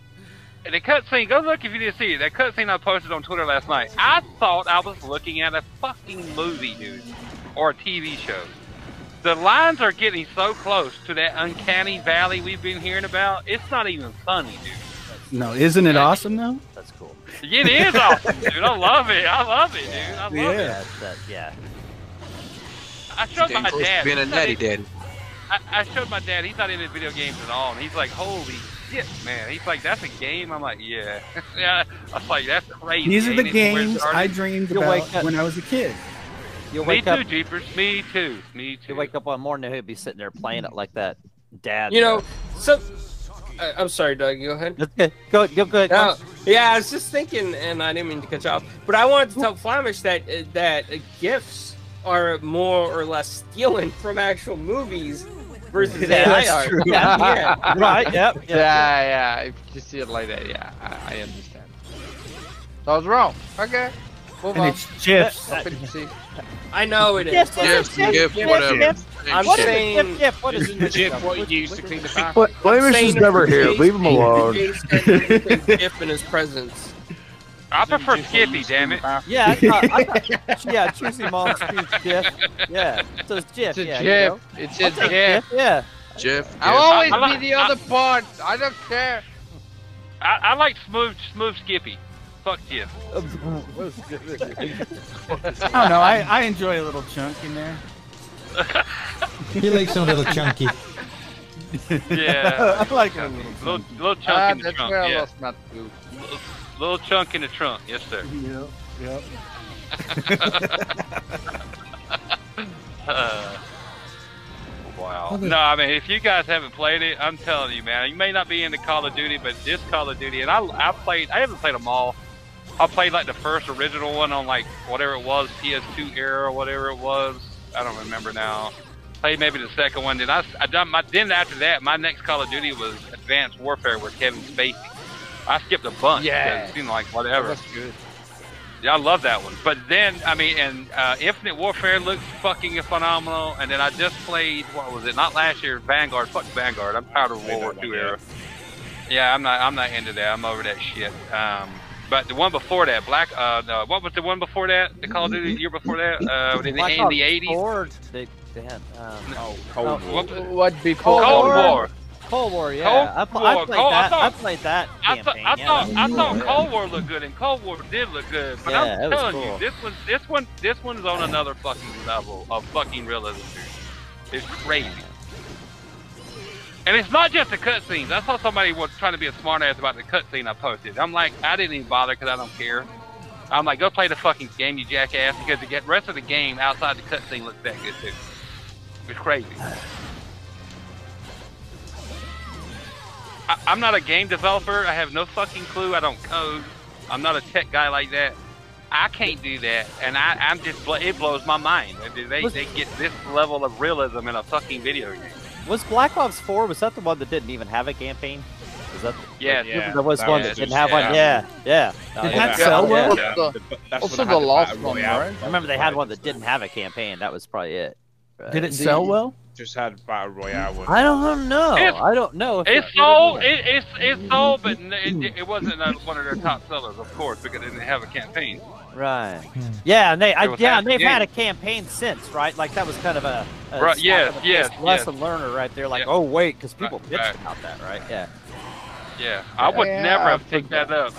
Speaker 5: and the cutscene. Go look if you didn't see it. That cutscene I posted on Twitter last night. I thought I was looking at a fucking movie, dude, or a TV show. The lines are getting so close to that uncanny valley we've been hearing about. It's not even funny, dude.
Speaker 19: No, isn't it awesome though?
Speaker 20: That's cool.
Speaker 5: It is awesome, dude. I love it. I love it, dude. I love
Speaker 19: Yeah.
Speaker 5: it.
Speaker 20: That's that. Yeah.
Speaker 5: I showed
Speaker 1: Getting
Speaker 5: my
Speaker 1: close to
Speaker 5: dad.
Speaker 1: Being a
Speaker 5: He's not
Speaker 1: natty
Speaker 5: in-
Speaker 1: daddy.
Speaker 5: I, I showed my dad. He's not into video games at all, and he's like, "Holy shit, man!" He's like, "That's a game." I'm like, "Yeah, yeah." I was like, "That's crazy."
Speaker 19: These are the
Speaker 5: ain't it?" Where's
Speaker 19: games
Speaker 5: the
Speaker 19: I
Speaker 5: artist?
Speaker 19: dreamed
Speaker 5: You'll
Speaker 19: about
Speaker 5: wake up-
Speaker 19: when I was a kid.
Speaker 20: You'll
Speaker 5: Me
Speaker 20: wake
Speaker 5: too,
Speaker 20: up.
Speaker 5: Jeepers. Me too. Me
Speaker 20: You wake up one morning, he'll be sitting there playing it like that.
Speaker 4: dad.
Speaker 9: You know, so I, I'm sorry, Doug. Go ahead.
Speaker 4: Okay, go go go ahead.
Speaker 10: Oh,
Speaker 9: No, Um, yeah, I was just thinking, and I didn't mean to cut you off, but I wanted to tell Flamish that uh, that uh, gifts are more or less stealing from actual movies versus AI
Speaker 10: that's
Speaker 9: art.
Speaker 10: true.
Speaker 9: yeah.
Speaker 10: Right, yep, yep.
Speaker 21: Yeah, yeah. If you see it like that, yeah, I, I understand.
Speaker 10: So I was wrong. Okay. Move
Speaker 21: And
Speaker 10: on.
Speaker 21: it's GIFs.
Speaker 10: Up in the seat.
Speaker 9: I know it is.
Speaker 10: Yes, yes, yes,
Speaker 9: GIF,
Speaker 10: yes,
Speaker 9: whatever.
Speaker 10: yes.
Speaker 9: I'm
Speaker 10: What is a
Speaker 9: saying
Speaker 10: GIF, GIF? What is
Speaker 9: it's
Speaker 10: it?
Speaker 9: GIF, what you use to clean the
Speaker 17: What? Flamish is never here. Leave him alone.
Speaker 9: GIF in his presence.
Speaker 5: I prefer Skippy, damn it.
Speaker 4: Yeah, I thought, I thought, yeah, choosing mom's food GIF. Yeah, so it's GIF.
Speaker 10: It's a
Speaker 4: yeah,
Speaker 10: GIF.
Speaker 4: You know?
Speaker 10: It's a
Speaker 4: I'll take
Speaker 10: GIF.
Speaker 4: Yeah.
Speaker 1: Jeff.
Speaker 10: I'll always be the other part. I don't care.
Speaker 5: I, I like smooth, smooth Skippy. Fuck GIF.
Speaker 14: I don't know. I, I enjoy a little chunk in there.
Speaker 2: He likes a little chunky.
Speaker 5: Yeah.
Speaker 14: I like it a
Speaker 5: chunky.
Speaker 14: little
Speaker 5: little, little
Speaker 14: chunky.
Speaker 5: chunk
Speaker 10: Ah,
Speaker 5: in the
Speaker 10: that's
Speaker 5: trunk.
Speaker 10: where I
Speaker 5: yeah.
Speaker 10: lost my food.
Speaker 5: Little, little chunk in the trunk. Yes, sir.
Speaker 14: Yep. Yep.
Speaker 5: Uh, wow. No, I mean, if you guys haven't played it, I'm telling you, man, you may not be into Call of Duty, but this Call of Duty, and I, I played, I haven't played them all. I played like the first original one on like whatever it was, PS2 era, whatever it was. I don't remember now. Played maybe the second one. Then I, I done my. Then after that, my next Call of Duty was Advanced Warfare with Kevin Spacey. I skipped a bunch.
Speaker 10: Yeah.
Speaker 5: 'cause it seemed like whatever.
Speaker 10: That's good.
Speaker 5: Yeah, I love that one. But then, I mean, and uh, Infinite Warfare looks fucking phenomenal. And then I just played, what was it? Not last year, Vanguard. Fuck Vanguard. I'm tired of World War II era. Yeah, I'm not. I'm not into that. I'm over that shit. Um, but the one before that, Black. Uh, no, what was the one before that? The Call of Duty year before that, uh, in, the, in the '80s.
Speaker 4: They, they had, um,
Speaker 5: No,
Speaker 4: Cold
Speaker 5: War.
Speaker 10: What before?
Speaker 5: Cold War.
Speaker 4: Cold War, yeah.
Speaker 5: Cold
Speaker 4: I, pl-
Speaker 5: War,
Speaker 4: I played
Speaker 5: Cold- I
Speaker 4: that. I,
Speaker 5: thought-
Speaker 4: played that
Speaker 5: I, thought
Speaker 4: campaign.
Speaker 5: I
Speaker 4: yeah,
Speaker 5: thought
Speaker 4: that
Speaker 5: I
Speaker 4: was
Speaker 5: thought
Speaker 4: cool, yeah.
Speaker 5: Cold War looked good, and Cold War did look good. But
Speaker 4: Yeah,
Speaker 5: I'm
Speaker 4: that was
Speaker 5: telling
Speaker 4: cool.
Speaker 5: you, this one, this one, this one's on another fucking level of fucking realism. Dude. It's crazy. And it's not just the cutscenes. I saw somebody was trying to be a smartass about the cutscene I posted. I'm like, I didn't even bother because I don't care. I'm like, go play the fucking game, you jackass, because the get- rest of the game outside the cutscene looks that good too. It's crazy. I, I'm not a game developer. I have no fucking clue. I don't code. I'm not a tech guy like that. I can't do that, and I, I'm just bl- it blows my mind. that They, they get this level of realism in a fucking video game.
Speaker 4: Was Black Ops 4, was that the one that didn't even have a campaign? Was that
Speaker 5: Yeah,
Speaker 4: like,
Speaker 5: yeah,
Speaker 4: there was
Speaker 5: that
Speaker 4: one
Speaker 5: was
Speaker 4: that
Speaker 5: just-
Speaker 4: didn't have one.
Speaker 5: yeah.
Speaker 4: Yeah, yeah. No,
Speaker 5: Did
Speaker 4: yeah.
Speaker 5: that sell well?
Speaker 4: Yeah.
Speaker 5: Also the-
Speaker 10: that's Also when I had the the last Battle one, Royale. right?
Speaker 4: I remember they had one that didn't have a campaign. That was probably it. Right.
Speaker 14: Did it sell well?
Speaker 22: Just had battle royale. With
Speaker 4: I don't know. I don't know. if it-
Speaker 5: It sold. It, it's it sold, but n- it, it wasn't uh, one of their top sellers, of course, because they didn't have a campaign.
Speaker 4: Right.
Speaker 5: Hmm.
Speaker 4: Yeah, and they,
Speaker 5: It
Speaker 4: I,
Speaker 5: was
Speaker 4: yeah,
Speaker 5: half
Speaker 4: and
Speaker 5: the
Speaker 4: they've had a
Speaker 5: game.
Speaker 4: campaign since, right? Like that was kind of a, a
Speaker 5: Right,
Speaker 4: slap
Speaker 5: yes,
Speaker 4: in the
Speaker 5: yes,
Speaker 4: face lesson learner right there. Like, oh wait, because people
Speaker 5: Right,
Speaker 4: bitched
Speaker 5: right.
Speaker 4: about that, right? Yeah.
Speaker 5: Yeah, I would
Speaker 4: Yeah,
Speaker 5: never
Speaker 4: I
Speaker 5: have picked that up.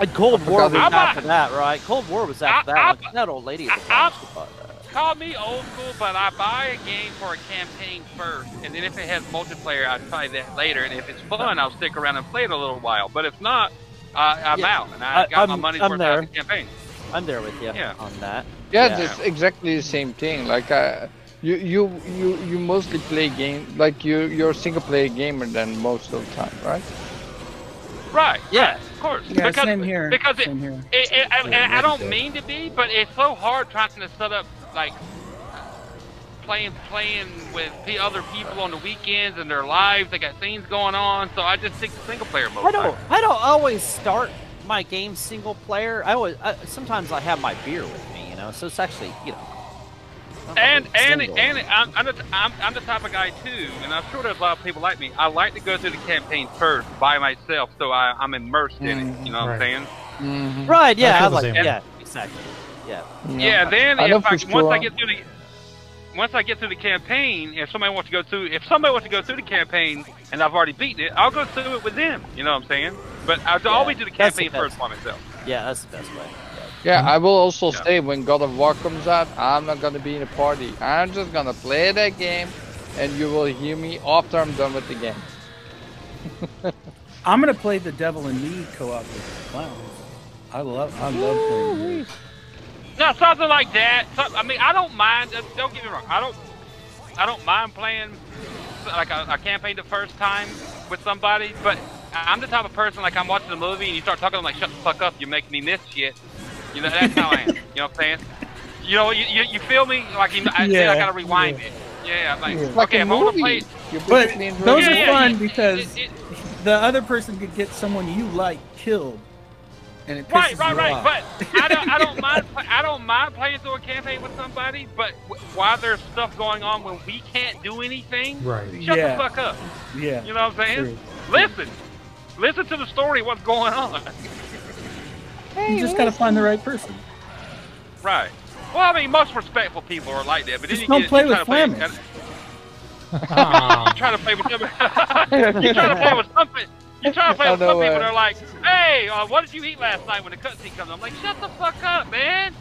Speaker 4: And Uh, Cold
Speaker 5: I
Speaker 4: War
Speaker 5: forgot
Speaker 4: was
Speaker 5: about
Speaker 4: after that, right? Cold War was after that. one. that old lady. At the time, she bought that.
Speaker 5: Call me old school, but I buy a game for a campaign first, and then if it has multiplayer, I try that later. And if it's fun, I'll stick around and play it a little while. But if not, I I'm
Speaker 4: Yeah.
Speaker 5: out, and I,
Speaker 4: I-
Speaker 5: got my
Speaker 4: I'm-
Speaker 5: money's
Speaker 4: I'm
Speaker 5: worth
Speaker 4: there.
Speaker 5: out of the campaign.
Speaker 4: I'm there with you
Speaker 5: Yeah.
Speaker 4: on that.
Speaker 10: Yeah, that's exactly the same thing. Like uh, you, you, you, you mostly play game. Like you, you're a single player gamer then most of the time, right?
Speaker 5: Right.
Speaker 4: Yeah.
Speaker 5: Of course.
Speaker 14: Yeah,
Speaker 5: because
Speaker 14: same here.
Speaker 5: because it,
Speaker 14: same here.
Speaker 5: it, it, I,
Speaker 14: Yeah,
Speaker 5: and I don't
Speaker 14: that's
Speaker 5: mean to be, but it's so hard trying to set up like playing playing with the other people on the weekends and their lives. They got things going on, so I just stick to single player mode.
Speaker 4: I don't. I don't always start my game single player. I always. I, sometimes I have my beer with me, you know. So it's actually, you know.
Speaker 5: And and
Speaker 4: single.
Speaker 5: and I'm I'm the, I'm, I'm the type of guy too, and I'm sure there's a lot of people like me. I like to go through the campaign first by myself, so I, I'm immersed in
Speaker 4: Mm,
Speaker 5: it. You know what I'm saying?
Speaker 4: Right.
Speaker 5: I
Speaker 4: Yeah. I
Speaker 5: feel Mm-hmm. the
Speaker 4: like.
Speaker 5: same.
Speaker 4: Yeah. Exactly. Yeah.
Speaker 5: Yeah, then
Speaker 4: I know
Speaker 5: if I,
Speaker 4: for
Speaker 5: once I
Speaker 4: sure.
Speaker 5: get through the once I get through the campaign, if somebody wants to go through, if somebody wants to go through the campaign and I've already beaten it, I'll go through it with them. You know what I'm saying? But I
Speaker 10: Yeah,
Speaker 5: always do the
Speaker 10: that's the
Speaker 5: campaign first by myself.
Speaker 4: Yeah, that's the best way.
Speaker 10: Yeah, I will also say when God of War comes out, I'm not gonna be in a party. I'm just gonna play that game, and you will hear me after I'm done with the game.
Speaker 14: I'm gonna play the Devil and Me co-op with clowns. I love, I love playing. those.
Speaker 5: No, something like that. Some, I mean, I don't mind. uh, Don't get me wrong. I don't. I don't mind playing with like I, I campaigned the first time with somebody, but I- I'm the type of person like I'm watching a movie and you start talking I'm like shut the fuck up, you make me miss shit. You know that's how I am. You know what I'm saying? You know you you, you feel me? Like you, I, then I
Speaker 14: Yeah,
Speaker 5: gotta rewind it. Yeah, like,
Speaker 14: It's like
Speaker 5: okay,
Speaker 14: a
Speaker 5: if I wanna
Speaker 14: movie.
Speaker 5: play.
Speaker 14: But those
Speaker 5: Yeah,
Speaker 14: are
Speaker 5: yeah,
Speaker 14: fun
Speaker 5: yeah.
Speaker 14: because the other person could get someone you like killed, and it pisses
Speaker 5: Right, right,
Speaker 14: you
Speaker 5: right.
Speaker 14: off.
Speaker 5: But I don't, I don't mind. pla- I don't mind playing through a campaign with somebody. But w- while there's stuff going on when we can't do anything,
Speaker 14: Right.
Speaker 5: Shut
Speaker 14: Yeah.
Speaker 5: the fuck up.
Speaker 14: Yeah.
Speaker 5: You know what I'm saying?
Speaker 14: True.
Speaker 5: Listen, listen to the story. What's going on?
Speaker 14: you just gotta find the right person.
Speaker 5: right. Well, I mean, most respectful people are like that. But then
Speaker 14: Just
Speaker 5: you
Speaker 14: don't
Speaker 5: get,
Speaker 14: play
Speaker 5: you
Speaker 14: with
Speaker 5: try to play,
Speaker 14: Flemish.
Speaker 5: you try to play with them. you try to play with something. You try to play
Speaker 14: I
Speaker 5: with
Speaker 14: know,
Speaker 5: some people
Speaker 14: uh,
Speaker 5: that are like, "Hey, uh, what did you eat last night?" When the cutscene comes, I'm like, "Shut the fuck up, man."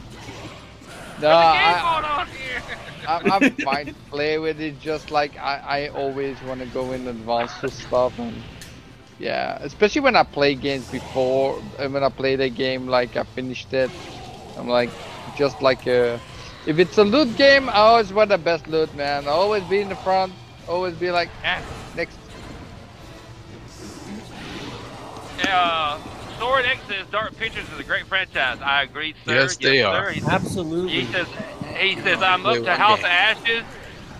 Speaker 10: No,
Speaker 14: Uh,
Speaker 5: What's the game
Speaker 10: I,
Speaker 5: going on here?
Speaker 10: I, I'm fine to play with it. Just like I, I always want to go in advance with stuff, and yeah, especially when I play games before. And when I play the game, like I finished it, I'm like, just like a. If it's a loot game, I always want the best loot, man. I always be in the front. Always be like, ah, next.
Speaker 5: Uh, Sword X says Dark Pictures is a great franchise. I agree, sir.
Speaker 1: Yes, they are.
Speaker 5: Sir. He,
Speaker 14: Absolutely.
Speaker 5: he says, he says I'm
Speaker 1: Play
Speaker 5: up to
Speaker 1: one
Speaker 5: House
Speaker 1: game.
Speaker 5: of Ashes.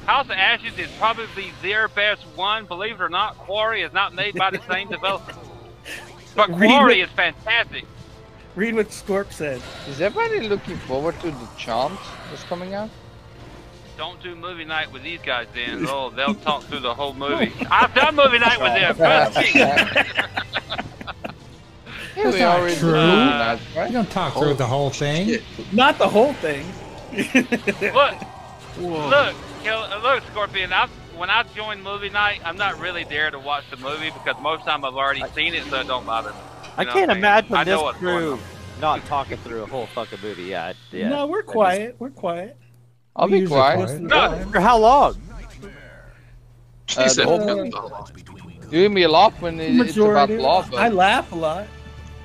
Speaker 5: House of Ashes is probably their best one. Believe it or not, Quarry is not made by the same developer. But
Speaker 14: Read
Speaker 5: Quarry
Speaker 14: it.
Speaker 5: is fantastic.
Speaker 14: Read what Scorp said.
Speaker 10: Is everybody looking forward to the chant that's coming out?
Speaker 5: Don't do movie night with these guys, then. Oh, they'll talk through the whole movie. I've done movie night with them. Trust me.
Speaker 2: That's
Speaker 10: we
Speaker 2: not
Speaker 10: already
Speaker 2: true.
Speaker 10: did that, right?
Speaker 2: You don't talk through the whole thing.
Speaker 14: Not the whole thing.
Speaker 5: look, look, Kel- uh, look, Scorpion. I, when I join movie night, I'm not really there to watch the movie because most time I've already seen it, so it don't bother me.
Speaker 4: I
Speaker 5: You know
Speaker 4: can't
Speaker 5: what I'm saying?
Speaker 4: imagine
Speaker 5: I know
Speaker 4: this
Speaker 5: what's going
Speaker 4: crew not talking through a whole fucking movie. Yeah, I- yeah.
Speaker 14: No, we're
Speaker 4: I just-
Speaker 14: quiet. We're quiet.
Speaker 10: I'll be quiet.
Speaker 4: No, for how long?
Speaker 10: Uh,
Speaker 14: said
Speaker 10: the-
Speaker 4: Oh,
Speaker 10: You and me laugh when it, it's about
Speaker 14: Majority.
Speaker 10: love. but-
Speaker 14: I laugh a lot.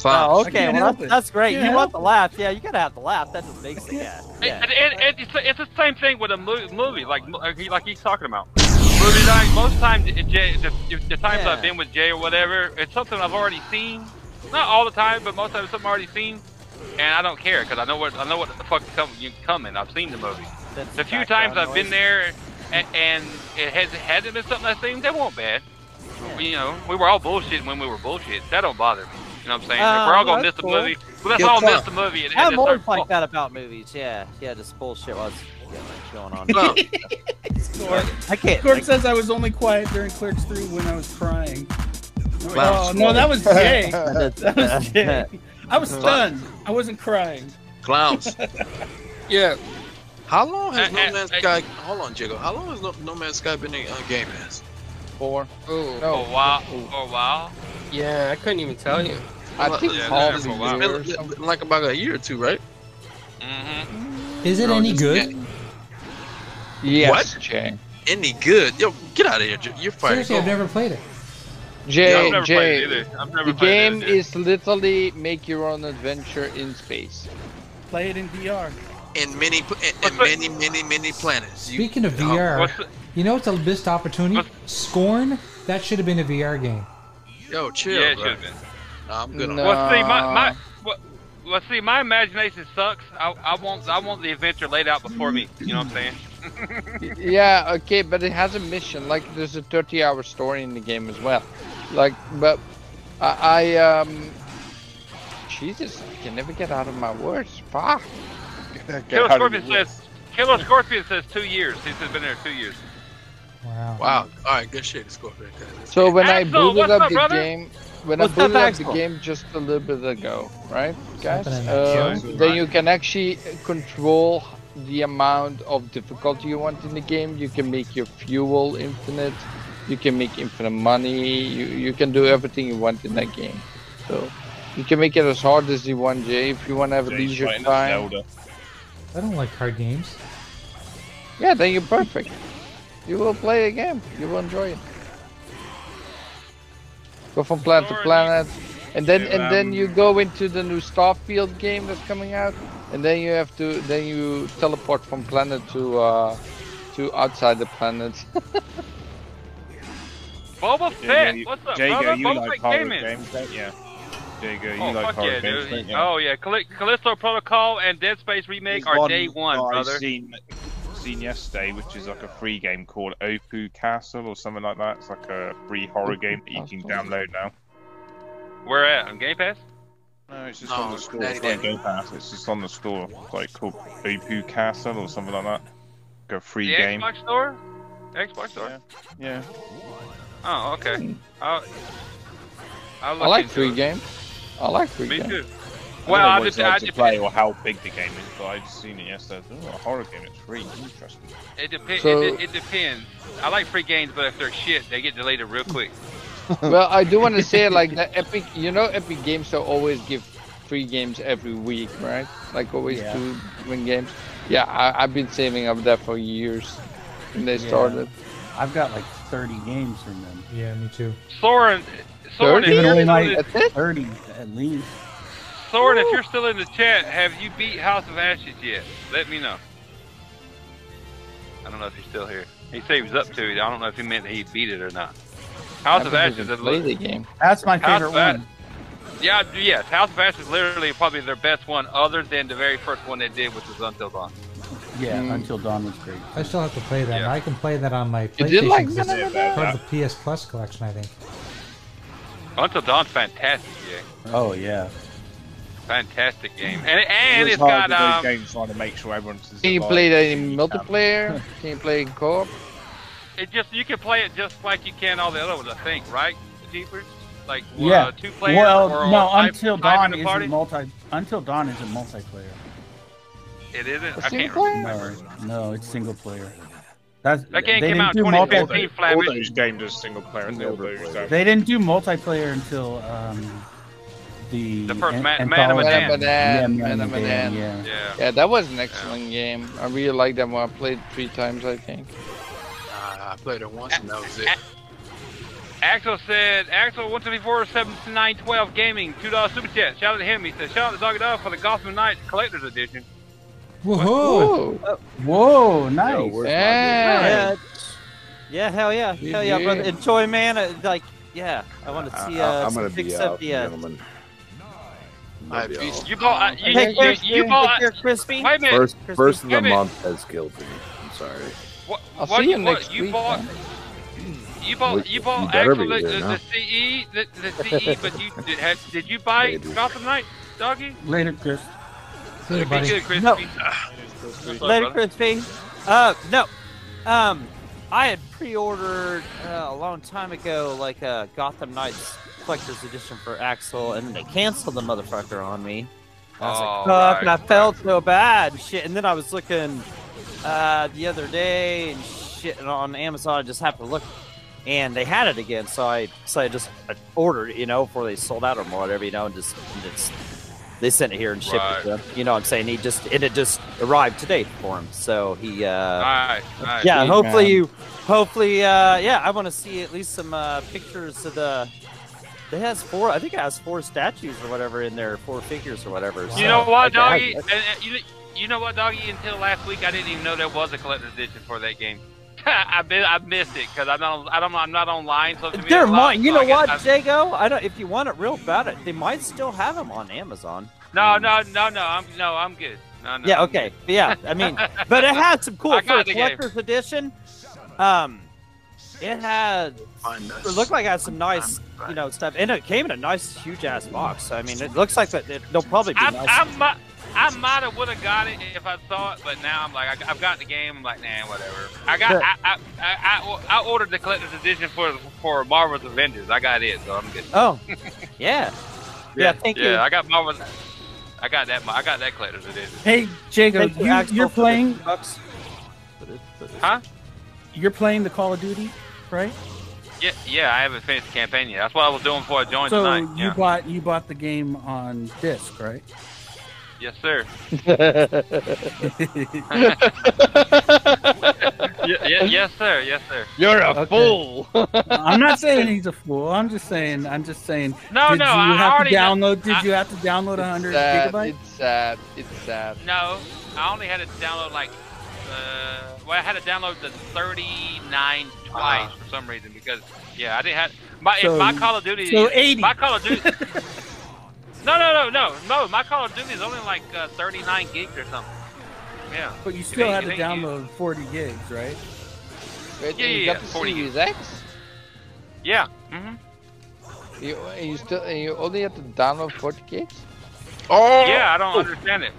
Speaker 4: Oh,
Speaker 14: I
Speaker 4: okay.
Speaker 14: can't
Speaker 4: Well,
Speaker 14: help
Speaker 4: that's,
Speaker 14: it.
Speaker 4: that's great.
Speaker 14: Can't
Speaker 4: You
Speaker 14: help
Speaker 4: want the laugh? Yeah, you gotta have the laugh. That just makes it. Yeah. yeah.
Speaker 5: And, and, and it's, it's the same thing with a mo- movie, like like he- like he's talking about. Movie night. Most times, it, Jay, the, the times
Speaker 4: Yeah.
Speaker 5: I've been with Jay or whatever, it's something I've already seen. Not all the time, but most times it's something I've already seen, and I don't care because I know what I know what the fuck come, you- coming. I've seen the movie. The few times I've been there, and, and it has hasn't been something I've seen. They weren't bad. We, you know, we were all bullshitting when we were bullshit. That don't bother me. You know what I'm saying?
Speaker 4: Uh,
Speaker 5: if we're all gonna
Speaker 4: that's
Speaker 5: miss the
Speaker 4: cool.
Speaker 5: movie, well, let's all miss the movie. And, and
Speaker 4: I'm
Speaker 5: it's
Speaker 4: always
Speaker 5: our
Speaker 4: like
Speaker 5: fault.
Speaker 4: that about movies. Yeah, yeah. This bullshit was yeah, what's going on.
Speaker 5: No.
Speaker 4: I can't.
Speaker 14: Scorp
Speaker 4: like-
Speaker 14: says I was only quiet during Clerks 3 when I was crying.
Speaker 1: Wow.
Speaker 14: Oh, no, that was Jay. that was Jay. I was
Speaker 1: Wow.
Speaker 14: stunned. I wasn't crying.
Speaker 1: Clowns.
Speaker 9: yeah.
Speaker 1: How long has No
Speaker 5: Uh, uh,
Speaker 1: Man's
Speaker 5: uh,
Speaker 1: Sky? Hold on, Jiggle. How long has No, no Man's Sky been in uh, Game Pass?
Speaker 10: Four. No.
Speaker 9: Ooh.
Speaker 5: For a while. For a while.
Speaker 9: Yeah, I couldn't even tell you.
Speaker 10: I
Speaker 1: Well,
Speaker 10: think
Speaker 1: yeah,
Speaker 10: half
Speaker 1: it's
Speaker 10: a
Speaker 1: been-
Speaker 10: year or
Speaker 1: it's been like about a year or two, right?
Speaker 2: Is it
Speaker 1: No,
Speaker 2: any
Speaker 1: just-
Speaker 2: good?
Speaker 10: Yes,
Speaker 1: What?
Speaker 10: Jay.
Speaker 1: Any good? Yo, get out of here. J- You're fired.
Speaker 2: Seriously, I've
Speaker 1: Go.
Speaker 2: never played it.
Speaker 5: Yeah,
Speaker 10: Jay,
Speaker 5: I've never
Speaker 10: Jay,
Speaker 5: played it either. I've never
Speaker 10: the
Speaker 5: played it
Speaker 10: game
Speaker 5: either.
Speaker 10: is literally make your own adventure in space.
Speaker 14: Play it in VR.
Speaker 1: In many, pl- in, in many, many, many planets. You,
Speaker 2: Speaking of VR, you know it's a missed opportunity. Scorn. That should have been a VR game.
Speaker 1: yo, chill.
Speaker 5: Yeah, it
Speaker 1: bro.
Speaker 5: should've been.
Speaker 1: Nah, I'm good on
Speaker 10: No.
Speaker 1: that.
Speaker 5: Well, see, my, my well, well, see, my imagination sucks. I, I want I want the adventure laid out before me. You know what I'm saying?
Speaker 10: Y- yeah, okay, but it has a mission. Like, there's a 30-hour story in the game as well. Like, but I, I um, Jesus, I can never get out of my words. Fuck.
Speaker 5: Killer Scorpion says Killer Scorpion says two years. He's been there two years.
Speaker 2: Wow.
Speaker 1: Wow. All right, good shit. Score right there.
Speaker 10: So when I
Speaker 5: Axel,
Speaker 10: booted
Speaker 5: what's
Speaker 10: up
Speaker 5: up,
Speaker 10: the
Speaker 5: brother?
Speaker 10: game, when
Speaker 1: What's
Speaker 10: I
Speaker 1: up,
Speaker 10: booted up the
Speaker 1: Axel?
Speaker 10: game just a little bit ago, right, guys?
Speaker 2: happening,
Speaker 10: Uh,
Speaker 2: Axel?
Speaker 10: then you can actually control the amount of difficulty you want in the game. You can make your fuel infinite. You can make infinite money. You you can do everything you want in that game. So you can make it as hard as you want, Jay. If you want to have
Speaker 3: Jay's
Speaker 10: leisure
Speaker 3: fighting a
Speaker 10: time,
Speaker 3: Zelda.
Speaker 2: I don't like card games.
Speaker 10: yeah, then you're perfect. You will play the game. You will enjoy it. Go from planet to planet, and then
Speaker 3: Yeah,
Speaker 10: and then
Speaker 3: um,
Speaker 10: you go into the new Starfield game that's coming out, and then you have to then you teleport from planet to uh, to outside the planet.
Speaker 3: Jago,
Speaker 5: Boba Fett.
Speaker 3: you,
Speaker 5: What's up,
Speaker 3: Jago,
Speaker 5: brother?
Speaker 3: you
Speaker 5: Boba
Speaker 3: like
Speaker 5: Fett
Speaker 3: horror
Speaker 5: came in.
Speaker 3: games, don't you? Jago, you
Speaker 5: oh,
Speaker 3: like
Speaker 5: fuck
Speaker 3: horror
Speaker 5: yeah,
Speaker 3: games,
Speaker 5: dude.
Speaker 3: don't you?
Speaker 5: Oh, yeah. Calli- Callisto Protocol and Dead Space Remake are day one,
Speaker 3: that
Speaker 5: brother.
Speaker 3: I've seen, seen yesterday, which is like a free game called Opu Castle or something like that. It's like a free horror game that you can download now.
Speaker 5: Where at? On Game Pass?
Speaker 3: No, it's just
Speaker 5: Oh,
Speaker 3: on the store. It's not Game Pass. It's just on the store. It's like called Opu Castle or something like that. Like a free
Speaker 5: the
Speaker 3: game.
Speaker 5: Xbox store? Xbox store?
Speaker 3: Yeah.
Speaker 5: Oh, okay. I'll, I'll
Speaker 10: Hmm. I
Speaker 5: look
Speaker 10: like
Speaker 5: into
Speaker 10: free
Speaker 5: it.
Speaker 10: game. I like free
Speaker 5: Me
Speaker 10: game.
Speaker 5: too.
Speaker 3: I don't
Speaker 5: Well,
Speaker 3: know
Speaker 5: I
Speaker 3: what
Speaker 5: just,
Speaker 3: it's like
Speaker 5: I
Speaker 3: to
Speaker 5: just,
Speaker 3: play or how big the game is, but I just seen it yesterday. I thought, Oh, a horror game. It's free. Interesting.
Speaker 5: it, depends.
Speaker 10: So-
Speaker 5: it, it depends. I like free games, but if they're shit, they get deleted real quick.
Speaker 10: well, I do want to say like the Epic, you know, Epic Games will always give free games every week, right? Like always
Speaker 14: Yeah.
Speaker 10: two win games. Yeah, I, I've been saving up that for years when they
Speaker 14: Yeah.
Speaker 10: started.
Speaker 14: I've got like 30 games from them.
Speaker 2: Yeah, me too.
Speaker 5: Soren, Soren, if
Speaker 14: Even
Speaker 5: you're,
Speaker 14: only
Speaker 5: still
Speaker 14: like
Speaker 5: in,
Speaker 14: 30 at least.
Speaker 5: Soren, if you're still in the chat, have you beat House of Ashes yet? Let me know. I don't know if he's still here. He said he was up to it. I don't know if he meant he beat it or not. House of
Speaker 10: Haven't
Speaker 5: Ashes
Speaker 10: even
Speaker 5: is
Speaker 10: played
Speaker 5: li-
Speaker 10: the game.
Speaker 14: That's my
Speaker 5: House
Speaker 14: favorite
Speaker 5: of Ashes-
Speaker 14: one.
Speaker 5: Yeah, I- yes. House of Ashes is literally probably their best one, other than the very first one they did, which was Until Dawn.
Speaker 14: Yeah,
Speaker 10: Hmm.
Speaker 14: Until Dawn was great.
Speaker 2: I still have to play that. I can play that on my
Speaker 14: You
Speaker 2: PlayStation.
Speaker 14: did like
Speaker 2: 'cause it's
Speaker 14: none of that?
Speaker 2: part of the PS Plus collection, I think.
Speaker 5: Until Dawn's fantastic, yeah.
Speaker 14: Oh, yeah.
Speaker 5: Fantastic game, and and
Speaker 3: it's
Speaker 5: it's
Speaker 3: hard
Speaker 5: got
Speaker 3: with
Speaker 5: um,
Speaker 3: those games trying to make sure everyone's.
Speaker 10: Can you
Speaker 3: alive.
Speaker 10: play that in multiplayer? Can you play in co-op?
Speaker 5: It just you can play it just like you can all the other ones, I think, right? The Jeepers, like
Speaker 14: yeah.
Speaker 5: uh, two player.
Speaker 14: well,
Speaker 5: or
Speaker 14: no,
Speaker 5: five-
Speaker 14: Until
Speaker 5: five in
Speaker 14: Dawn
Speaker 5: a
Speaker 14: isn't
Speaker 5: party?
Speaker 14: multi. Until Dawn isn't multiplayer.
Speaker 5: It isn't. I can't.
Speaker 10: Single
Speaker 14: No, no, it's single player. That's,
Speaker 5: That game
Speaker 14: they
Speaker 5: came
Speaker 14: didn't
Speaker 5: out in
Speaker 14: do multiplayer.
Speaker 5: 2015,
Speaker 3: All
Speaker 5: Flavish.
Speaker 3: those games are single player. They all those. um,
Speaker 14: They didn't do multiplayer until um, the
Speaker 10: The first
Speaker 14: an-
Speaker 10: Man- Man of
Speaker 14: anthology.
Speaker 10: Medan. Medan,
Speaker 14: Yeah,
Speaker 10: Man of Medan.
Speaker 14: Yeah.
Speaker 5: Yeah.
Speaker 10: that was an excellent game. I really liked that one. I played it three times, I think.
Speaker 23: I played it once and that was it.
Speaker 5: Axel said, Axel one seventy four seven nine twelve gaming two dollar super chat. Shout out to him. He said, shout out to Doggy Dog for the Gotham Knights collector's edition.
Speaker 14: Whoa! Whoa! Nice.
Speaker 4: Yeah. Yeah, hell yeah,
Speaker 14: Yeah,
Speaker 4: hell yeah,
Speaker 14: yeah.
Speaker 4: brother. Enjoy, man. Uh, Like, yeah, I want to see. Uh,
Speaker 17: I, am gonna
Speaker 4: some
Speaker 17: be
Speaker 4: pics
Speaker 17: out,
Speaker 4: of the, uh,
Speaker 17: gentlemen.
Speaker 23: I
Speaker 5: You bought. Uh, you,
Speaker 4: Take
Speaker 5: you,
Speaker 4: care,
Speaker 5: you, you
Speaker 4: Stu.
Speaker 5: bought.
Speaker 4: Take care, Crispy.
Speaker 5: Wait a minute.
Speaker 17: First, first of
Speaker 5: Wait a
Speaker 17: the
Speaker 5: minute.
Speaker 17: month has killed me. I'm sorry.
Speaker 5: What,
Speaker 10: I'll
Speaker 5: what,
Speaker 10: see you
Speaker 5: what,
Speaker 10: next
Speaker 5: you
Speaker 10: week,
Speaker 5: Bought, you
Speaker 17: Well,
Speaker 5: bought. You bought.
Speaker 17: you better be
Speaker 5: Axel the,
Speaker 17: here
Speaker 5: the,
Speaker 17: now.
Speaker 5: the CE. The, the CE. but you did. Had, did you buy Gotham Knight, Doggy?
Speaker 14: Later, Chris.
Speaker 5: Be good, Crispy.
Speaker 4: No.
Speaker 5: Ah. Sorry,
Speaker 4: Later,
Speaker 5: brother.
Speaker 4: Crispy. Uh, no. Um, I had pre-ordered uh, a long time ago, like uh, Gotham Knights Collector's Edition for Axel, and they canceled the motherfucker on me. I was
Speaker 5: Oh,
Speaker 4: like, fuck, and I
Speaker 5: right.
Speaker 4: felt so bad, and shit. And then I was looking uh, the other day and shit, and on Amazon, I just happened to look, and they had it again. So I, so I just I ordered it, you know, before they sold out or whatever, you know, and just, and just they sent it here and shipped
Speaker 5: Right.
Speaker 4: it to him. You know what I'm saying? He just and it just arrived today for him. So he uh
Speaker 5: Nice, nice.
Speaker 4: Yeah,
Speaker 5: Good
Speaker 4: hopefully
Speaker 5: man.
Speaker 4: you hopefully uh yeah, I wanna see at least some uh pictures of the it has four I think it has four statues or whatever in there, four figures or whatever.
Speaker 5: You
Speaker 4: so
Speaker 5: know what,
Speaker 4: I- I-
Speaker 5: Doggy? And, and you, you know what, Doggy? Until last week, I didn't even know there was a collector's edition for that game. I been, I missed it because I'm not on- I don't, I'm not online social media.
Speaker 4: There
Speaker 5: a lot,
Speaker 4: might, you
Speaker 5: so
Speaker 4: know
Speaker 5: I guess
Speaker 4: what, Jago? I don't. If you want it real bad, it they might still have them on Amazon.
Speaker 5: I- no, no, no, no. I'm no, I'm good. No, no.
Speaker 4: Yeah,
Speaker 5: I'm
Speaker 4: okay. Yeah, I mean, but it had some cool
Speaker 5: I
Speaker 4: for a
Speaker 5: got the game.
Speaker 4: collector's edition. Um, it had it looked like it had some nice, you know, stuff, and it came in a nice, huge ass box. So I mean, it looks like that. It, they'll probably be
Speaker 5: I,
Speaker 4: nice.
Speaker 5: I, might, I might have would have got it if I saw it, but now I'm like, I, I've got the game. I'm like, nah, whatever. I got,
Speaker 4: Good.
Speaker 5: I, I, I, I, I ordered the collector's edition for for Marvel's Avengers. I got it, so I'm good.
Speaker 4: Oh, yeah, yeah. Thank
Speaker 5: yeah,
Speaker 4: you.
Speaker 5: I got Marvel's. I got that. I got that collector's edition.
Speaker 14: Hey, Jago,
Speaker 4: Thank you,
Speaker 14: you,
Speaker 4: Axel,
Speaker 14: you're
Speaker 4: for the
Speaker 14: playing.
Speaker 4: bucks.
Speaker 5: Huh?
Speaker 14: You're playing the Call of Duty, right?
Speaker 5: Yeah, yeah. I haven't finished the campaign yet. That's what I was doing before I joined
Speaker 14: so
Speaker 5: tonight.
Speaker 14: you
Speaker 5: Yeah.
Speaker 14: bought you bought the game on disc, right?
Speaker 5: yes, sir. yeah, yeah, yes, sir. Yes, sir.
Speaker 14: Okay. I'm not saying he's a fool. I'm just saying. I'm just saying.
Speaker 5: No,
Speaker 14: did
Speaker 5: Oh, no,
Speaker 14: You
Speaker 5: I
Speaker 14: have
Speaker 5: already
Speaker 14: to
Speaker 5: know-
Speaker 14: download. Did
Speaker 5: I-
Speaker 14: you have to download
Speaker 5: It's uh,
Speaker 14: 100
Speaker 5: sad,
Speaker 14: gigabytes?
Speaker 10: It's sad. It's sad.
Speaker 5: No, I only had to download like Uh, well, I had to download the 39
Speaker 10: Ah.
Speaker 5: twice for some reason because yeah, I didn't have my
Speaker 14: So-
Speaker 5: if my Call of Duty.
Speaker 14: so 80.
Speaker 5: My Call of Duty. no, no, no, no, no. My Call of Duty is only like uh, 39 gigs or something. Yeah.
Speaker 14: But you
Speaker 5: It
Speaker 14: still
Speaker 5: ain't-
Speaker 14: had
Speaker 5: it
Speaker 14: to
Speaker 5: ain't used.
Speaker 14: download 40 gigs, right?
Speaker 10: Wait,
Speaker 5: Yeah,
Speaker 10: you
Speaker 5: yeah,
Speaker 10: got the
Speaker 5: 40
Speaker 10: Series X?
Speaker 5: Yeah. Mm-hmm.
Speaker 10: You, and you still and you only had to download 40 gigs?
Speaker 5: Oh. Yeah, I don't understand it.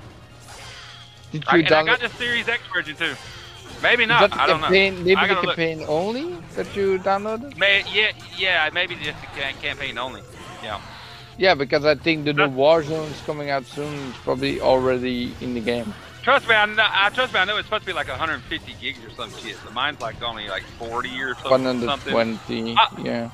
Speaker 10: Did
Speaker 5: I,
Speaker 10: you
Speaker 5: and I
Speaker 10: download?
Speaker 5: got the Series X version too. Maybe
Speaker 10: is that
Speaker 5: not.
Speaker 10: the
Speaker 5: I don't
Speaker 10: campaign,
Speaker 5: know.
Speaker 10: Maybe
Speaker 5: I
Speaker 10: the
Speaker 5: gotta look.
Speaker 10: campaign only that you downloaded.
Speaker 5: May, yeah, yeah, maybe just the ca- campaign only. Yeah.
Speaker 10: Yeah, because I think the new Warzone is coming out soon. It's probably already in the game.
Speaker 5: Trust me, I, know, I trust me. I know it's supposed to be like 150 gigs or some shit. So mine's like only like 40 or something. something. Ah,
Speaker 10: 120. Yeah.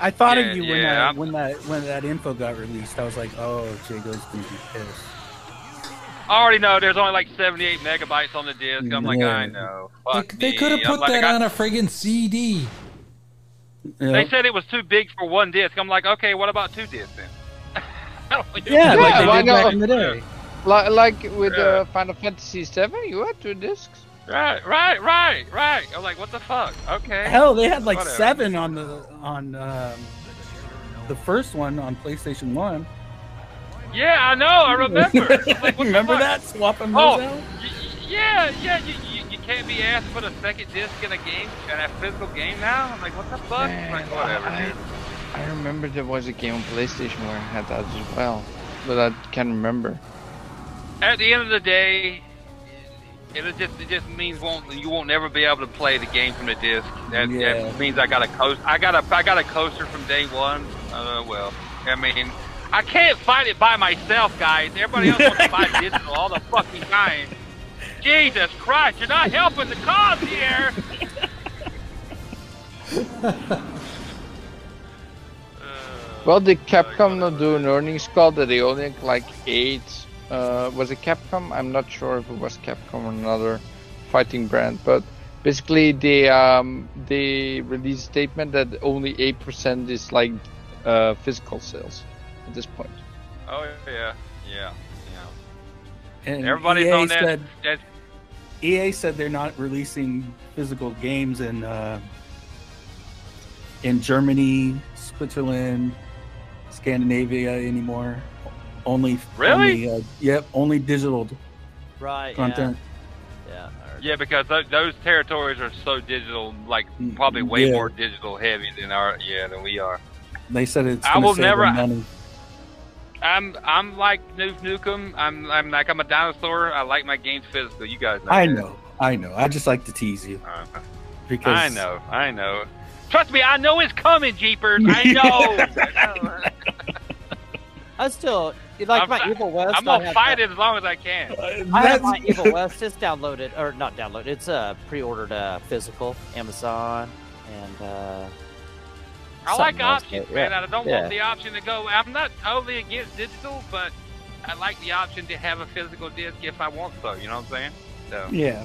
Speaker 14: I thought
Speaker 5: Yeah,
Speaker 14: of you
Speaker 5: yeah, I'm-
Speaker 14: when, that, when that when that info got released. I was like, oh, Jago's gonna be pissed.
Speaker 5: I already know there's only like 78 megabytes on the disc. I'm like,
Speaker 14: Yeah.
Speaker 5: I know.
Speaker 2: They,
Speaker 5: Fuck
Speaker 2: they could have
Speaker 5: me.
Speaker 2: put
Speaker 5: I'm like, I
Speaker 2: that
Speaker 5: got-
Speaker 2: on a friggin' CD.
Speaker 5: They said it was too big for one disc. I'm like, okay, what about two discs then?
Speaker 10: Yeah, like they why did back not? in
Speaker 14: the day.
Speaker 10: Like, like with
Speaker 5: Yeah.
Speaker 10: uh, Final Fantasy 7, you had two discs.
Speaker 5: Right, right, right, right. I'm like, what the fuck? Okay.
Speaker 14: Hell, they had like
Speaker 5: Whatever.
Speaker 14: seven on the on um, the first one on PlayStation One.
Speaker 5: Yeah, I know. I remember. I'm like, what the
Speaker 14: Remember
Speaker 5: fuck?
Speaker 14: that swapping
Speaker 5: Oh,
Speaker 14: those out?
Speaker 5: y- y- yeah, yeah. You, you, you can't be asked for the second disc in a game, in a physical game now. I'm like, what the fuck?
Speaker 10: Man,
Speaker 5: like, whatever, dude.
Speaker 10: I remember there was a game on PlayStation where I had that as well, but I can't remember.
Speaker 5: At the end of the day, it it just it just means won't you won't never be able to play the game from the disc. That,
Speaker 14: Yeah.
Speaker 5: that means I got a coast. I got a I got a coaster from day one. Uh, well, I mean. I can't fight it by myself, guys. Everybody else wants to buy digital all the fucking time. Jesus Christ, you're not helping the cause here.
Speaker 10: Well, did Capcom not do an earnings call that they only had like eight? Uh, was it Capcom? I'm not sure if it was Capcom or another fighting brand, but basically they um, they released a statement that only eight percent is like uh, physical sales at this point.
Speaker 5: Oh yeah, yeah,
Speaker 14: And
Speaker 5: Everybody's
Speaker 14: EA
Speaker 5: on that-
Speaker 14: said,
Speaker 5: that-
Speaker 14: EA said they're not releasing physical games in uh, in Germany, Switzerland, Scandinavia anymore. Only
Speaker 5: Really?
Speaker 14: Only, uh, yep, only digital
Speaker 20: Right.
Speaker 14: content.
Speaker 20: Yeah.
Speaker 5: yeah. Because th- those territories are so digital, like probably way
Speaker 14: Mm, yeah.
Speaker 5: more digital heavy than our yeah than we are.
Speaker 14: They said it's.
Speaker 5: I
Speaker 14: gonna
Speaker 5: will
Speaker 14: save
Speaker 5: never-
Speaker 14: them money.
Speaker 5: I'm I'm like Noof Nukem. I'm I'm like I'm a dinosaur. I like my games physical. You guys know.
Speaker 14: I
Speaker 5: that.
Speaker 14: know, I know. I just like to tease you
Speaker 4: Uh-huh.
Speaker 14: because
Speaker 5: I know. I know. Trust me, I know it's coming, Jeepers. I know.
Speaker 4: I still you like
Speaker 5: I'm-
Speaker 4: my Evil West.
Speaker 5: I'm
Speaker 4: I
Speaker 5: gonna
Speaker 4: have
Speaker 5: fight
Speaker 4: that-
Speaker 5: it as long as I can.
Speaker 14: Uh,
Speaker 4: I have my Evil West. It's downloaded or not downloaded. It's uh pre-ordered uh, physical, Amazon, and uh,
Speaker 5: I like
Speaker 4: something else,
Speaker 5: options,
Speaker 4: but
Speaker 5: man.
Speaker 4: yeah,
Speaker 5: I don't
Speaker 4: yeah.
Speaker 5: want the option to go. I'm not totally against digital, but I like the option to have a physical disc if I want so. You know what I'm saying? So.
Speaker 14: Yeah.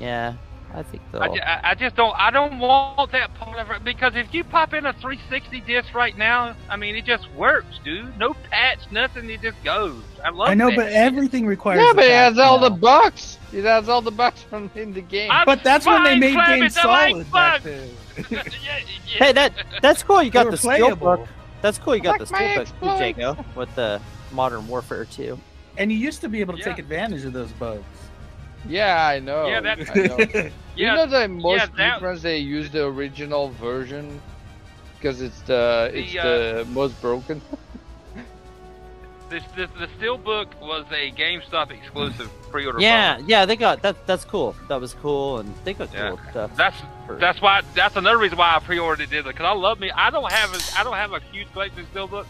Speaker 20: Yeah. I think
Speaker 5: I,
Speaker 20: they'll.
Speaker 5: ju- I, I just don't. I don't want that part of it because if you pop in a 360 disc right now, I mean, it just works, dude. No patch, nothing. It just goes. I love.
Speaker 14: I know,
Speaker 5: that
Speaker 14: but
Speaker 5: shit.
Speaker 14: everything requires.
Speaker 10: Yeah,
Speaker 14: a
Speaker 10: but it
Speaker 14: patch
Speaker 10: has all
Speaker 14: now.
Speaker 10: the bugs. It has all the bugs from in the game.
Speaker 5: I'm
Speaker 14: But that's when they
Speaker 5: fine,
Speaker 14: made
Speaker 5: Clement,
Speaker 14: games
Speaker 5: I like
Speaker 14: solid
Speaker 5: bugs.
Speaker 20: Hey, that that's cool. You
Speaker 14: They
Speaker 20: got
Speaker 14: were
Speaker 20: the steel
Speaker 14: playable.
Speaker 20: book. That's cool. You got
Speaker 14: Like
Speaker 20: the
Speaker 14: my
Speaker 20: steel book, too,
Speaker 14: exploits.
Speaker 20: Jago, with the Modern Warfare 2.
Speaker 14: And you used to be able to take advantage of those bugs.
Speaker 10: Yeah, I know.
Speaker 14: Yeah,
Speaker 10: that.
Speaker 14: that-
Speaker 10: I know.
Speaker 14: Yeah,
Speaker 10: you know that in
Speaker 14: yeah,
Speaker 10: most
Speaker 14: that-
Speaker 10: reprints they use the original version because it's the it's the,
Speaker 5: The, uh,
Speaker 10: most broken.
Speaker 5: This, this, the Steelbook was a GameStop exclusive pre-order.
Speaker 20: Yeah, yeah, they got that. That's cool. That was cool, and they got cool stuff.
Speaker 5: That's
Speaker 20: for-
Speaker 5: That's why. That's another reason why I pre-ordered it digital because I love me. I don't have. A, I don't have a huge collection of steelbooks.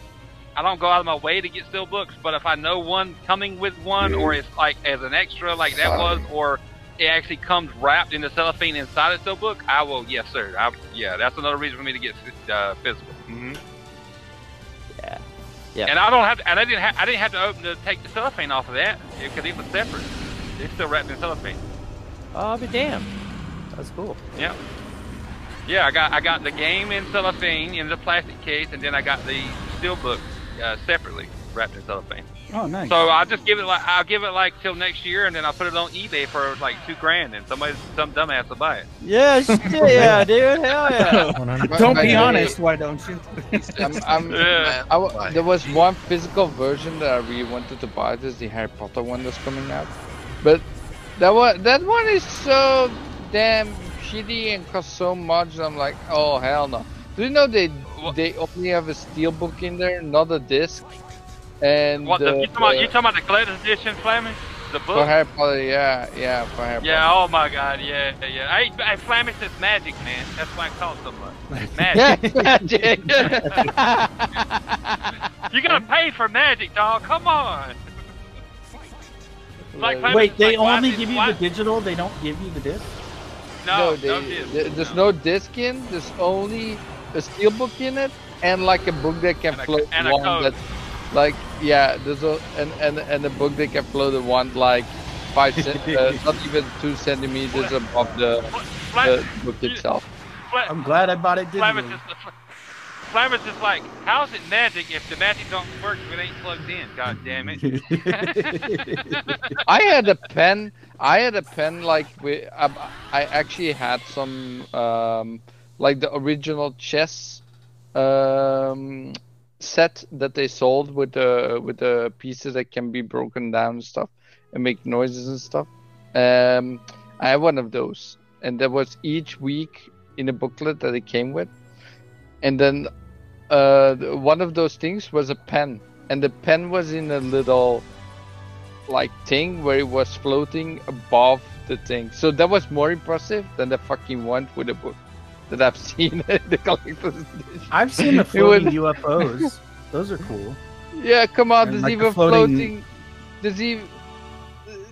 Speaker 5: I don't go out of my way to get steelbooks, but if I know one coming with one, or it's like as an extra, like that was, or it actually comes wrapped in the cellophane inside a steelbook, I will. Yes, sir. I, yeah, that's another reason for me to get uh, physical. Mm-hmm.
Speaker 20: Yeah. Yeah.
Speaker 5: And I don't have. To, and I didn't. Ha- I didn't have to open to take the cellophane off of that because it was separate. It's still wrapped in cellophane.
Speaker 20: Oh, but damn, that's cool.
Speaker 5: Yeah. Yeah, I got I got the game in cellophane in the plastic case, and then I got the steelbook uh, separately. wrapped in cellophane.
Speaker 14: Oh, nice.
Speaker 5: So I'll just give it like I'll give it like till next year, and then I'll put it on eBay for like two grand, and somebody, some dumbass will buy it.
Speaker 20: Yeah, shit, yeah, dude. Hell yeah.
Speaker 14: Don't be honest. Why don't you?
Speaker 10: I'm, I'm,
Speaker 5: Yeah.
Speaker 10: I w- there was one physical version that I really wanted to buy. This the Harry Potter one that's coming out, but that one that one is so damn shitty and costs so much. I'm like, oh hell no. Do you know they they only have a steel book in there, not a disc? And
Speaker 5: What the,
Speaker 10: uh,
Speaker 5: you talking about? You talking about the collector's edition, Flemish? The
Speaker 10: for
Speaker 5: book?
Speaker 10: Harry Potter? Yeah, yeah, for Harry
Speaker 5: Yeah. Oh my God. Yeah. yeah, Yeah. Hey, hey Flemish is magic, man. That's why I call it so much. Magic.
Speaker 10: Yeah, magic.
Speaker 5: you gotta pay for magic, dog. Come on. Like Flemish
Speaker 14: Wait,
Speaker 5: is
Speaker 14: they
Speaker 5: like, why
Speaker 14: only
Speaker 5: did-
Speaker 14: give you
Speaker 5: why-
Speaker 14: the digital. They don't give you the disc.
Speaker 10: No,
Speaker 5: No, no,
Speaker 10: they,
Speaker 5: disc.
Speaker 10: there- there's no disc in. There's only a steel book in it, and like a book that can float
Speaker 5: and a
Speaker 10: one.
Speaker 5: code.
Speaker 10: That's like yeah, there's a and and and a book that can float the one like five, cent, uh, not even two centimeters above the, the book itself.
Speaker 5: Fle-
Speaker 14: I'm glad I bought it
Speaker 5: Flemish
Speaker 14: digitally.
Speaker 5: is, Flemish is like, how's it magic if the magic don't work if it ain't plugged in? God damn it.
Speaker 10: I had a pen. I had a pen like with. I, I actually had some um, like the original chess um, set that they sold with the with the pieces that can be broken down and stuff and make noises and stuff. Um, I had one of those, and that was each week in a booklet that it came with, and then uh, the- one of those things was a pen, and the pen was in a little like thing where it was floating above the thing. So that was more impressive than the fucking one with the book that I've seen in the collector's edition.
Speaker 14: I've seen the
Speaker 10: It was-
Speaker 14: floating UFOs. Those are cool.
Speaker 10: Yeah, come on,
Speaker 14: And
Speaker 10: there's
Speaker 14: like the
Speaker 10: even
Speaker 14: floating-
Speaker 10: floating... there's even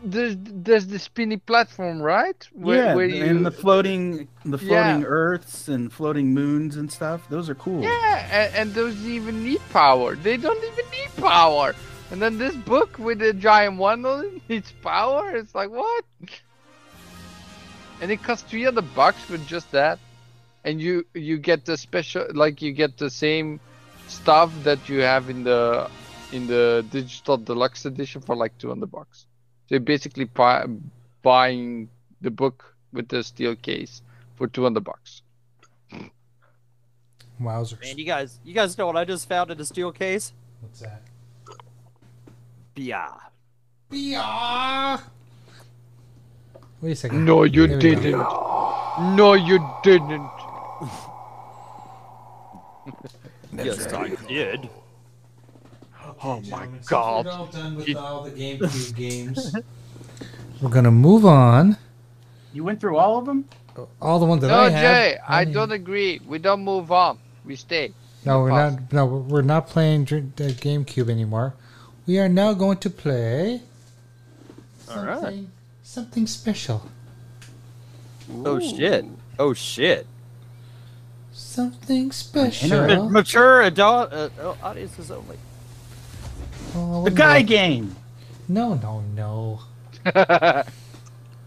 Speaker 10: there's there's the spinny platform, right?
Speaker 14: yeah, and the floating,
Speaker 10: Yeah.
Speaker 14: the floating Earths and floating moons and stuff. Those are cool.
Speaker 10: Yeah, and, and those even need power. They don't even need power. And then this book with the giant one on it needs power. It's like what? And it costs three hundred bucks for just that. And you you get the special like you get the same stuff that you have in the in the digital deluxe edition for like two hundred bucks. So you're basically pi- buying the book with the steel case for two hundred bucks.
Speaker 2: Wowzers.
Speaker 20: Man, you guys, you guys know what I just found in a steel case?
Speaker 2: What's that?
Speaker 20: Bia.
Speaker 2: Wait a second.
Speaker 10: No, you
Speaker 2: There we go.
Speaker 10: didn't. No, you didn't.
Speaker 20: Yes, I did.
Speaker 10: Oh my
Speaker 2: God. We're all done with all the GameCube games. We're gonna move on.
Speaker 14: You went through all of them.
Speaker 2: All Oh, the ones that
Speaker 10: No,
Speaker 2: I have.
Speaker 10: Jay, I don't agree. We don't move on. We stay.
Speaker 2: No, we're not. No, we're not playing Dr- the GameCube anymore. We are now going to play
Speaker 20: All right.
Speaker 2: something special.
Speaker 20: Oh shit. Oh shit.
Speaker 2: Something
Speaker 20: Ma-
Speaker 2: special.
Speaker 20: Mature adult uh, uh, audiences only.
Speaker 2: Oh,
Speaker 14: The guy game.
Speaker 2: No, no, no.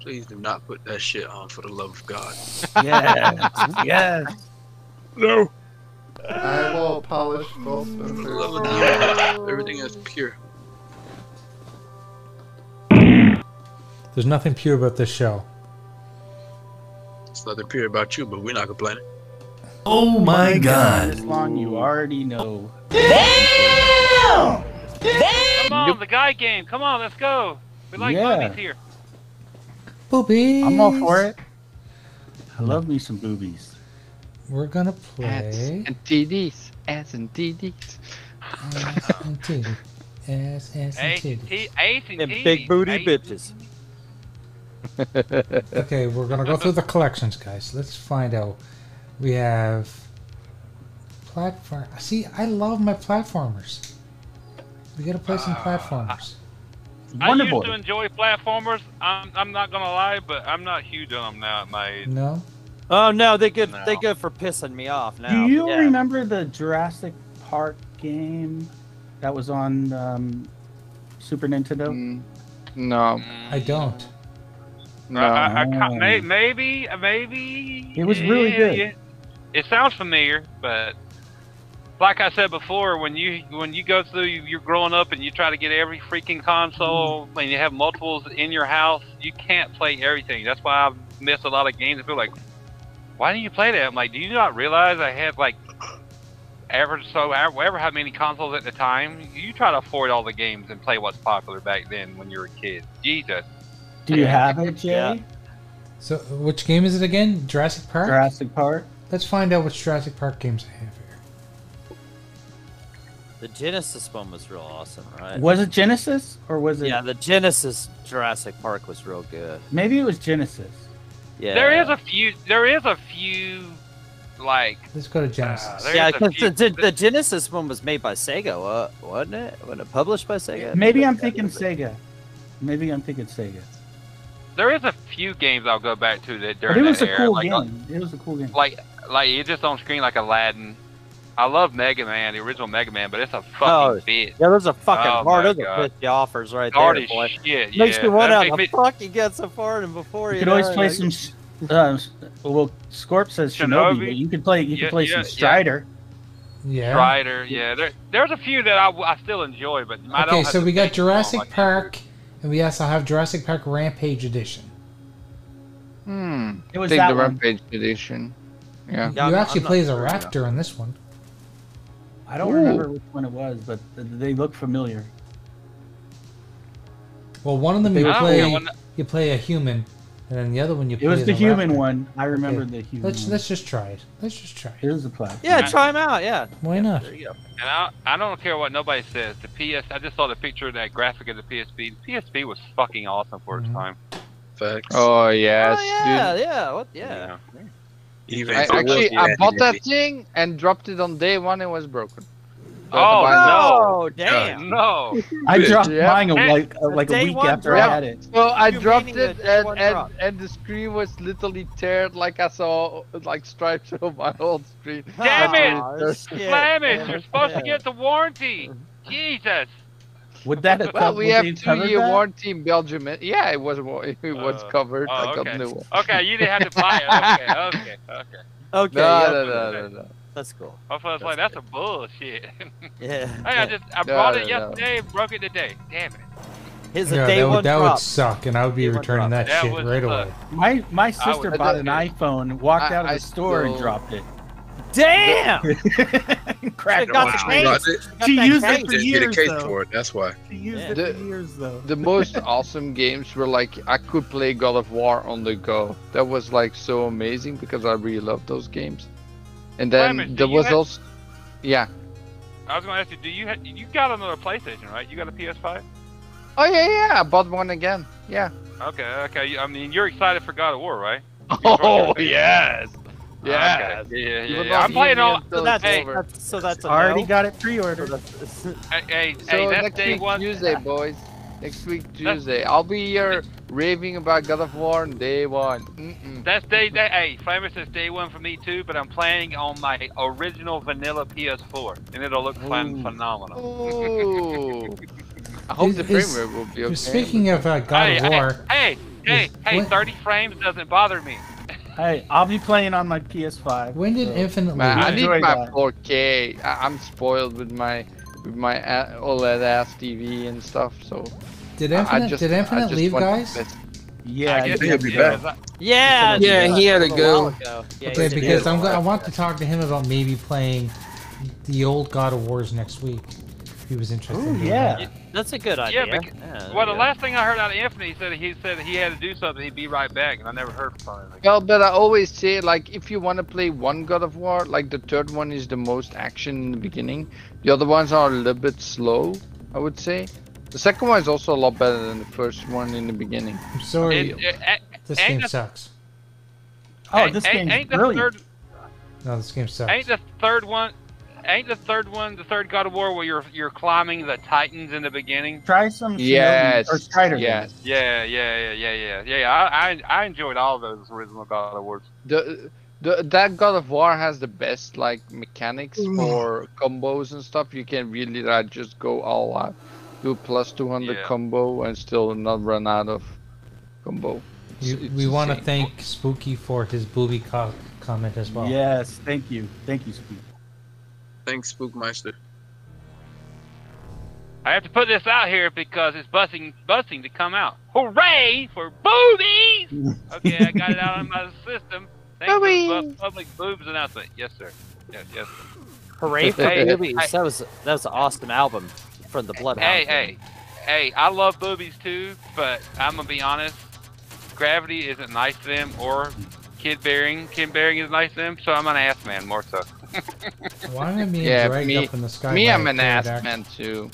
Speaker 1: Please do not put that shit on for the love of God.
Speaker 14: Yes. yes.
Speaker 3: No.
Speaker 12: I
Speaker 10: Uh,
Speaker 12: will polish both
Speaker 1: For the
Speaker 12: Spencer's
Speaker 1: love of God. Everything is pure.
Speaker 2: There's nothing pure about this show.
Speaker 1: It's nothing pure about you, but we're not complaining.
Speaker 19: Oh my
Speaker 14: This long, you already know.
Speaker 5: Come on, the guy game. Come on, let's go. We like
Speaker 14: Yeah.
Speaker 5: puppies here.
Speaker 2: Boobies.
Speaker 14: I'm all for it. I love me some boobies.
Speaker 2: We're gonna
Speaker 10: Ads
Speaker 2: play.
Speaker 10: and TDs. Ads and TDs.
Speaker 2: Ass and titty. Ass, ass, and
Speaker 5: Ace
Speaker 2: titty.
Speaker 5: and, t- ace and,
Speaker 20: And
Speaker 5: titties.
Speaker 20: big booty
Speaker 5: Ace-
Speaker 20: bitches.
Speaker 2: Okay, we're gonna go through the collections, guys. Let's find out. We have platform. See, I love my platformers. We gotta play some platformers.
Speaker 5: Uh, I used
Speaker 14: Wonderboy.
Speaker 5: to enjoy platformers. I'm, I'm not gonna lie, but I'm not huge on them now at my age.
Speaker 2: No,
Speaker 20: Oh no, they good.
Speaker 5: No.
Speaker 20: They good for pissing me off now.
Speaker 14: Do you
Speaker 20: yeah.
Speaker 14: remember the Jurassic Park game that was on um, Super Nintendo?
Speaker 10: Mm, No,
Speaker 2: I don't.
Speaker 10: no.
Speaker 5: I, I can't, may, maybe, uh, maybe.
Speaker 14: It was really
Speaker 5: yeah,
Speaker 14: good.
Speaker 5: yeah. It sounds familiar, but like I said before, when you when you go through you're growing up and you try to get every freaking console
Speaker 14: Mm-hmm.
Speaker 5: and you have multiples in your house, you can't play everything. That's why I've missed a lot of games. People are like, why do not you play that? I'm like, do you not realize I had like ever so ever how many consoles at the time? You try to afford all the games and play what's popular back then when you were a kid. Jesus.
Speaker 14: Do you have it, Jay?
Speaker 2: So, which game is it again? Jurassic Park?
Speaker 14: Jurassic Park.
Speaker 2: Let's find out which Jurassic Park games I have.
Speaker 20: The Genesis one was real awesome, right?
Speaker 14: Was it Genesis or was it?
Speaker 20: Yeah, the Genesis Jurassic Park was real good.
Speaker 14: Maybe it was Genesis.
Speaker 20: Yeah.
Speaker 5: There is a few. There is a few, like
Speaker 2: Let's go to Genesis.
Speaker 5: uh, there's
Speaker 20: yeah,
Speaker 5: a
Speaker 20: 'cause
Speaker 5: few-
Speaker 20: the, the, the Genesis one was made by Sega, wa- wasn't it? Wasn't it published by Sega?
Speaker 14: Maybe I'm thinking Sega. Maybe I'm thinking Sega.
Speaker 5: there is a few games I'll go back to that
Speaker 14: But
Speaker 5: during
Speaker 14: it was a
Speaker 5: that era.
Speaker 14: cool
Speaker 5: like, uh,
Speaker 14: game. It was a cool game.
Speaker 5: like like it's just on screen like Aladdin. I love Mega Man, the original Mega Man, but it's a fucking
Speaker 20: Oh,
Speaker 5: bitch.
Speaker 20: Yeah, those are fucking
Speaker 5: Oh
Speaker 20: hard.
Speaker 5: my
Speaker 20: Those are
Speaker 5: God.
Speaker 20: pissy offers right
Speaker 5: Hard
Speaker 20: there,
Speaker 5: as
Speaker 20: boy.
Speaker 5: shit,
Speaker 20: Makes
Speaker 5: yeah.
Speaker 20: me want
Speaker 5: That
Speaker 20: out.
Speaker 5: make
Speaker 20: How fuck he gets so far and before
Speaker 14: You
Speaker 20: you
Speaker 14: could
Speaker 20: know
Speaker 14: always
Speaker 20: it,
Speaker 14: play
Speaker 20: like-
Speaker 14: some. sh- Uh, s- well, Scorp says Shinobi.
Speaker 5: Shinobi?
Speaker 14: but you could play. You could
Speaker 5: Yeah,
Speaker 14: play
Speaker 5: yeah, yeah.
Speaker 14: some Strider.
Speaker 2: Yeah.
Speaker 5: Strider, yeah. There, there's a few that I, w- I still enjoy, but I don't
Speaker 2: Okay,
Speaker 5: have
Speaker 2: so
Speaker 5: to
Speaker 2: we got
Speaker 5: think long
Speaker 2: Jurassic
Speaker 5: like that.
Speaker 2: Park, and we also have Jurassic Park Rampage Edition.
Speaker 10: Hmm.
Speaker 14: It was
Speaker 10: Take
Speaker 14: that
Speaker 10: the
Speaker 14: one.
Speaker 10: Rampage edition. Yeah.
Speaker 2: you actually play as a raptor on this one.
Speaker 14: I don't
Speaker 2: Ooh.
Speaker 14: remember which one it was, but th- they look familiar.
Speaker 2: Well, one of them you
Speaker 14: I don't know,
Speaker 2: play
Speaker 14: one-
Speaker 2: you play a human, and then the other one you
Speaker 14: It
Speaker 2: play.
Speaker 14: was
Speaker 2: as
Speaker 14: the
Speaker 2: a
Speaker 14: human
Speaker 2: raptor.
Speaker 14: one. I remember
Speaker 2: Okay.
Speaker 14: the human.
Speaker 2: Let's
Speaker 14: one.
Speaker 2: let's just try it. Let's just try it.
Speaker 14: It was a platform.
Speaker 20: Yeah, try him out. Yeah.
Speaker 2: Why not?
Speaker 5: And I, I don't care what nobody says. The PS, I just saw the picture of that graphic of the PSP. The PSP was fucking awesome for its time.
Speaker 10: Oh yes.
Speaker 20: Yeah,
Speaker 10: dude.
Speaker 20: yeah. What? Yeah.
Speaker 1: Even
Speaker 10: I,
Speaker 1: if it
Speaker 10: actually,
Speaker 1: was-
Speaker 10: I bought that thing and dropped it on day one. It was broken. So I had to buy another
Speaker 20: Oh,
Speaker 10: one.
Speaker 20: damn.
Speaker 5: No.
Speaker 14: I dropped
Speaker 10: Yeah.
Speaker 14: mine a, like a, like a
Speaker 10: Day
Speaker 14: week
Speaker 10: one
Speaker 14: after
Speaker 10: drop.
Speaker 14: I had it.
Speaker 10: So I
Speaker 20: You
Speaker 10: dropped
Speaker 20: meaning
Speaker 10: it,
Speaker 20: the
Speaker 10: and,
Speaker 20: one
Speaker 10: and,
Speaker 20: drop.
Speaker 10: and the screen was literally teared, like I saw like stripes on my whole screen.
Speaker 5: Damn
Speaker 10: That's
Speaker 5: it!
Speaker 10: really thirsty.
Speaker 5: Slam it! You're supposed to get the warranty. Jesus.
Speaker 14: Would that have
Speaker 10: Well,
Speaker 14: co-
Speaker 10: we
Speaker 14: would
Speaker 10: have
Speaker 14: they have
Speaker 10: two
Speaker 14: covered
Speaker 10: year
Speaker 14: that?
Speaker 10: warranty in Belgium. and- Yeah, it was wa- it was covered.
Speaker 5: Oh,
Speaker 10: I got
Speaker 5: okay.
Speaker 10: new one.
Speaker 5: Okay, you didn't have to buy it. Okay, okay, okay.
Speaker 20: Okay.
Speaker 10: No,
Speaker 20: yeah,
Speaker 10: no, no, no, no.
Speaker 20: That's cool.
Speaker 5: Hopefully, I was like, that's a bullshit.
Speaker 20: Yeah.
Speaker 5: Hey, I just I
Speaker 10: No,
Speaker 5: bought
Speaker 10: no,
Speaker 5: it
Speaker 10: no.
Speaker 5: yesterday, and broke it today. Damn it.
Speaker 20: His
Speaker 2: yeah,
Speaker 20: day
Speaker 2: that
Speaker 20: one
Speaker 2: would that
Speaker 20: drop.
Speaker 2: would suck, and I would be returning that,
Speaker 5: That
Speaker 2: shit
Speaker 5: would
Speaker 2: right
Speaker 5: suck.
Speaker 2: away.
Speaker 14: My my
Speaker 5: I would-
Speaker 14: sister bought an iPhone, walked
Speaker 10: I-
Speaker 14: out of the
Speaker 10: I
Speaker 14: store and
Speaker 10: still-
Speaker 14: dropped it.
Speaker 20: Damn.
Speaker 14: Cracked
Speaker 20: It got the
Speaker 14: one.
Speaker 20: case.
Speaker 1: Got it.
Speaker 20: Got
Speaker 14: She
Speaker 20: that
Speaker 14: used it
Speaker 20: case.
Speaker 14: for
Speaker 1: Didn't get a
Speaker 14: years
Speaker 1: case
Speaker 14: though.
Speaker 1: for it. That's why.
Speaker 14: She used
Speaker 20: Yeah.
Speaker 14: it
Speaker 10: The-
Speaker 14: for years though.
Speaker 10: The most awesome games were like I could play God of War on the go. That was like so amazing because I really loved those games. And then
Speaker 5: Clement, do
Speaker 10: there
Speaker 5: you
Speaker 10: was
Speaker 5: have-
Speaker 10: also, yeah.
Speaker 5: I was gonna ask you, do you ha- you got another PlayStation, right? You got a PS5?
Speaker 10: Oh yeah, yeah. I bought one again. Yeah.
Speaker 5: Okay, okay. you- I mean, you're excited for God of War, right?
Speaker 10: Oh yes.
Speaker 5: Yeah.
Speaker 10: Yes.
Speaker 5: Okay. Yeah,
Speaker 10: You
Speaker 5: yeah,
Speaker 10: will
Speaker 5: yeah.
Speaker 10: not
Speaker 5: I'm
Speaker 10: hear
Speaker 5: playing
Speaker 10: me
Speaker 5: all.
Speaker 10: until
Speaker 20: So
Speaker 10: it's
Speaker 20: that's,
Speaker 10: over.
Speaker 20: that's so that's a
Speaker 14: Already
Speaker 20: no.
Speaker 14: got it pre-ordered.
Speaker 20: So that's-
Speaker 5: Hey, hey, hey
Speaker 10: So
Speaker 5: that's
Speaker 10: next
Speaker 5: day
Speaker 10: week
Speaker 5: one.
Speaker 10: Tuesday, boys. Next week Tuesday, I'll be here raving about God of War on day one. Mm-mm.
Speaker 5: That's day day. Hey, Flamer says day one for me too, but I'm playing on my original vanilla PS4, and it'll look fun, phenomenal.
Speaker 10: Ooh. I hope
Speaker 2: Is-
Speaker 10: the
Speaker 2: is-
Speaker 10: framework will be okay.
Speaker 2: Speaking of uh, God
Speaker 5: Hey,
Speaker 2: of War,
Speaker 5: hey, hey, hey,
Speaker 2: what-
Speaker 5: 30 frames doesn't bother me.
Speaker 14: Hey, I'll be playing on my PS5.
Speaker 2: when did
Speaker 14: so-
Speaker 2: Infinite
Speaker 10: Man, I
Speaker 2: Ward?
Speaker 10: need
Speaker 14: Enjoy
Speaker 10: my
Speaker 14: that.
Speaker 10: 4K. I- I'm spoiled with my with my a- OLED ass TV and stuff. So
Speaker 2: Did
Speaker 10: I- I
Speaker 2: Infinite
Speaker 10: just-
Speaker 2: did
Speaker 10: I
Speaker 2: Infinite
Speaker 10: just
Speaker 2: leave,
Speaker 10: want the
Speaker 2: guys?
Speaker 10: best.
Speaker 14: Yeah,
Speaker 5: I guess
Speaker 14: yeah,
Speaker 5: it
Speaker 1: be
Speaker 5: is.
Speaker 20: Yeah.
Speaker 9: Yeah, he had to
Speaker 20: a
Speaker 9: go.
Speaker 20: while ago. Yeah, he
Speaker 2: Okay,
Speaker 20: did.
Speaker 2: because I'm go- I want to talk to him about maybe playing the old God of Wars next week. If he was interested. in
Speaker 14: Ooh,
Speaker 2: doing
Speaker 14: yeah.
Speaker 2: that.
Speaker 20: That's a good
Speaker 5: Yeah,
Speaker 20: idea.
Speaker 5: because-
Speaker 20: there
Speaker 5: Well,
Speaker 20: you
Speaker 5: the
Speaker 20: go.
Speaker 5: last thing I heard out of Infinite, he said he said he had to do something, he'd be right back, and I never heard from him. again.
Speaker 10: Well, but I always say, like, if you want to play one God of War, like, the third one is the most action in the beginning. The other ones are a little bit slow, I would say. The second one is also a lot better than the first one in the beginning.
Speaker 2: I'm sorry,
Speaker 5: And, uh, uh,
Speaker 2: this
Speaker 5: ain't
Speaker 2: game
Speaker 5: the-
Speaker 2: sucks.
Speaker 14: Oh,
Speaker 5: ain't-
Speaker 14: this
Speaker 5: ain't-
Speaker 14: game's
Speaker 5: ain't the
Speaker 14: brilliant.
Speaker 5: third-
Speaker 2: No, this game sucks.
Speaker 5: Ain't the third one? Ain't the third one the third God of War where you're you're climbing the Titans in the beginning?
Speaker 14: Try some Shinobi
Speaker 10: Yes.
Speaker 14: or Strider.
Speaker 10: Yes.
Speaker 5: Yeah, yeah, yeah, yeah, yeah, yeah. yeah, I I, I enjoyed all those original God of Wars.
Speaker 10: The, the, that God of War has the best, like, mechanics
Speaker 2: Mm.
Speaker 10: for combos and stuff. You can really, like, just go all out. Do plus 200
Speaker 5: Yeah.
Speaker 10: combo and still not run out of combo. It's-
Speaker 2: You-
Speaker 10: it's
Speaker 2: we want to
Speaker 10: insane.
Speaker 2: thank Spooky for his booby co- comment as well.
Speaker 14: Yes, thank you, thank you, Speed.
Speaker 1: Thanks, Spookmeister.
Speaker 5: I have to put this out here because it's busting, busting to come out. Hooray for boobies! Okay, I got it out of my system. Thank you for bu- public boobs announcement. Yes, sir. Yes, yes. Sir.
Speaker 24: Hooray for
Speaker 5: Hey,
Speaker 24: boobies.
Speaker 5: I-
Speaker 24: that was that was an awesome album from the Bloodhound.
Speaker 5: Hey,
Speaker 24: Gang.
Speaker 5: hey, hey! I love boobies too, but I'm gonna be honest. Gravity isn't nice to them, or kid bearing. Kid bearing is nice to them, so I'm an ass man more so.
Speaker 2: Why am I being
Speaker 10: Yeah,
Speaker 2: dragged
Speaker 10: me,
Speaker 2: up in the sky?
Speaker 10: me
Speaker 2: by
Speaker 10: I'm
Speaker 2: a
Speaker 10: an ass
Speaker 2: pterodactyl?
Speaker 10: man too.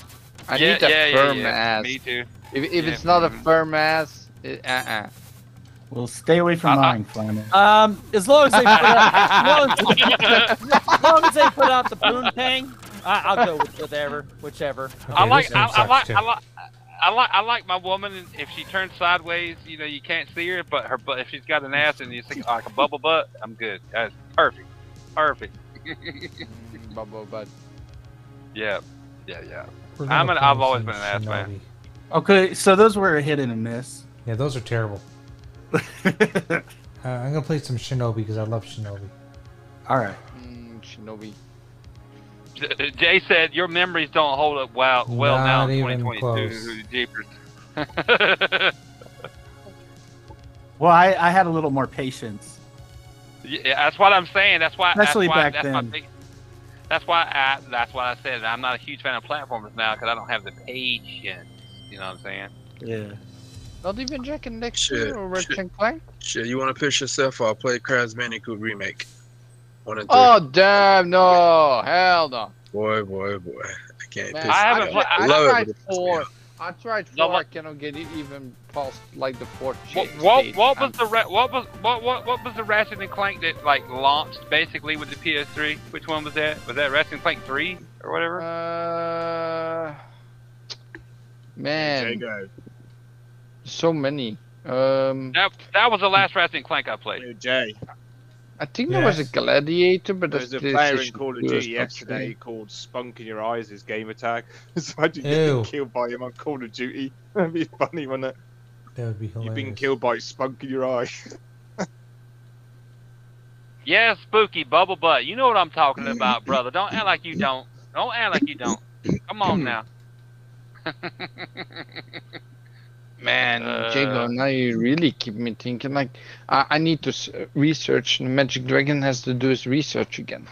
Speaker 10: I
Speaker 5: Yeah,
Speaker 10: need a
Speaker 5: yeah, yeah,
Speaker 10: firm
Speaker 5: yeah.
Speaker 10: ass.
Speaker 5: Me too.
Speaker 10: If, if
Speaker 5: Yeah,
Speaker 10: it's not a firm ass, it, uh-uh.
Speaker 14: Well, stay away from
Speaker 5: Uh,
Speaker 14: mine, Flamin.
Speaker 24: Um, as long as they put out, as long as, as long as they put out the boontang, I, I'll go with whatever, whichever.
Speaker 5: I like, I, I like, I like. I like I like my woman. If she turns sideways, you know you can't see her, but her butt. If she's got an ass and you think like a bubble butt, I'm good. That's perfect, perfect.
Speaker 10: bubble butt.
Speaker 5: Yeah, yeah, yeah.
Speaker 2: We're gonna
Speaker 5: I'm an. I've
Speaker 2: find
Speaker 5: always
Speaker 2: some
Speaker 5: been an ass man.
Speaker 2: shinobi.
Speaker 14: Okay, so those were a hit and a miss.
Speaker 2: Yeah, those are terrible. Uh, I'm gonna play some Shinobi because I love Shinobi.
Speaker 14: All right.
Speaker 10: Mm, Shinobi.
Speaker 5: J- Jay said your memories don't hold up well. Well now
Speaker 2: Not
Speaker 5: in
Speaker 2: even
Speaker 5: 2022. Jeepers.
Speaker 14: Well, I, I had a little more patience.
Speaker 5: Yeah, that's what I'm saying. That's why.
Speaker 14: Especially
Speaker 5: that's why,
Speaker 14: back
Speaker 5: that's My
Speaker 14: then.
Speaker 5: big, that's why I. That's why I said I'm not a huge fan of platformers now because I don't have the patience. You know what I'm saying?
Speaker 14: Yeah.
Speaker 10: Not even Jack and Nick
Speaker 1: Shit,
Speaker 10: Fury or Red
Speaker 1: shit.
Speaker 10: King Clank?
Speaker 1: Shit, you want to piss yourself off? Play Crash Bandicoot remake. One and three.
Speaker 10: Oh damn! No, hell no.
Speaker 1: Boy, boy, boy. I can't.
Speaker 10: Man,
Speaker 1: piss
Speaker 5: I
Speaker 1: me
Speaker 5: haven't
Speaker 1: off.
Speaker 5: played-
Speaker 10: I
Speaker 1: love it.
Speaker 10: tried four. I tried four.
Speaker 5: but-
Speaker 10: I cannot get it even past like the fourth.
Speaker 5: What,
Speaker 10: stage.
Speaker 5: what, what
Speaker 10: I'm-
Speaker 5: was the ra- what was what, what what was the Ratchet and Clank that like launched basically with the PS3? Which one was that? Was that Ratchet and Clank three or whatever?
Speaker 10: Uh,
Speaker 3: There you
Speaker 10: man,
Speaker 3: go.
Speaker 10: so many. Um,
Speaker 5: that that was the last Ratchet and Clank I played.
Speaker 3: Jay.
Speaker 10: I think there was a
Speaker 3: Yes.
Speaker 10: gladiator, but
Speaker 3: There's
Speaker 10: that's
Speaker 3: a player in
Speaker 10: PlayStation
Speaker 3: Call of
Speaker 10: 2 or
Speaker 3: Duty
Speaker 10: something.
Speaker 3: yesterday called Spunk in Your Eyes is game attack. so I did get
Speaker 2: Ew.
Speaker 3: killed by him on Call of Duty. That'd be funny, wouldn't it?
Speaker 2: That would be
Speaker 3: You've
Speaker 2: hilarious.
Speaker 3: been killed by Spunk in Your Eye.
Speaker 5: Yeah, spooky bubble butt. You know what I'm talking about, brother. Don't act like you don't. Don't act like you don't. Come on now.
Speaker 10: Man,
Speaker 5: Uh,
Speaker 10: Jago, now you really keep me thinking. Like, I, I need to s- uh, research. and Magic Dragon has to do his research again.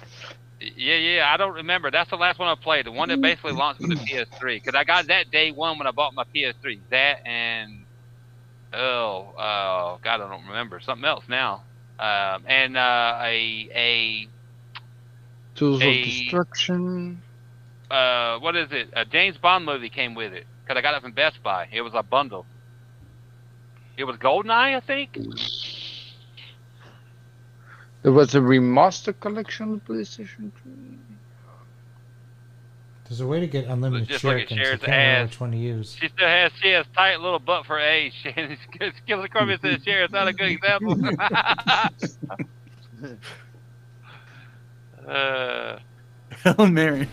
Speaker 5: Yeah, yeah, I don't remember. That's the last one I played. The one that basically launched with the PS3. Because I got that day one when I bought my PS3. That and oh, oh, God, I don't remember something else now. Um, and uh, a
Speaker 10: Tools
Speaker 5: A-
Speaker 10: of Destruction.
Speaker 5: a uh, what is it? A James Bond movie came with it. Because I got it from Best Buy. It was a bundle. It was Goldeneye, I think.
Speaker 10: There was a remaster collection on PlayStation 3.
Speaker 2: There's a way to get unlimited
Speaker 5: Just look at
Speaker 2: shurikens. I
Speaker 5: Cher's
Speaker 2: can't remember
Speaker 5: ass.
Speaker 2: which one to use.
Speaker 5: She still has she has tight little butt for age. Skills Corbin says share is not a good example. uh,
Speaker 14: Helen Mary.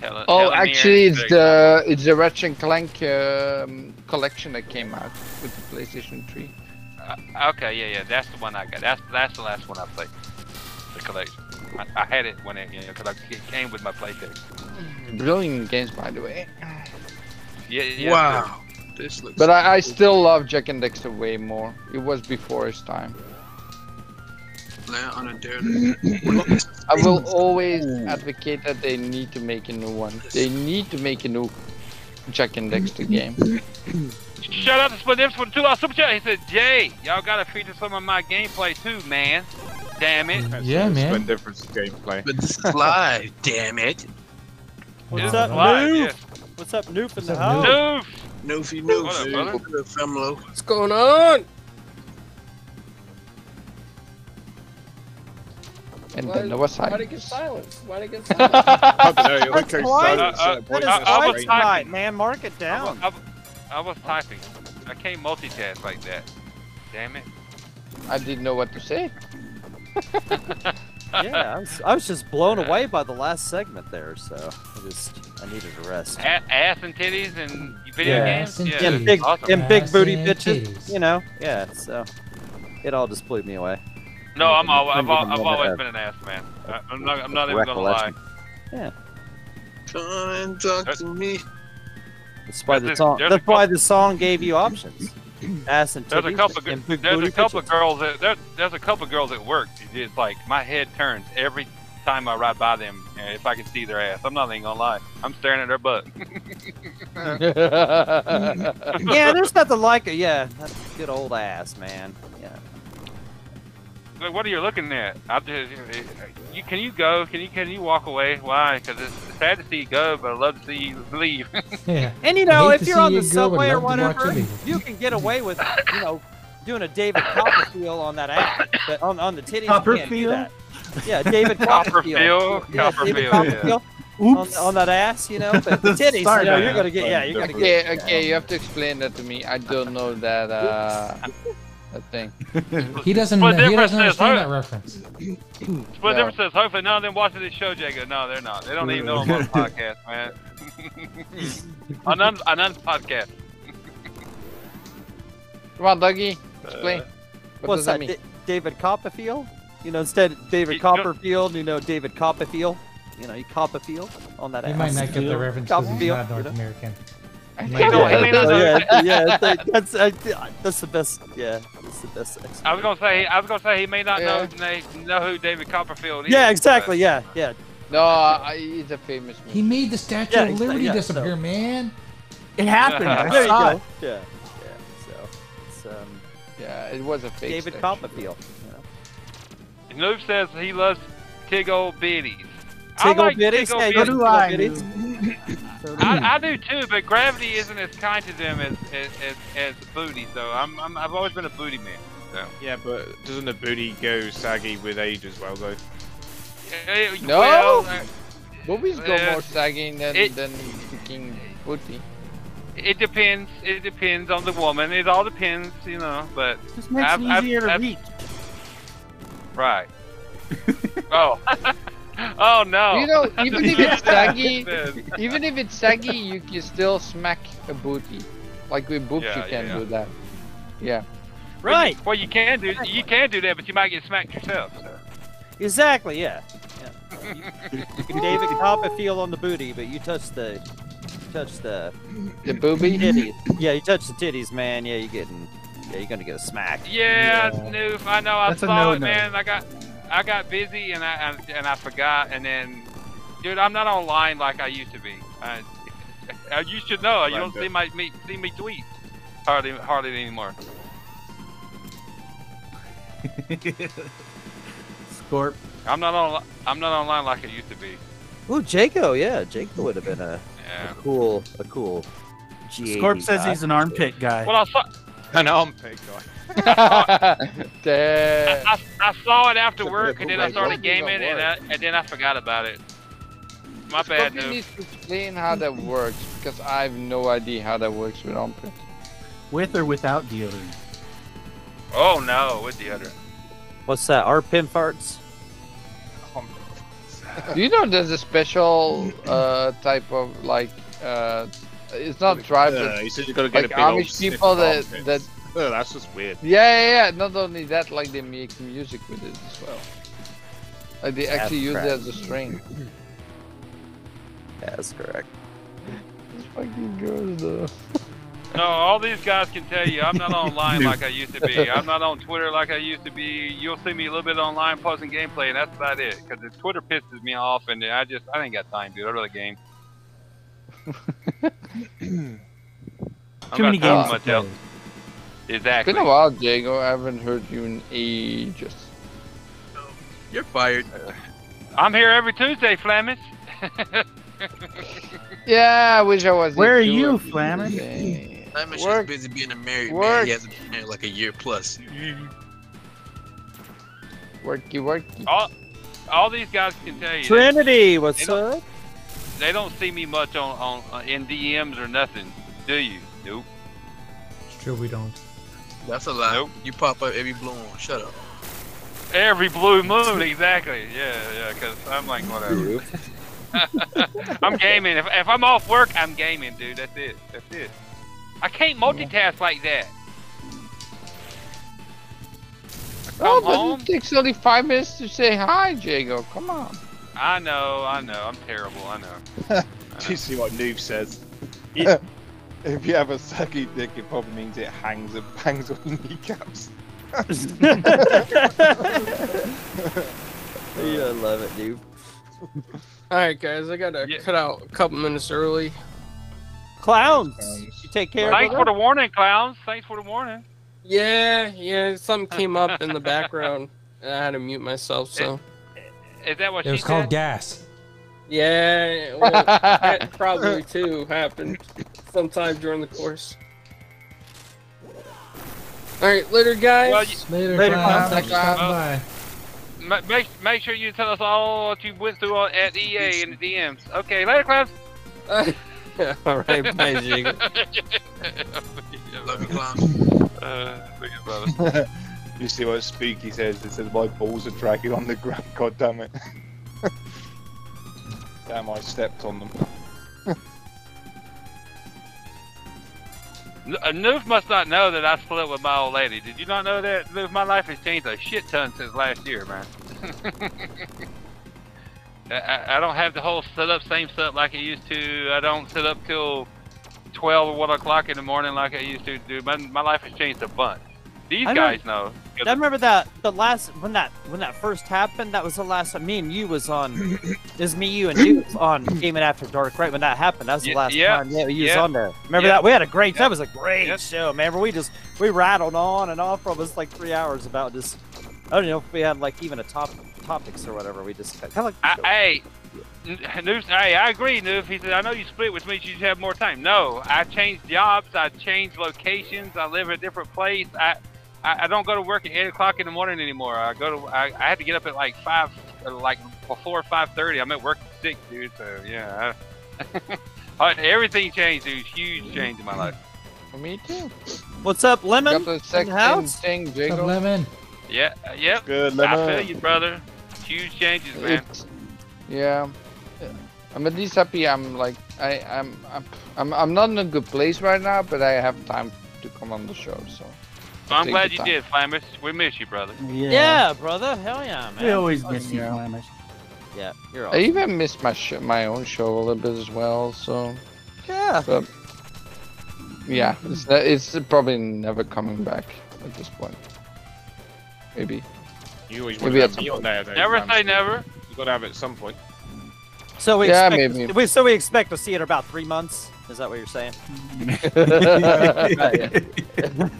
Speaker 5: Helen-
Speaker 10: Oh,
Speaker 5: Helen Mirren
Speaker 10: actually,
Speaker 5: is
Speaker 10: it's
Speaker 5: very-
Speaker 10: the it's the Ratchet and Clank um, collection that came out with the PlayStation 3.
Speaker 5: uh, okay. Yeah, yeah, that's the one I got. That's that's the last one I played. The collection. I, I had it when it you know because it came with my PlayStation.
Speaker 10: Hmm. Brilliant games, by the way.
Speaker 5: Yeah, yeah.
Speaker 1: Wow. This looks.
Speaker 10: But I, I still love Jack and Dexter way more. It was before his time.
Speaker 1: Land on a dare.
Speaker 10: I will always advocate that they need to make a new one. They need to make a new Jack and Dexter game.
Speaker 5: Shout out to Splendid for the two dollar super chat. He said, "Jay, y'all gotta feature some of my gameplay too, man. Damn it."
Speaker 1: Mm,
Speaker 2: Yeah, man.
Speaker 3: difference in gameplay.
Speaker 1: But this is live, damn it.
Speaker 4: What's
Speaker 1: Wow.
Speaker 4: up,
Speaker 1: Live,
Speaker 4: Noof?
Speaker 1: yes.
Speaker 4: What's up, Noof in the
Speaker 1: up,
Speaker 4: house?
Speaker 5: Noof!
Speaker 1: Noofy, noofy.
Speaker 4: What up, brother?
Speaker 1: What up, Femlo?
Speaker 9: What's going on?
Speaker 10: And then there was
Speaker 25: Why'd
Speaker 10: I.
Speaker 25: it get silence? Why'd it get silence?
Speaker 24: That's why- that is
Speaker 5: I- I
Speaker 24: why
Speaker 5: was
Speaker 24: tonight,
Speaker 5: typing.
Speaker 24: man. Mark it
Speaker 5: I wa-
Speaker 24: down.
Speaker 5: I, wa- I was typing. I can't multitask like that. Damn it.
Speaker 10: I didn't know what to say.
Speaker 4: yeah, I was, I was just blown away by the last segment there, so I just I needed a rest.
Speaker 5: A- ass and titties and video
Speaker 4: Yeah.
Speaker 5: games.
Speaker 4: And
Speaker 5: Yeah,
Speaker 4: big
Speaker 5: awesome.
Speaker 4: and big booty
Speaker 2: Ass and
Speaker 4: bitches, you know. Yeah, so it all just blew me away.
Speaker 5: No, I'm al- I've,
Speaker 26: Maybe
Speaker 5: al-
Speaker 26: the
Speaker 5: I've
Speaker 26: moment
Speaker 5: always
Speaker 26: of-
Speaker 5: been an ass man. I, I'm
Speaker 26: of-
Speaker 5: not. I'm
Speaker 26: of
Speaker 5: not even gonna lie.
Speaker 26: recollection.
Speaker 4: Yeah.
Speaker 1: Come and talk to me.
Speaker 4: That's why the
Speaker 5: There's-
Speaker 4: song.
Speaker 5: there's
Speaker 4: That's why the song gave you options. Ass and
Speaker 5: There's a
Speaker 4: titties
Speaker 5: couple. Of,
Speaker 4: and
Speaker 5: gir-
Speaker 4: big
Speaker 5: there's
Speaker 4: booty
Speaker 5: a couple
Speaker 4: bitches.
Speaker 5: of girls. That, there, there's a couple of girls at work. It's like my head turns every time I ride by them, and if I can see their ass, I'm not even gonna lie. I'm staring at their butt.
Speaker 4: yeah, there's nothing like it. Yeah, that's good old ass, man. Yeah.
Speaker 5: Like, what are you looking at? I just, you, can you go? Can you can you walk away? Why? Because it's sad to see you go, but I love to see you leave.
Speaker 2: Yeah.
Speaker 4: And you
Speaker 2: I
Speaker 4: know,
Speaker 2: hate
Speaker 4: if
Speaker 2: to
Speaker 4: you're
Speaker 2: see
Speaker 4: on
Speaker 2: you
Speaker 4: the
Speaker 2: go, but
Speaker 4: subway or
Speaker 2: love to watch you
Speaker 4: whatever,
Speaker 2: leave.
Speaker 4: you can get away with, you know, doing a David Copperfield on that ass, but on on the titties. You
Speaker 14: Copperfield?
Speaker 4: can't do that. Yeah, David Copperfield.
Speaker 5: Copperfield,
Speaker 4: Yeah, David Copperfield.
Speaker 5: Copperfield,
Speaker 14: Oops.
Speaker 4: On, on that ass, you know, but the titties,
Speaker 14: Sorry
Speaker 4: you know, you're
Speaker 14: about that.
Speaker 4: gonna get, yeah, you're gonna
Speaker 10: Okay,
Speaker 4: get.
Speaker 10: okay, you have to explain that to me. I don't know that uh, that thing.
Speaker 2: He doesn't.
Speaker 5: Well,
Speaker 2: He
Speaker 5: difference
Speaker 2: doesn't
Speaker 5: is,
Speaker 2: understand that
Speaker 5: huh?
Speaker 2: reference.
Speaker 5: Split
Speaker 10: Yeah.
Speaker 5: difference says, hopefully none of them watching this show, Jacob. No, they're not. They don't even know I'm on a podcast, man. an un- an unpodcast.
Speaker 10: Come on, Dougie,
Speaker 4: Uh,
Speaker 10: explain. what
Speaker 4: What's
Speaker 10: does that,
Speaker 4: that?
Speaker 10: mean?
Speaker 4: Da- David Copperfield? You know, instead of David Copperfield, you know, David Copperfield. You know, you Copperfield on that
Speaker 2: He
Speaker 4: ass.
Speaker 2: might not get the reference because he's
Speaker 4: Copperfield,
Speaker 2: not
Speaker 4: you
Speaker 2: North
Speaker 4: know?
Speaker 2: American.
Speaker 5: You know, I mean,
Speaker 4: Oh,
Speaker 5: I-
Speaker 4: yeah, yeah, that- that's I, that's the best. Yeah, that's the best. explanation.
Speaker 5: I was gonna say, I was gonna say he may not know know, know who David Copperfield is.
Speaker 4: Yeah, exactly. Yeah, yeah.
Speaker 10: No, Uh, I, he's a famous man.
Speaker 2: He made the Statue
Speaker 4: Yeah,
Speaker 2: of
Speaker 4: exa-
Speaker 2: Liberty
Speaker 4: yeah, so-
Speaker 2: disappear, man.
Speaker 14: It happened. I
Speaker 4: There you
Speaker 14: saw
Speaker 4: go.
Speaker 14: it.
Speaker 4: Yeah, yeah. So it's um,
Speaker 10: Yeah, it was a fake.
Speaker 4: David
Speaker 10: statue.
Speaker 4: Copperfield. You know.
Speaker 5: Noob says he loves Tiggle Bitties. I
Speaker 4: Tiggle
Speaker 5: like
Speaker 4: bitties.
Speaker 5: Tiggle
Speaker 4: Yeah, you
Speaker 5: Bitties.
Speaker 4: know,
Speaker 14: do I,
Speaker 4: tiggle
Speaker 5: I, I do too, but gravity isn't as kind to them as as, as, as booty. So I'm, I'm I've always been a booty man. So
Speaker 3: Yeah, but doesn't the booty go saggy with age as well, though?
Speaker 5: Eh,
Speaker 10: No!
Speaker 5: well, uh,
Speaker 10: Movies go
Speaker 5: Uh,
Speaker 10: more sagging than
Speaker 5: it-
Speaker 10: than fucking booty.
Speaker 5: it depends. It depends on the woman. It all depends, you know. But
Speaker 14: Just makes
Speaker 5: I've-
Speaker 14: it
Speaker 5: I've-
Speaker 14: easier to
Speaker 5: I've-
Speaker 14: reach.
Speaker 5: right. oh. oh no.
Speaker 10: You know, even if it's saggy,
Speaker 5: Yes.
Speaker 10: even if it's saggy, you can still smack a booty. Like with boobs,
Speaker 5: Yeah,
Speaker 10: you can
Speaker 5: yeah.
Speaker 10: do that. Yeah.
Speaker 4: Right.
Speaker 5: Well, you can do you can do that, but you might get smacked yourself. So.
Speaker 4: Exactly. Yeah. yeah. David Copperfield on the booty, but you touch the, you touch the
Speaker 10: The booby.
Speaker 4: titties. Yeah, you touch the titties, man. Yeah, you're getting. Yeah, you're gonna get a smack.
Speaker 5: Yeah, Noof. I know. I
Speaker 14: That's a
Speaker 5: saw it,
Speaker 14: no-no.
Speaker 5: man. I got, I got busy and I and, and I forgot. And then, dude, I'm not online like I used to be. I, I- you should know. You don't see my me, see me tweet hardly hardly anymore.
Speaker 14: Scorp.
Speaker 5: I'm not on. I'm not online like I used to be.
Speaker 4: Ooh, Jaco. Yeah, Jaco would have been a, a
Speaker 5: Yeah.
Speaker 4: cool, a cool. G80
Speaker 14: Scorp says
Speaker 4: guy.
Speaker 14: he's an armpit guy.
Speaker 5: Well, I saw.
Speaker 3: I know I'm pig guy.
Speaker 10: Damn.
Speaker 5: I, I saw it after
Speaker 10: It's a
Speaker 5: work, and then I
Speaker 10: little
Speaker 5: started
Speaker 10: bit of
Speaker 5: gaming, and I,
Speaker 10: work.
Speaker 5: and then I forgot about it. My bad,
Speaker 10: Probably
Speaker 5: Noof.
Speaker 10: needs to explain how that works because I have no idea how that works with armpit.
Speaker 14: With or without deodorant.
Speaker 5: Oh no, with the other.
Speaker 4: What's that? Our pin farts.
Speaker 10: Do you know there's a special uh, type of like uh, it's not tribe,
Speaker 3: Yeah,
Speaker 10: but
Speaker 3: he said you gotta get
Speaker 10: like
Speaker 3: a big old
Speaker 10: Amish
Speaker 3: sniff
Speaker 10: people
Speaker 3: of
Speaker 10: that
Speaker 3: armpits.
Speaker 10: that
Speaker 3: Oh, that's just weird.
Speaker 10: yeah, yeah yeah. Not only that, like they make music with it as well. Like they
Speaker 4: That's
Speaker 10: actually use
Speaker 4: correct.
Speaker 10: it as a string.
Speaker 4: That's correct.
Speaker 10: It's fucking gross though.
Speaker 5: No, all these guys can tell you I'm not online like I used to be. I'm not on Twitter like I used to be. You'll see me a little bit online posting gameplay, and that's about it. Because Twitter pisses me off, and I just I ain't got time, dude. I really game. I'm
Speaker 14: Too many
Speaker 5: not doing
Speaker 14: games. to
Speaker 5: Much
Speaker 14: play.
Speaker 5: else.
Speaker 10: It's
Speaker 5: Exactly.
Speaker 10: been a while, Diego. I haven't heard you in ages.
Speaker 1: You're fired.
Speaker 5: Uh, I'm here every Tuesday, Flamis.
Speaker 10: Yeah, I wish I was. here
Speaker 14: Where are
Speaker 10: too
Speaker 14: you,
Speaker 10: every
Speaker 14: Flamin?
Speaker 10: day.
Speaker 1: I'm
Speaker 10: Work.
Speaker 1: just busy being a married
Speaker 10: Work.
Speaker 1: man. He hasn't been here like a year plus.
Speaker 10: Worky, worky.
Speaker 5: all, all these guys can tell you. that
Speaker 4: Trinity, what's
Speaker 5: They
Speaker 4: up?
Speaker 5: They don't see me much on, on uh, in DMs or nothing. Do you? Nope.
Speaker 2: It's true, we don't.
Speaker 1: That's a lie.
Speaker 5: Nope.
Speaker 1: You pop up every blue one. Shut up.
Speaker 5: Every blue moon, exactly. Yeah, yeah. Because I'm like whatever. I'm gaming. If, if I'm off work, I'm gaming, dude. That's it. That's it. I can't multitask like that. come
Speaker 10: oh, but
Speaker 5: home.
Speaker 10: It takes only five minutes to say hi, Jago. Come on.
Speaker 5: I know, I know. I'm terrible. I know.
Speaker 3: Do you see what Noob says? It- if you have a sucky dick, it probably means it hangs and bangs on your kneecaps.
Speaker 4: Yeah, I love it, dude.
Speaker 9: All right, guys, I gotta cut out a couple minutes early.
Speaker 4: Clowns, you take care.
Speaker 5: Thanks
Speaker 9: of
Speaker 5: for the warning, clowns. Thanks for the warning.
Speaker 9: Yeah, yeah, something came up in the background. and I had to mute myself, so
Speaker 5: Is that what
Speaker 2: It
Speaker 5: she
Speaker 2: was called
Speaker 5: said?
Speaker 2: gas.
Speaker 9: yeah, well, that probably too happened sometime during the course. All right, later, guys.
Speaker 5: Well, you-
Speaker 2: Later,
Speaker 9: Later,
Speaker 2: Clown.
Speaker 9: Clown.
Speaker 2: Thanks for stopping by.
Speaker 5: Ma- Make, make sure you tell us all what you went through on- at EA in the DMs. Okay, later, clowns. Uh,
Speaker 9: All right, bye, Jake.
Speaker 27: Love you, clowns.
Speaker 3: you see what Spooky says? It says, My balls are dragging on the ground, god damn it. damn, I stepped on them.
Speaker 5: N- uh, Noof must not know that I split with my old lady. Did you not know that? Noof, my life has changed a shit ton since last year, man. I- I, I don't have the whole setup, same setup like I used to. I don't sit up till 12 or 1 o'clock in the morning like I used to do. My, my life has changed a bunch. These
Speaker 4: I
Speaker 5: guys know.
Speaker 4: I remember that the last when that when that first happened. That was the last time me and you was on. Is me, you, and you was on Game It After Dark. Right when that happened, that was the
Speaker 5: Ye-
Speaker 4: last
Speaker 5: yeah,
Speaker 4: time. Yeah, you was
Speaker 5: yeah,
Speaker 4: on there. Remember
Speaker 5: yeah.
Speaker 4: that? We had a great. That was a great show, man. Where we just we rattled on and on for almost like three hours about just. I don't know if we had like even a top topics or whatever. We just kind of like
Speaker 5: I, hey, N- Noof, hey, I agree, Noof. He said, I know you split, which means you should have more time. No, I changed jobs, I changed locations, I live in a different place. I, I, I don't go to work at eight o'clock in the morning anymore. I go to, I, I had to get up at like five, uh, like before five thirty. I'm at work at six, dude. So yeah, I, Uh, everything changed, dude. Huge change in my life.
Speaker 10: Me too.
Speaker 4: What's up, Lemon?
Speaker 10: Got the
Speaker 4: In the house?
Speaker 10: thing,
Speaker 2: What's up,
Speaker 10: Jago.
Speaker 2: Lemon?
Speaker 5: Yeah, uh, yep.
Speaker 10: Good,
Speaker 5: I
Speaker 10: Lemon.
Speaker 5: feel you, brother. Huge changes, man.
Speaker 10: It's- yeah. I'm at least happy. I'm like I I'm I'm I'm, I'm not in a good place right now, but I have time to come on the show. So
Speaker 5: Well, I'm
Speaker 10: Take
Speaker 5: glad
Speaker 10: the
Speaker 5: you
Speaker 10: time.
Speaker 5: did, Flamers. We miss you, brother.
Speaker 7: Yeah.
Speaker 4: Yeah, brother. Hell yeah, man.
Speaker 7: We always miss you, Flamish.
Speaker 4: Yeah, you're
Speaker 10: I even missed my sh- my own show a little bit as well. So
Speaker 4: Yeah.
Speaker 10: but, yeah, it's it's probably never coming back at this point. Maybe.
Speaker 3: You always want
Speaker 10: Maybe
Speaker 3: to
Speaker 10: at
Speaker 3: have
Speaker 10: some
Speaker 3: me on
Speaker 10: point.
Speaker 3: there, though.
Speaker 5: Never
Speaker 3: Ram.
Speaker 5: say never.
Speaker 3: You've got to have it at some point.
Speaker 4: So we
Speaker 10: Yeah,
Speaker 4: expect
Speaker 10: maybe.
Speaker 4: we so we expect to see it in about three months. Is that what you're saying?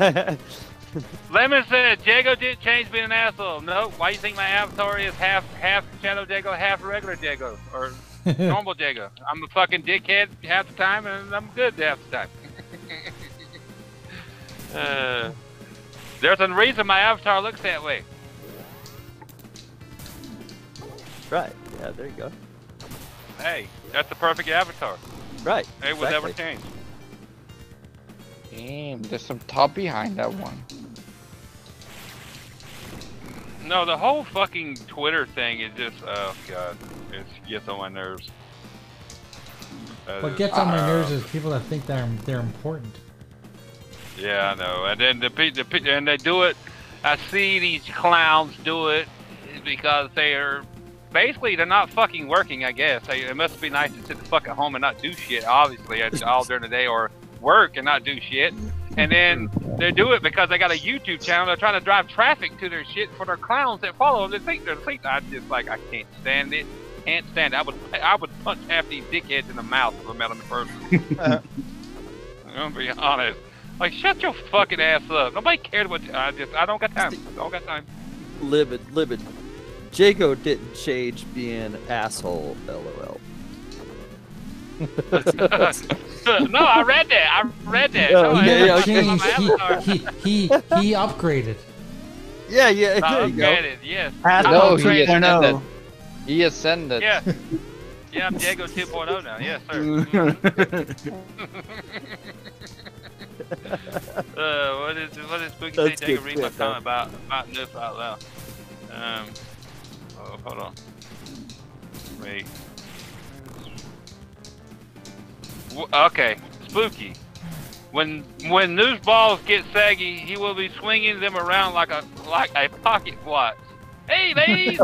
Speaker 5: Lemon said, Jago didn't change being an asshole. No, why you think my avatar is half half Shadow Jago, half regular Jago, or normal Jago? I'm a fucking dickhead half the time, and I'm good half the time. uh, there's a reason my avatar looks that way.
Speaker 4: right. Yeah. There you go.
Speaker 5: Hey, that's the perfect avatar.
Speaker 4: Right.
Speaker 5: It would never
Speaker 4: exactly.
Speaker 5: change.
Speaker 10: Damn, there's some top behind that one.
Speaker 5: No, the whole fucking Twitter thing is just, oh god, it gets on my nerves. Uh,
Speaker 2: What gets on my
Speaker 5: uh,
Speaker 2: nerves is people that think they're they're important.
Speaker 5: Yeah, I know. And then the pe- the pe- and they do it. I see these clowns do it because they're basically they're not fucking working. I guess they, it must be nice to sit the fuck at home and not do shit. Obviously, it's all during the day or work and not do shit. And then they do it because they got a YouTube channel. They're trying to drive traffic to their shit for their clowns that follow them. They think they're think I just like I can't stand it. Can't stand. It. I would I would punch half these dickheads in the mouth if I met them in person.
Speaker 4: uh,
Speaker 5: I'm gonna be honest. Like, shut your fucking ass up. Nobody cared what I just. I don't got time. I don't got time.
Speaker 4: Livid, livid. Jago didn't change being asshole. LOL.
Speaker 5: no, I read that. I read that. No, I-
Speaker 2: he
Speaker 5: I-
Speaker 2: never
Speaker 5: I'm
Speaker 2: changed.
Speaker 5: avatar.
Speaker 2: He, he, he, he upgraded.
Speaker 4: Yeah, yeah,
Speaker 5: I
Speaker 4: there you go.
Speaker 5: upgraded, Yes.
Speaker 10: no,
Speaker 5: I'm
Speaker 10: he
Speaker 5: upgraded.
Speaker 10: ascended. He ascended.
Speaker 5: Yeah. Yeah, I'm Diego 2.0 now. Yes, sir. uh, what is what is Spooky say?
Speaker 4: That's
Speaker 5: Diego,
Speaker 4: good
Speaker 5: read my
Speaker 4: clip,
Speaker 5: comment about about Nerf out loud. Um, oh, hold on. Wait. W- okay, Spooky. When when those balls get saggy, he will be swinging them around like a like a pocket watch. Hey, ladies!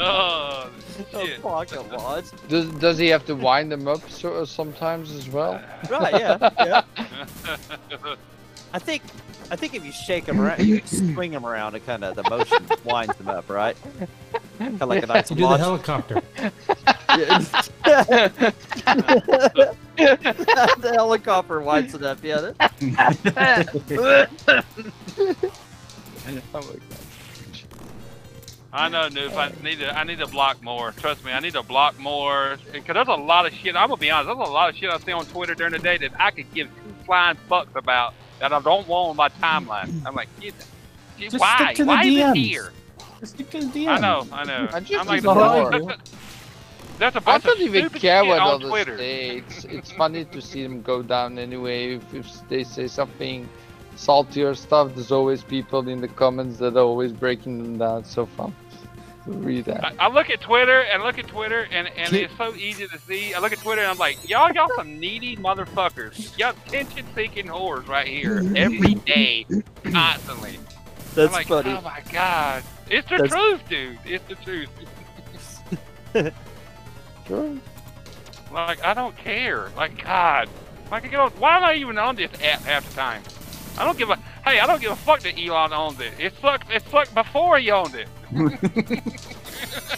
Speaker 4: oh, shit. pocket watch.
Speaker 10: Does does he have to wind them up so, sometimes as well?
Speaker 4: Right, yeah, yeah. I think I think if you shake them around, you swing them around, and kind of the motion winds them up, right? Kind of like a nice
Speaker 2: You do the
Speaker 4: watch.
Speaker 2: helicopter.
Speaker 4: the helicopter winds it up, yeah. that- Oh
Speaker 5: I know, Noob. I need to. I need to block more. Trust me, I need to block more. Because there's a lot of shit. I'm gonna be honest. There's a lot of shit I see on Twitter during the day that I could give two flying fucks about that I don't want on my timeline. I'm like, get, get-
Speaker 14: Just
Speaker 5: why?
Speaker 14: stick to the
Speaker 5: why is
Speaker 14: DMs.
Speaker 5: it here?
Speaker 14: Just stick to the Oh, DMs.
Speaker 5: I know. I know.
Speaker 14: I just
Speaker 5: am like,
Speaker 14: need more.
Speaker 5: there's a- there's a
Speaker 10: I
Speaker 5: bunch of
Speaker 10: don't even
Speaker 5: stupid
Speaker 10: care
Speaker 5: shit
Speaker 10: what
Speaker 5: on
Speaker 10: others
Speaker 5: Twitter.
Speaker 10: say. It's, it's funny to see them go down anyway. If, if they say something salty or stuff, there's always people in the comments that are always breaking them down. It's so fun to read that.
Speaker 5: I, I look at Twitter and look at Twitter and, and it's so easy to see. I look at Twitter and I'm like, y'all, y'all some needy motherfuckers. Y'all attention seeking whores right here every day, constantly.
Speaker 4: That's
Speaker 5: I'm like,
Speaker 4: funny.
Speaker 5: Oh my god, it's the
Speaker 4: That's-
Speaker 5: truth, dude. It's the truth. Like I don't care. Like God, like you know, why am I even on this app half the time? I don't give a hey. I don't give a fuck that Elon owns it. It sucked. It sucked before he owned it.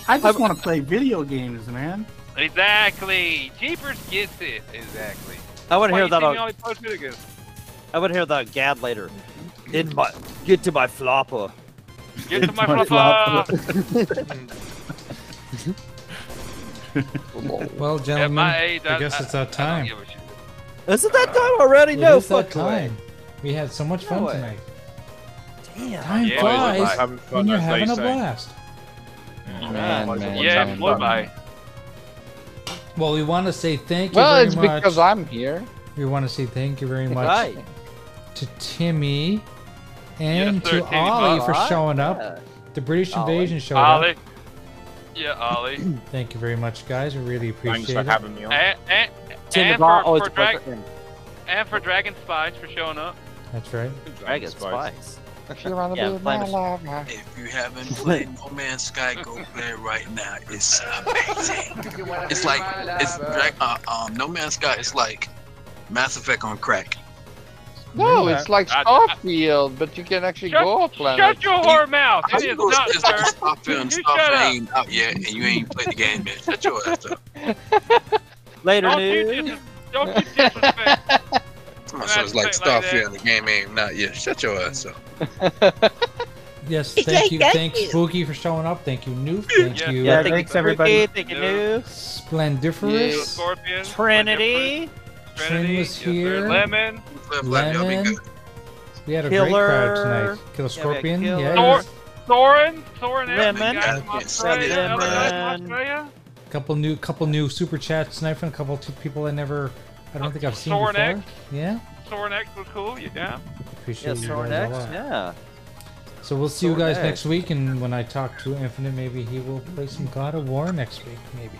Speaker 14: I just want to play video games, man.
Speaker 5: Exactly. Jeepers gets it. Exactly.
Speaker 4: I wanna
Speaker 5: Why
Speaker 4: hear
Speaker 5: you
Speaker 4: that
Speaker 5: see me
Speaker 4: on-
Speaker 5: only post videos?
Speaker 4: I would hear that gad later. In my get to my flopper.
Speaker 5: Get to my flopper.
Speaker 2: Well, gentlemen,
Speaker 5: my age,
Speaker 2: I,
Speaker 5: I-
Speaker 2: guess
Speaker 5: I-
Speaker 2: it's that time.
Speaker 4: Isn't that done already?
Speaker 2: It
Speaker 4: no
Speaker 2: is that
Speaker 4: fucking way.
Speaker 2: time. We had so much fun
Speaker 4: way.
Speaker 2: tonight.
Speaker 4: Damn.
Speaker 2: Time
Speaker 5: Yeah, it was
Speaker 2: flies
Speaker 5: like having fun,
Speaker 2: when you're
Speaker 5: as they
Speaker 2: having a
Speaker 5: say.
Speaker 2: blast.
Speaker 10: Man, man.
Speaker 5: Ah, Yeah, it flew by.
Speaker 2: Well, we want to say thank you
Speaker 10: Well,
Speaker 2: very
Speaker 10: it's
Speaker 2: much.
Speaker 10: because I'm here.
Speaker 2: We want to say thank you very much
Speaker 4: Right.
Speaker 2: to Timmy and
Speaker 5: Yes, sir,
Speaker 2: to
Speaker 5: Timmy
Speaker 2: Ollie
Speaker 5: Bob.
Speaker 2: for
Speaker 5: Alright,
Speaker 2: showing
Speaker 4: yeah.
Speaker 2: up. The British
Speaker 4: Ollie.
Speaker 2: Invasion showed
Speaker 5: Ollie.
Speaker 2: up.
Speaker 5: Yeah, Ollie.
Speaker 2: Thank you very much, guys. We really appreciate
Speaker 3: Thanks
Speaker 2: it.
Speaker 3: for having me on.
Speaker 5: and, and,
Speaker 4: Tim
Speaker 5: Eh, and
Speaker 4: the Bar-
Speaker 5: for,
Speaker 4: oh, it's
Speaker 5: for
Speaker 4: a
Speaker 5: Drag-
Speaker 4: fucking-
Speaker 5: and for Dragon Spice for showing up.
Speaker 2: That's right.
Speaker 4: Dragon Spice.
Speaker 10: If you want to
Speaker 4: Yeah,
Speaker 10: be my
Speaker 4: flame is-
Speaker 10: lover.
Speaker 1: If you haven't played No Man's Sky, go play it right now. It's uh, amazing. it's like it's like, uh, um No Man's Sky. It's like Mass Effect on crack.
Speaker 10: No,
Speaker 1: Yeah.
Speaker 10: it's like
Speaker 1: I- I-
Speaker 10: Starfield, but you can actually
Speaker 5: Shut-
Speaker 10: go off planet.
Speaker 5: Shut your whore mouth!
Speaker 1: How
Speaker 5: It
Speaker 1: you
Speaker 5: is
Speaker 1: gonna
Speaker 5: not
Speaker 1: sit there and
Speaker 5: sir.
Speaker 1: stop feeling
Speaker 5: You
Speaker 1: stuff
Speaker 5: shut
Speaker 1: that
Speaker 5: up.
Speaker 1: ain't out yet, and you ain't played the game yet? Shut your ass up.
Speaker 4: Later,
Speaker 5: Don't you
Speaker 4: dude.
Speaker 5: dis- don't you disrespect.
Speaker 1: Come on, so it's like
Speaker 5: Like that.
Speaker 1: Starfield, the game ain't not yet. Shut your ass up.
Speaker 2: Yes,
Speaker 1: Yeah,
Speaker 2: thank you.
Speaker 1: thank
Speaker 2: Thanks,
Speaker 1: you.
Speaker 2: Spooky, for showing up. Thank you, Noob. Thank you,
Speaker 14: Yeah, thanks, everybody.
Speaker 4: Thank you, Noob.
Speaker 5: You
Speaker 2: Splendiferous.
Speaker 5: Scorpion.
Speaker 4: Trinity.
Speaker 2: Trin was
Speaker 5: Yes, sir.
Speaker 2: here.
Speaker 5: Lemon.
Speaker 1: y'all be
Speaker 2: Lemon.
Speaker 1: good.
Speaker 2: We had a great crowd
Speaker 4: Killer.
Speaker 2: tonight.
Speaker 4: Yeah,
Speaker 2: Killer Scorpion. Yeah,
Speaker 4: Killer.
Speaker 2: he
Speaker 5: Thor-
Speaker 2: was-
Speaker 5: Thorin. Thorin. Evans,
Speaker 4: Lemon.
Speaker 5: guys from
Speaker 1: Okay, uh,
Speaker 5: Australia.
Speaker 1: Lemon.
Speaker 5: Hello, guys from Australia.
Speaker 2: couple new, couple new super chats tonight from a couple two people I never, I don't think I've seen
Speaker 5: Soren
Speaker 2: before.
Speaker 5: X.
Speaker 2: Yeah,
Speaker 5: Thorin X was cool. Yeah.
Speaker 4: Yeah,
Speaker 2: appreciate you
Speaker 4: Soren
Speaker 2: guys
Speaker 4: X.
Speaker 2: a lot.
Speaker 4: Yeah.
Speaker 2: So we'll see you
Speaker 4: Soren
Speaker 2: guys
Speaker 4: X.
Speaker 2: next week, and when I talk to Infinite, maybe he will play some God of War next week, maybe.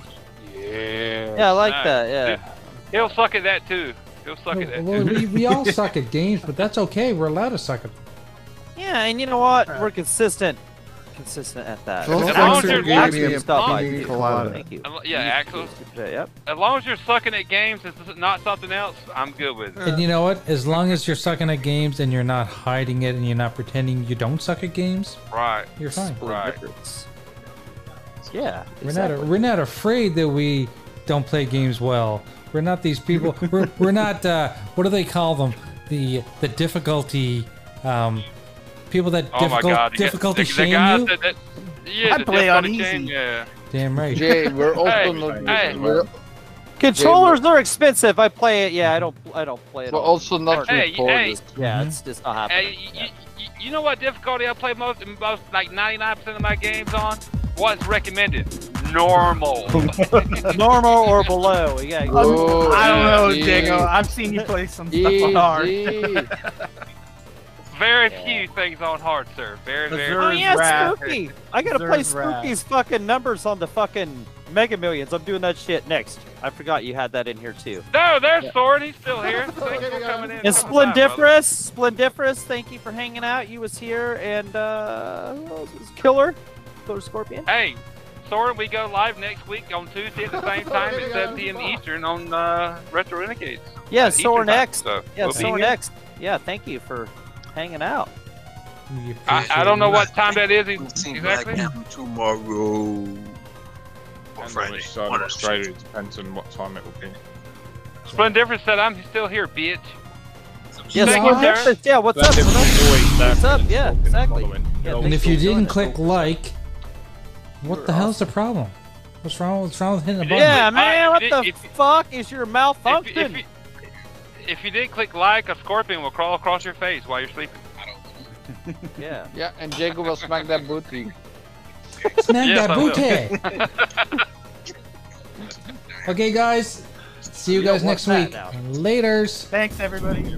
Speaker 5: Yeah.
Speaker 4: Yeah, I like that. Yeah.
Speaker 5: He'll suck at that too. He'll suck at that
Speaker 2: Well,
Speaker 5: too.
Speaker 2: we, we all suck at games, but that's okay. We're allowed to suck at.
Speaker 4: Yeah, and you know what? We're consistent. Consistent at that.
Speaker 5: Well,
Speaker 4: That's
Speaker 5: Axel
Speaker 4: awesome.
Speaker 5: gave me
Speaker 4: Axel
Speaker 5: a
Speaker 4: stuff like
Speaker 5: pina
Speaker 4: you.
Speaker 5: colada.
Speaker 4: Thank you.
Speaker 5: Unl- Yeah, Axel.
Speaker 4: Yeah, yep.
Speaker 5: As long as you're sucking at games, it's not something else. I'm good with it.
Speaker 2: And you know what? As long as you're sucking at games and you're not hiding it and you're not pretending you don't suck at games,
Speaker 5: Right.
Speaker 2: You're fine.
Speaker 5: Right.
Speaker 4: Yeah.
Speaker 2: We're
Speaker 4: exactly.
Speaker 2: not we're not afraid that we don't play games well. We're not these people. we're, we're not uh, what do they call them? The the difficulty um, people that
Speaker 5: Oh my
Speaker 2: difficult,
Speaker 5: god. you get-
Speaker 2: difficulty
Speaker 5: the,
Speaker 2: shame
Speaker 5: the guy
Speaker 2: you.
Speaker 5: That, uh, that, yeah,
Speaker 4: I
Speaker 5: the
Speaker 4: play on E.
Speaker 5: difficulty shame,
Speaker 4: easy.
Speaker 5: Yeah.
Speaker 2: Damn right.
Speaker 10: Jay, we're also
Speaker 5: Hey,
Speaker 10: not.
Speaker 5: hey.
Speaker 10: We're,
Speaker 4: Controllers are expensive. I play it. Yeah, I don't. I don't play it.
Speaker 10: we're
Speaker 4: on
Speaker 10: also not
Speaker 4: hard.
Speaker 5: Hey, hey.
Speaker 10: recorded.
Speaker 4: Yeah,
Speaker 2: Mm-hmm.
Speaker 4: it's just not
Speaker 5: Hey,
Speaker 4: happening.
Speaker 5: you, you, you know what difficulty I play most, most like 99% of my games on? What's recommended? Normal.
Speaker 4: Normal or below? Yeah.
Speaker 10: Oh,
Speaker 14: I don't know,
Speaker 10: yeah.
Speaker 14: Diego. I've seen you play some stuff
Speaker 10: Easy.
Speaker 14: hard.
Speaker 5: Very few things on hard, sir. Very, very
Speaker 4: Oh
Speaker 14: Berserk
Speaker 5: few.
Speaker 4: yeah,
Speaker 14: Wrath.
Speaker 4: Spooky. I gotta play
Speaker 14: Berserk Wrath.
Speaker 4: Spooky's fucking numbers on the fucking Mega Millions. I'm doing that shit next. I forgot you had that in here too.
Speaker 5: No, there's Soren. He's still here. Thanks for coming
Speaker 4: And
Speaker 5: in. Come on, brother.
Speaker 4: Splendiferous, Splendiferous, thank you for hanging out. You was here, and uh, who else was- Killer, Killer Scorpion.
Speaker 5: Hey, Soren, we go live next week on Tuesday at the same time at 7 p.m. Eastern on uh, Retro Renegades.
Speaker 4: Yeah,
Speaker 5: Uh, Eastern
Speaker 4: Soren
Speaker 5: time,
Speaker 4: X.
Speaker 5: so
Speaker 4: Yeah,
Speaker 5: we'll be
Speaker 4: Soren
Speaker 5: here.
Speaker 4: X. Yeah, thank you for hanging out.
Speaker 5: I, I don't know what time that is e-
Speaker 28: Black
Speaker 5: exactly.
Speaker 28: Panther tomorrow.
Speaker 3: And on which side of Australia, it depends on what time it will be.
Speaker 5: Splendiferous said, I'm still here, bitch.
Speaker 4: Yes,
Speaker 5: Thank you,
Speaker 4: Splendiferous.
Speaker 5: Darren.
Speaker 4: Yeah, what's up? What's up? Yeah, exactly. Yeah,
Speaker 2: And
Speaker 4: thanks
Speaker 2: if
Speaker 4: for
Speaker 2: you
Speaker 4: doing
Speaker 2: didn't
Speaker 4: it.
Speaker 2: click like, what the hell's the problem? What's wrong? What's wrong with hitting the button?
Speaker 4: Yeah, man, what
Speaker 5: if-
Speaker 4: the fuck is your malfunction?
Speaker 5: if, if you did click like, a scorpion will crawl across your face while you're sleeping.
Speaker 4: yeah.
Speaker 10: Yeah, and Jacob will smack that booty.
Speaker 2: Smack
Speaker 5: Yes, I
Speaker 2: that
Speaker 5: will.
Speaker 2: booty. okay, guys. See you
Speaker 4: We don't want
Speaker 2: guys next
Speaker 4: that
Speaker 2: week.
Speaker 4: now.
Speaker 2: Laters.
Speaker 14: Thanks, everybody.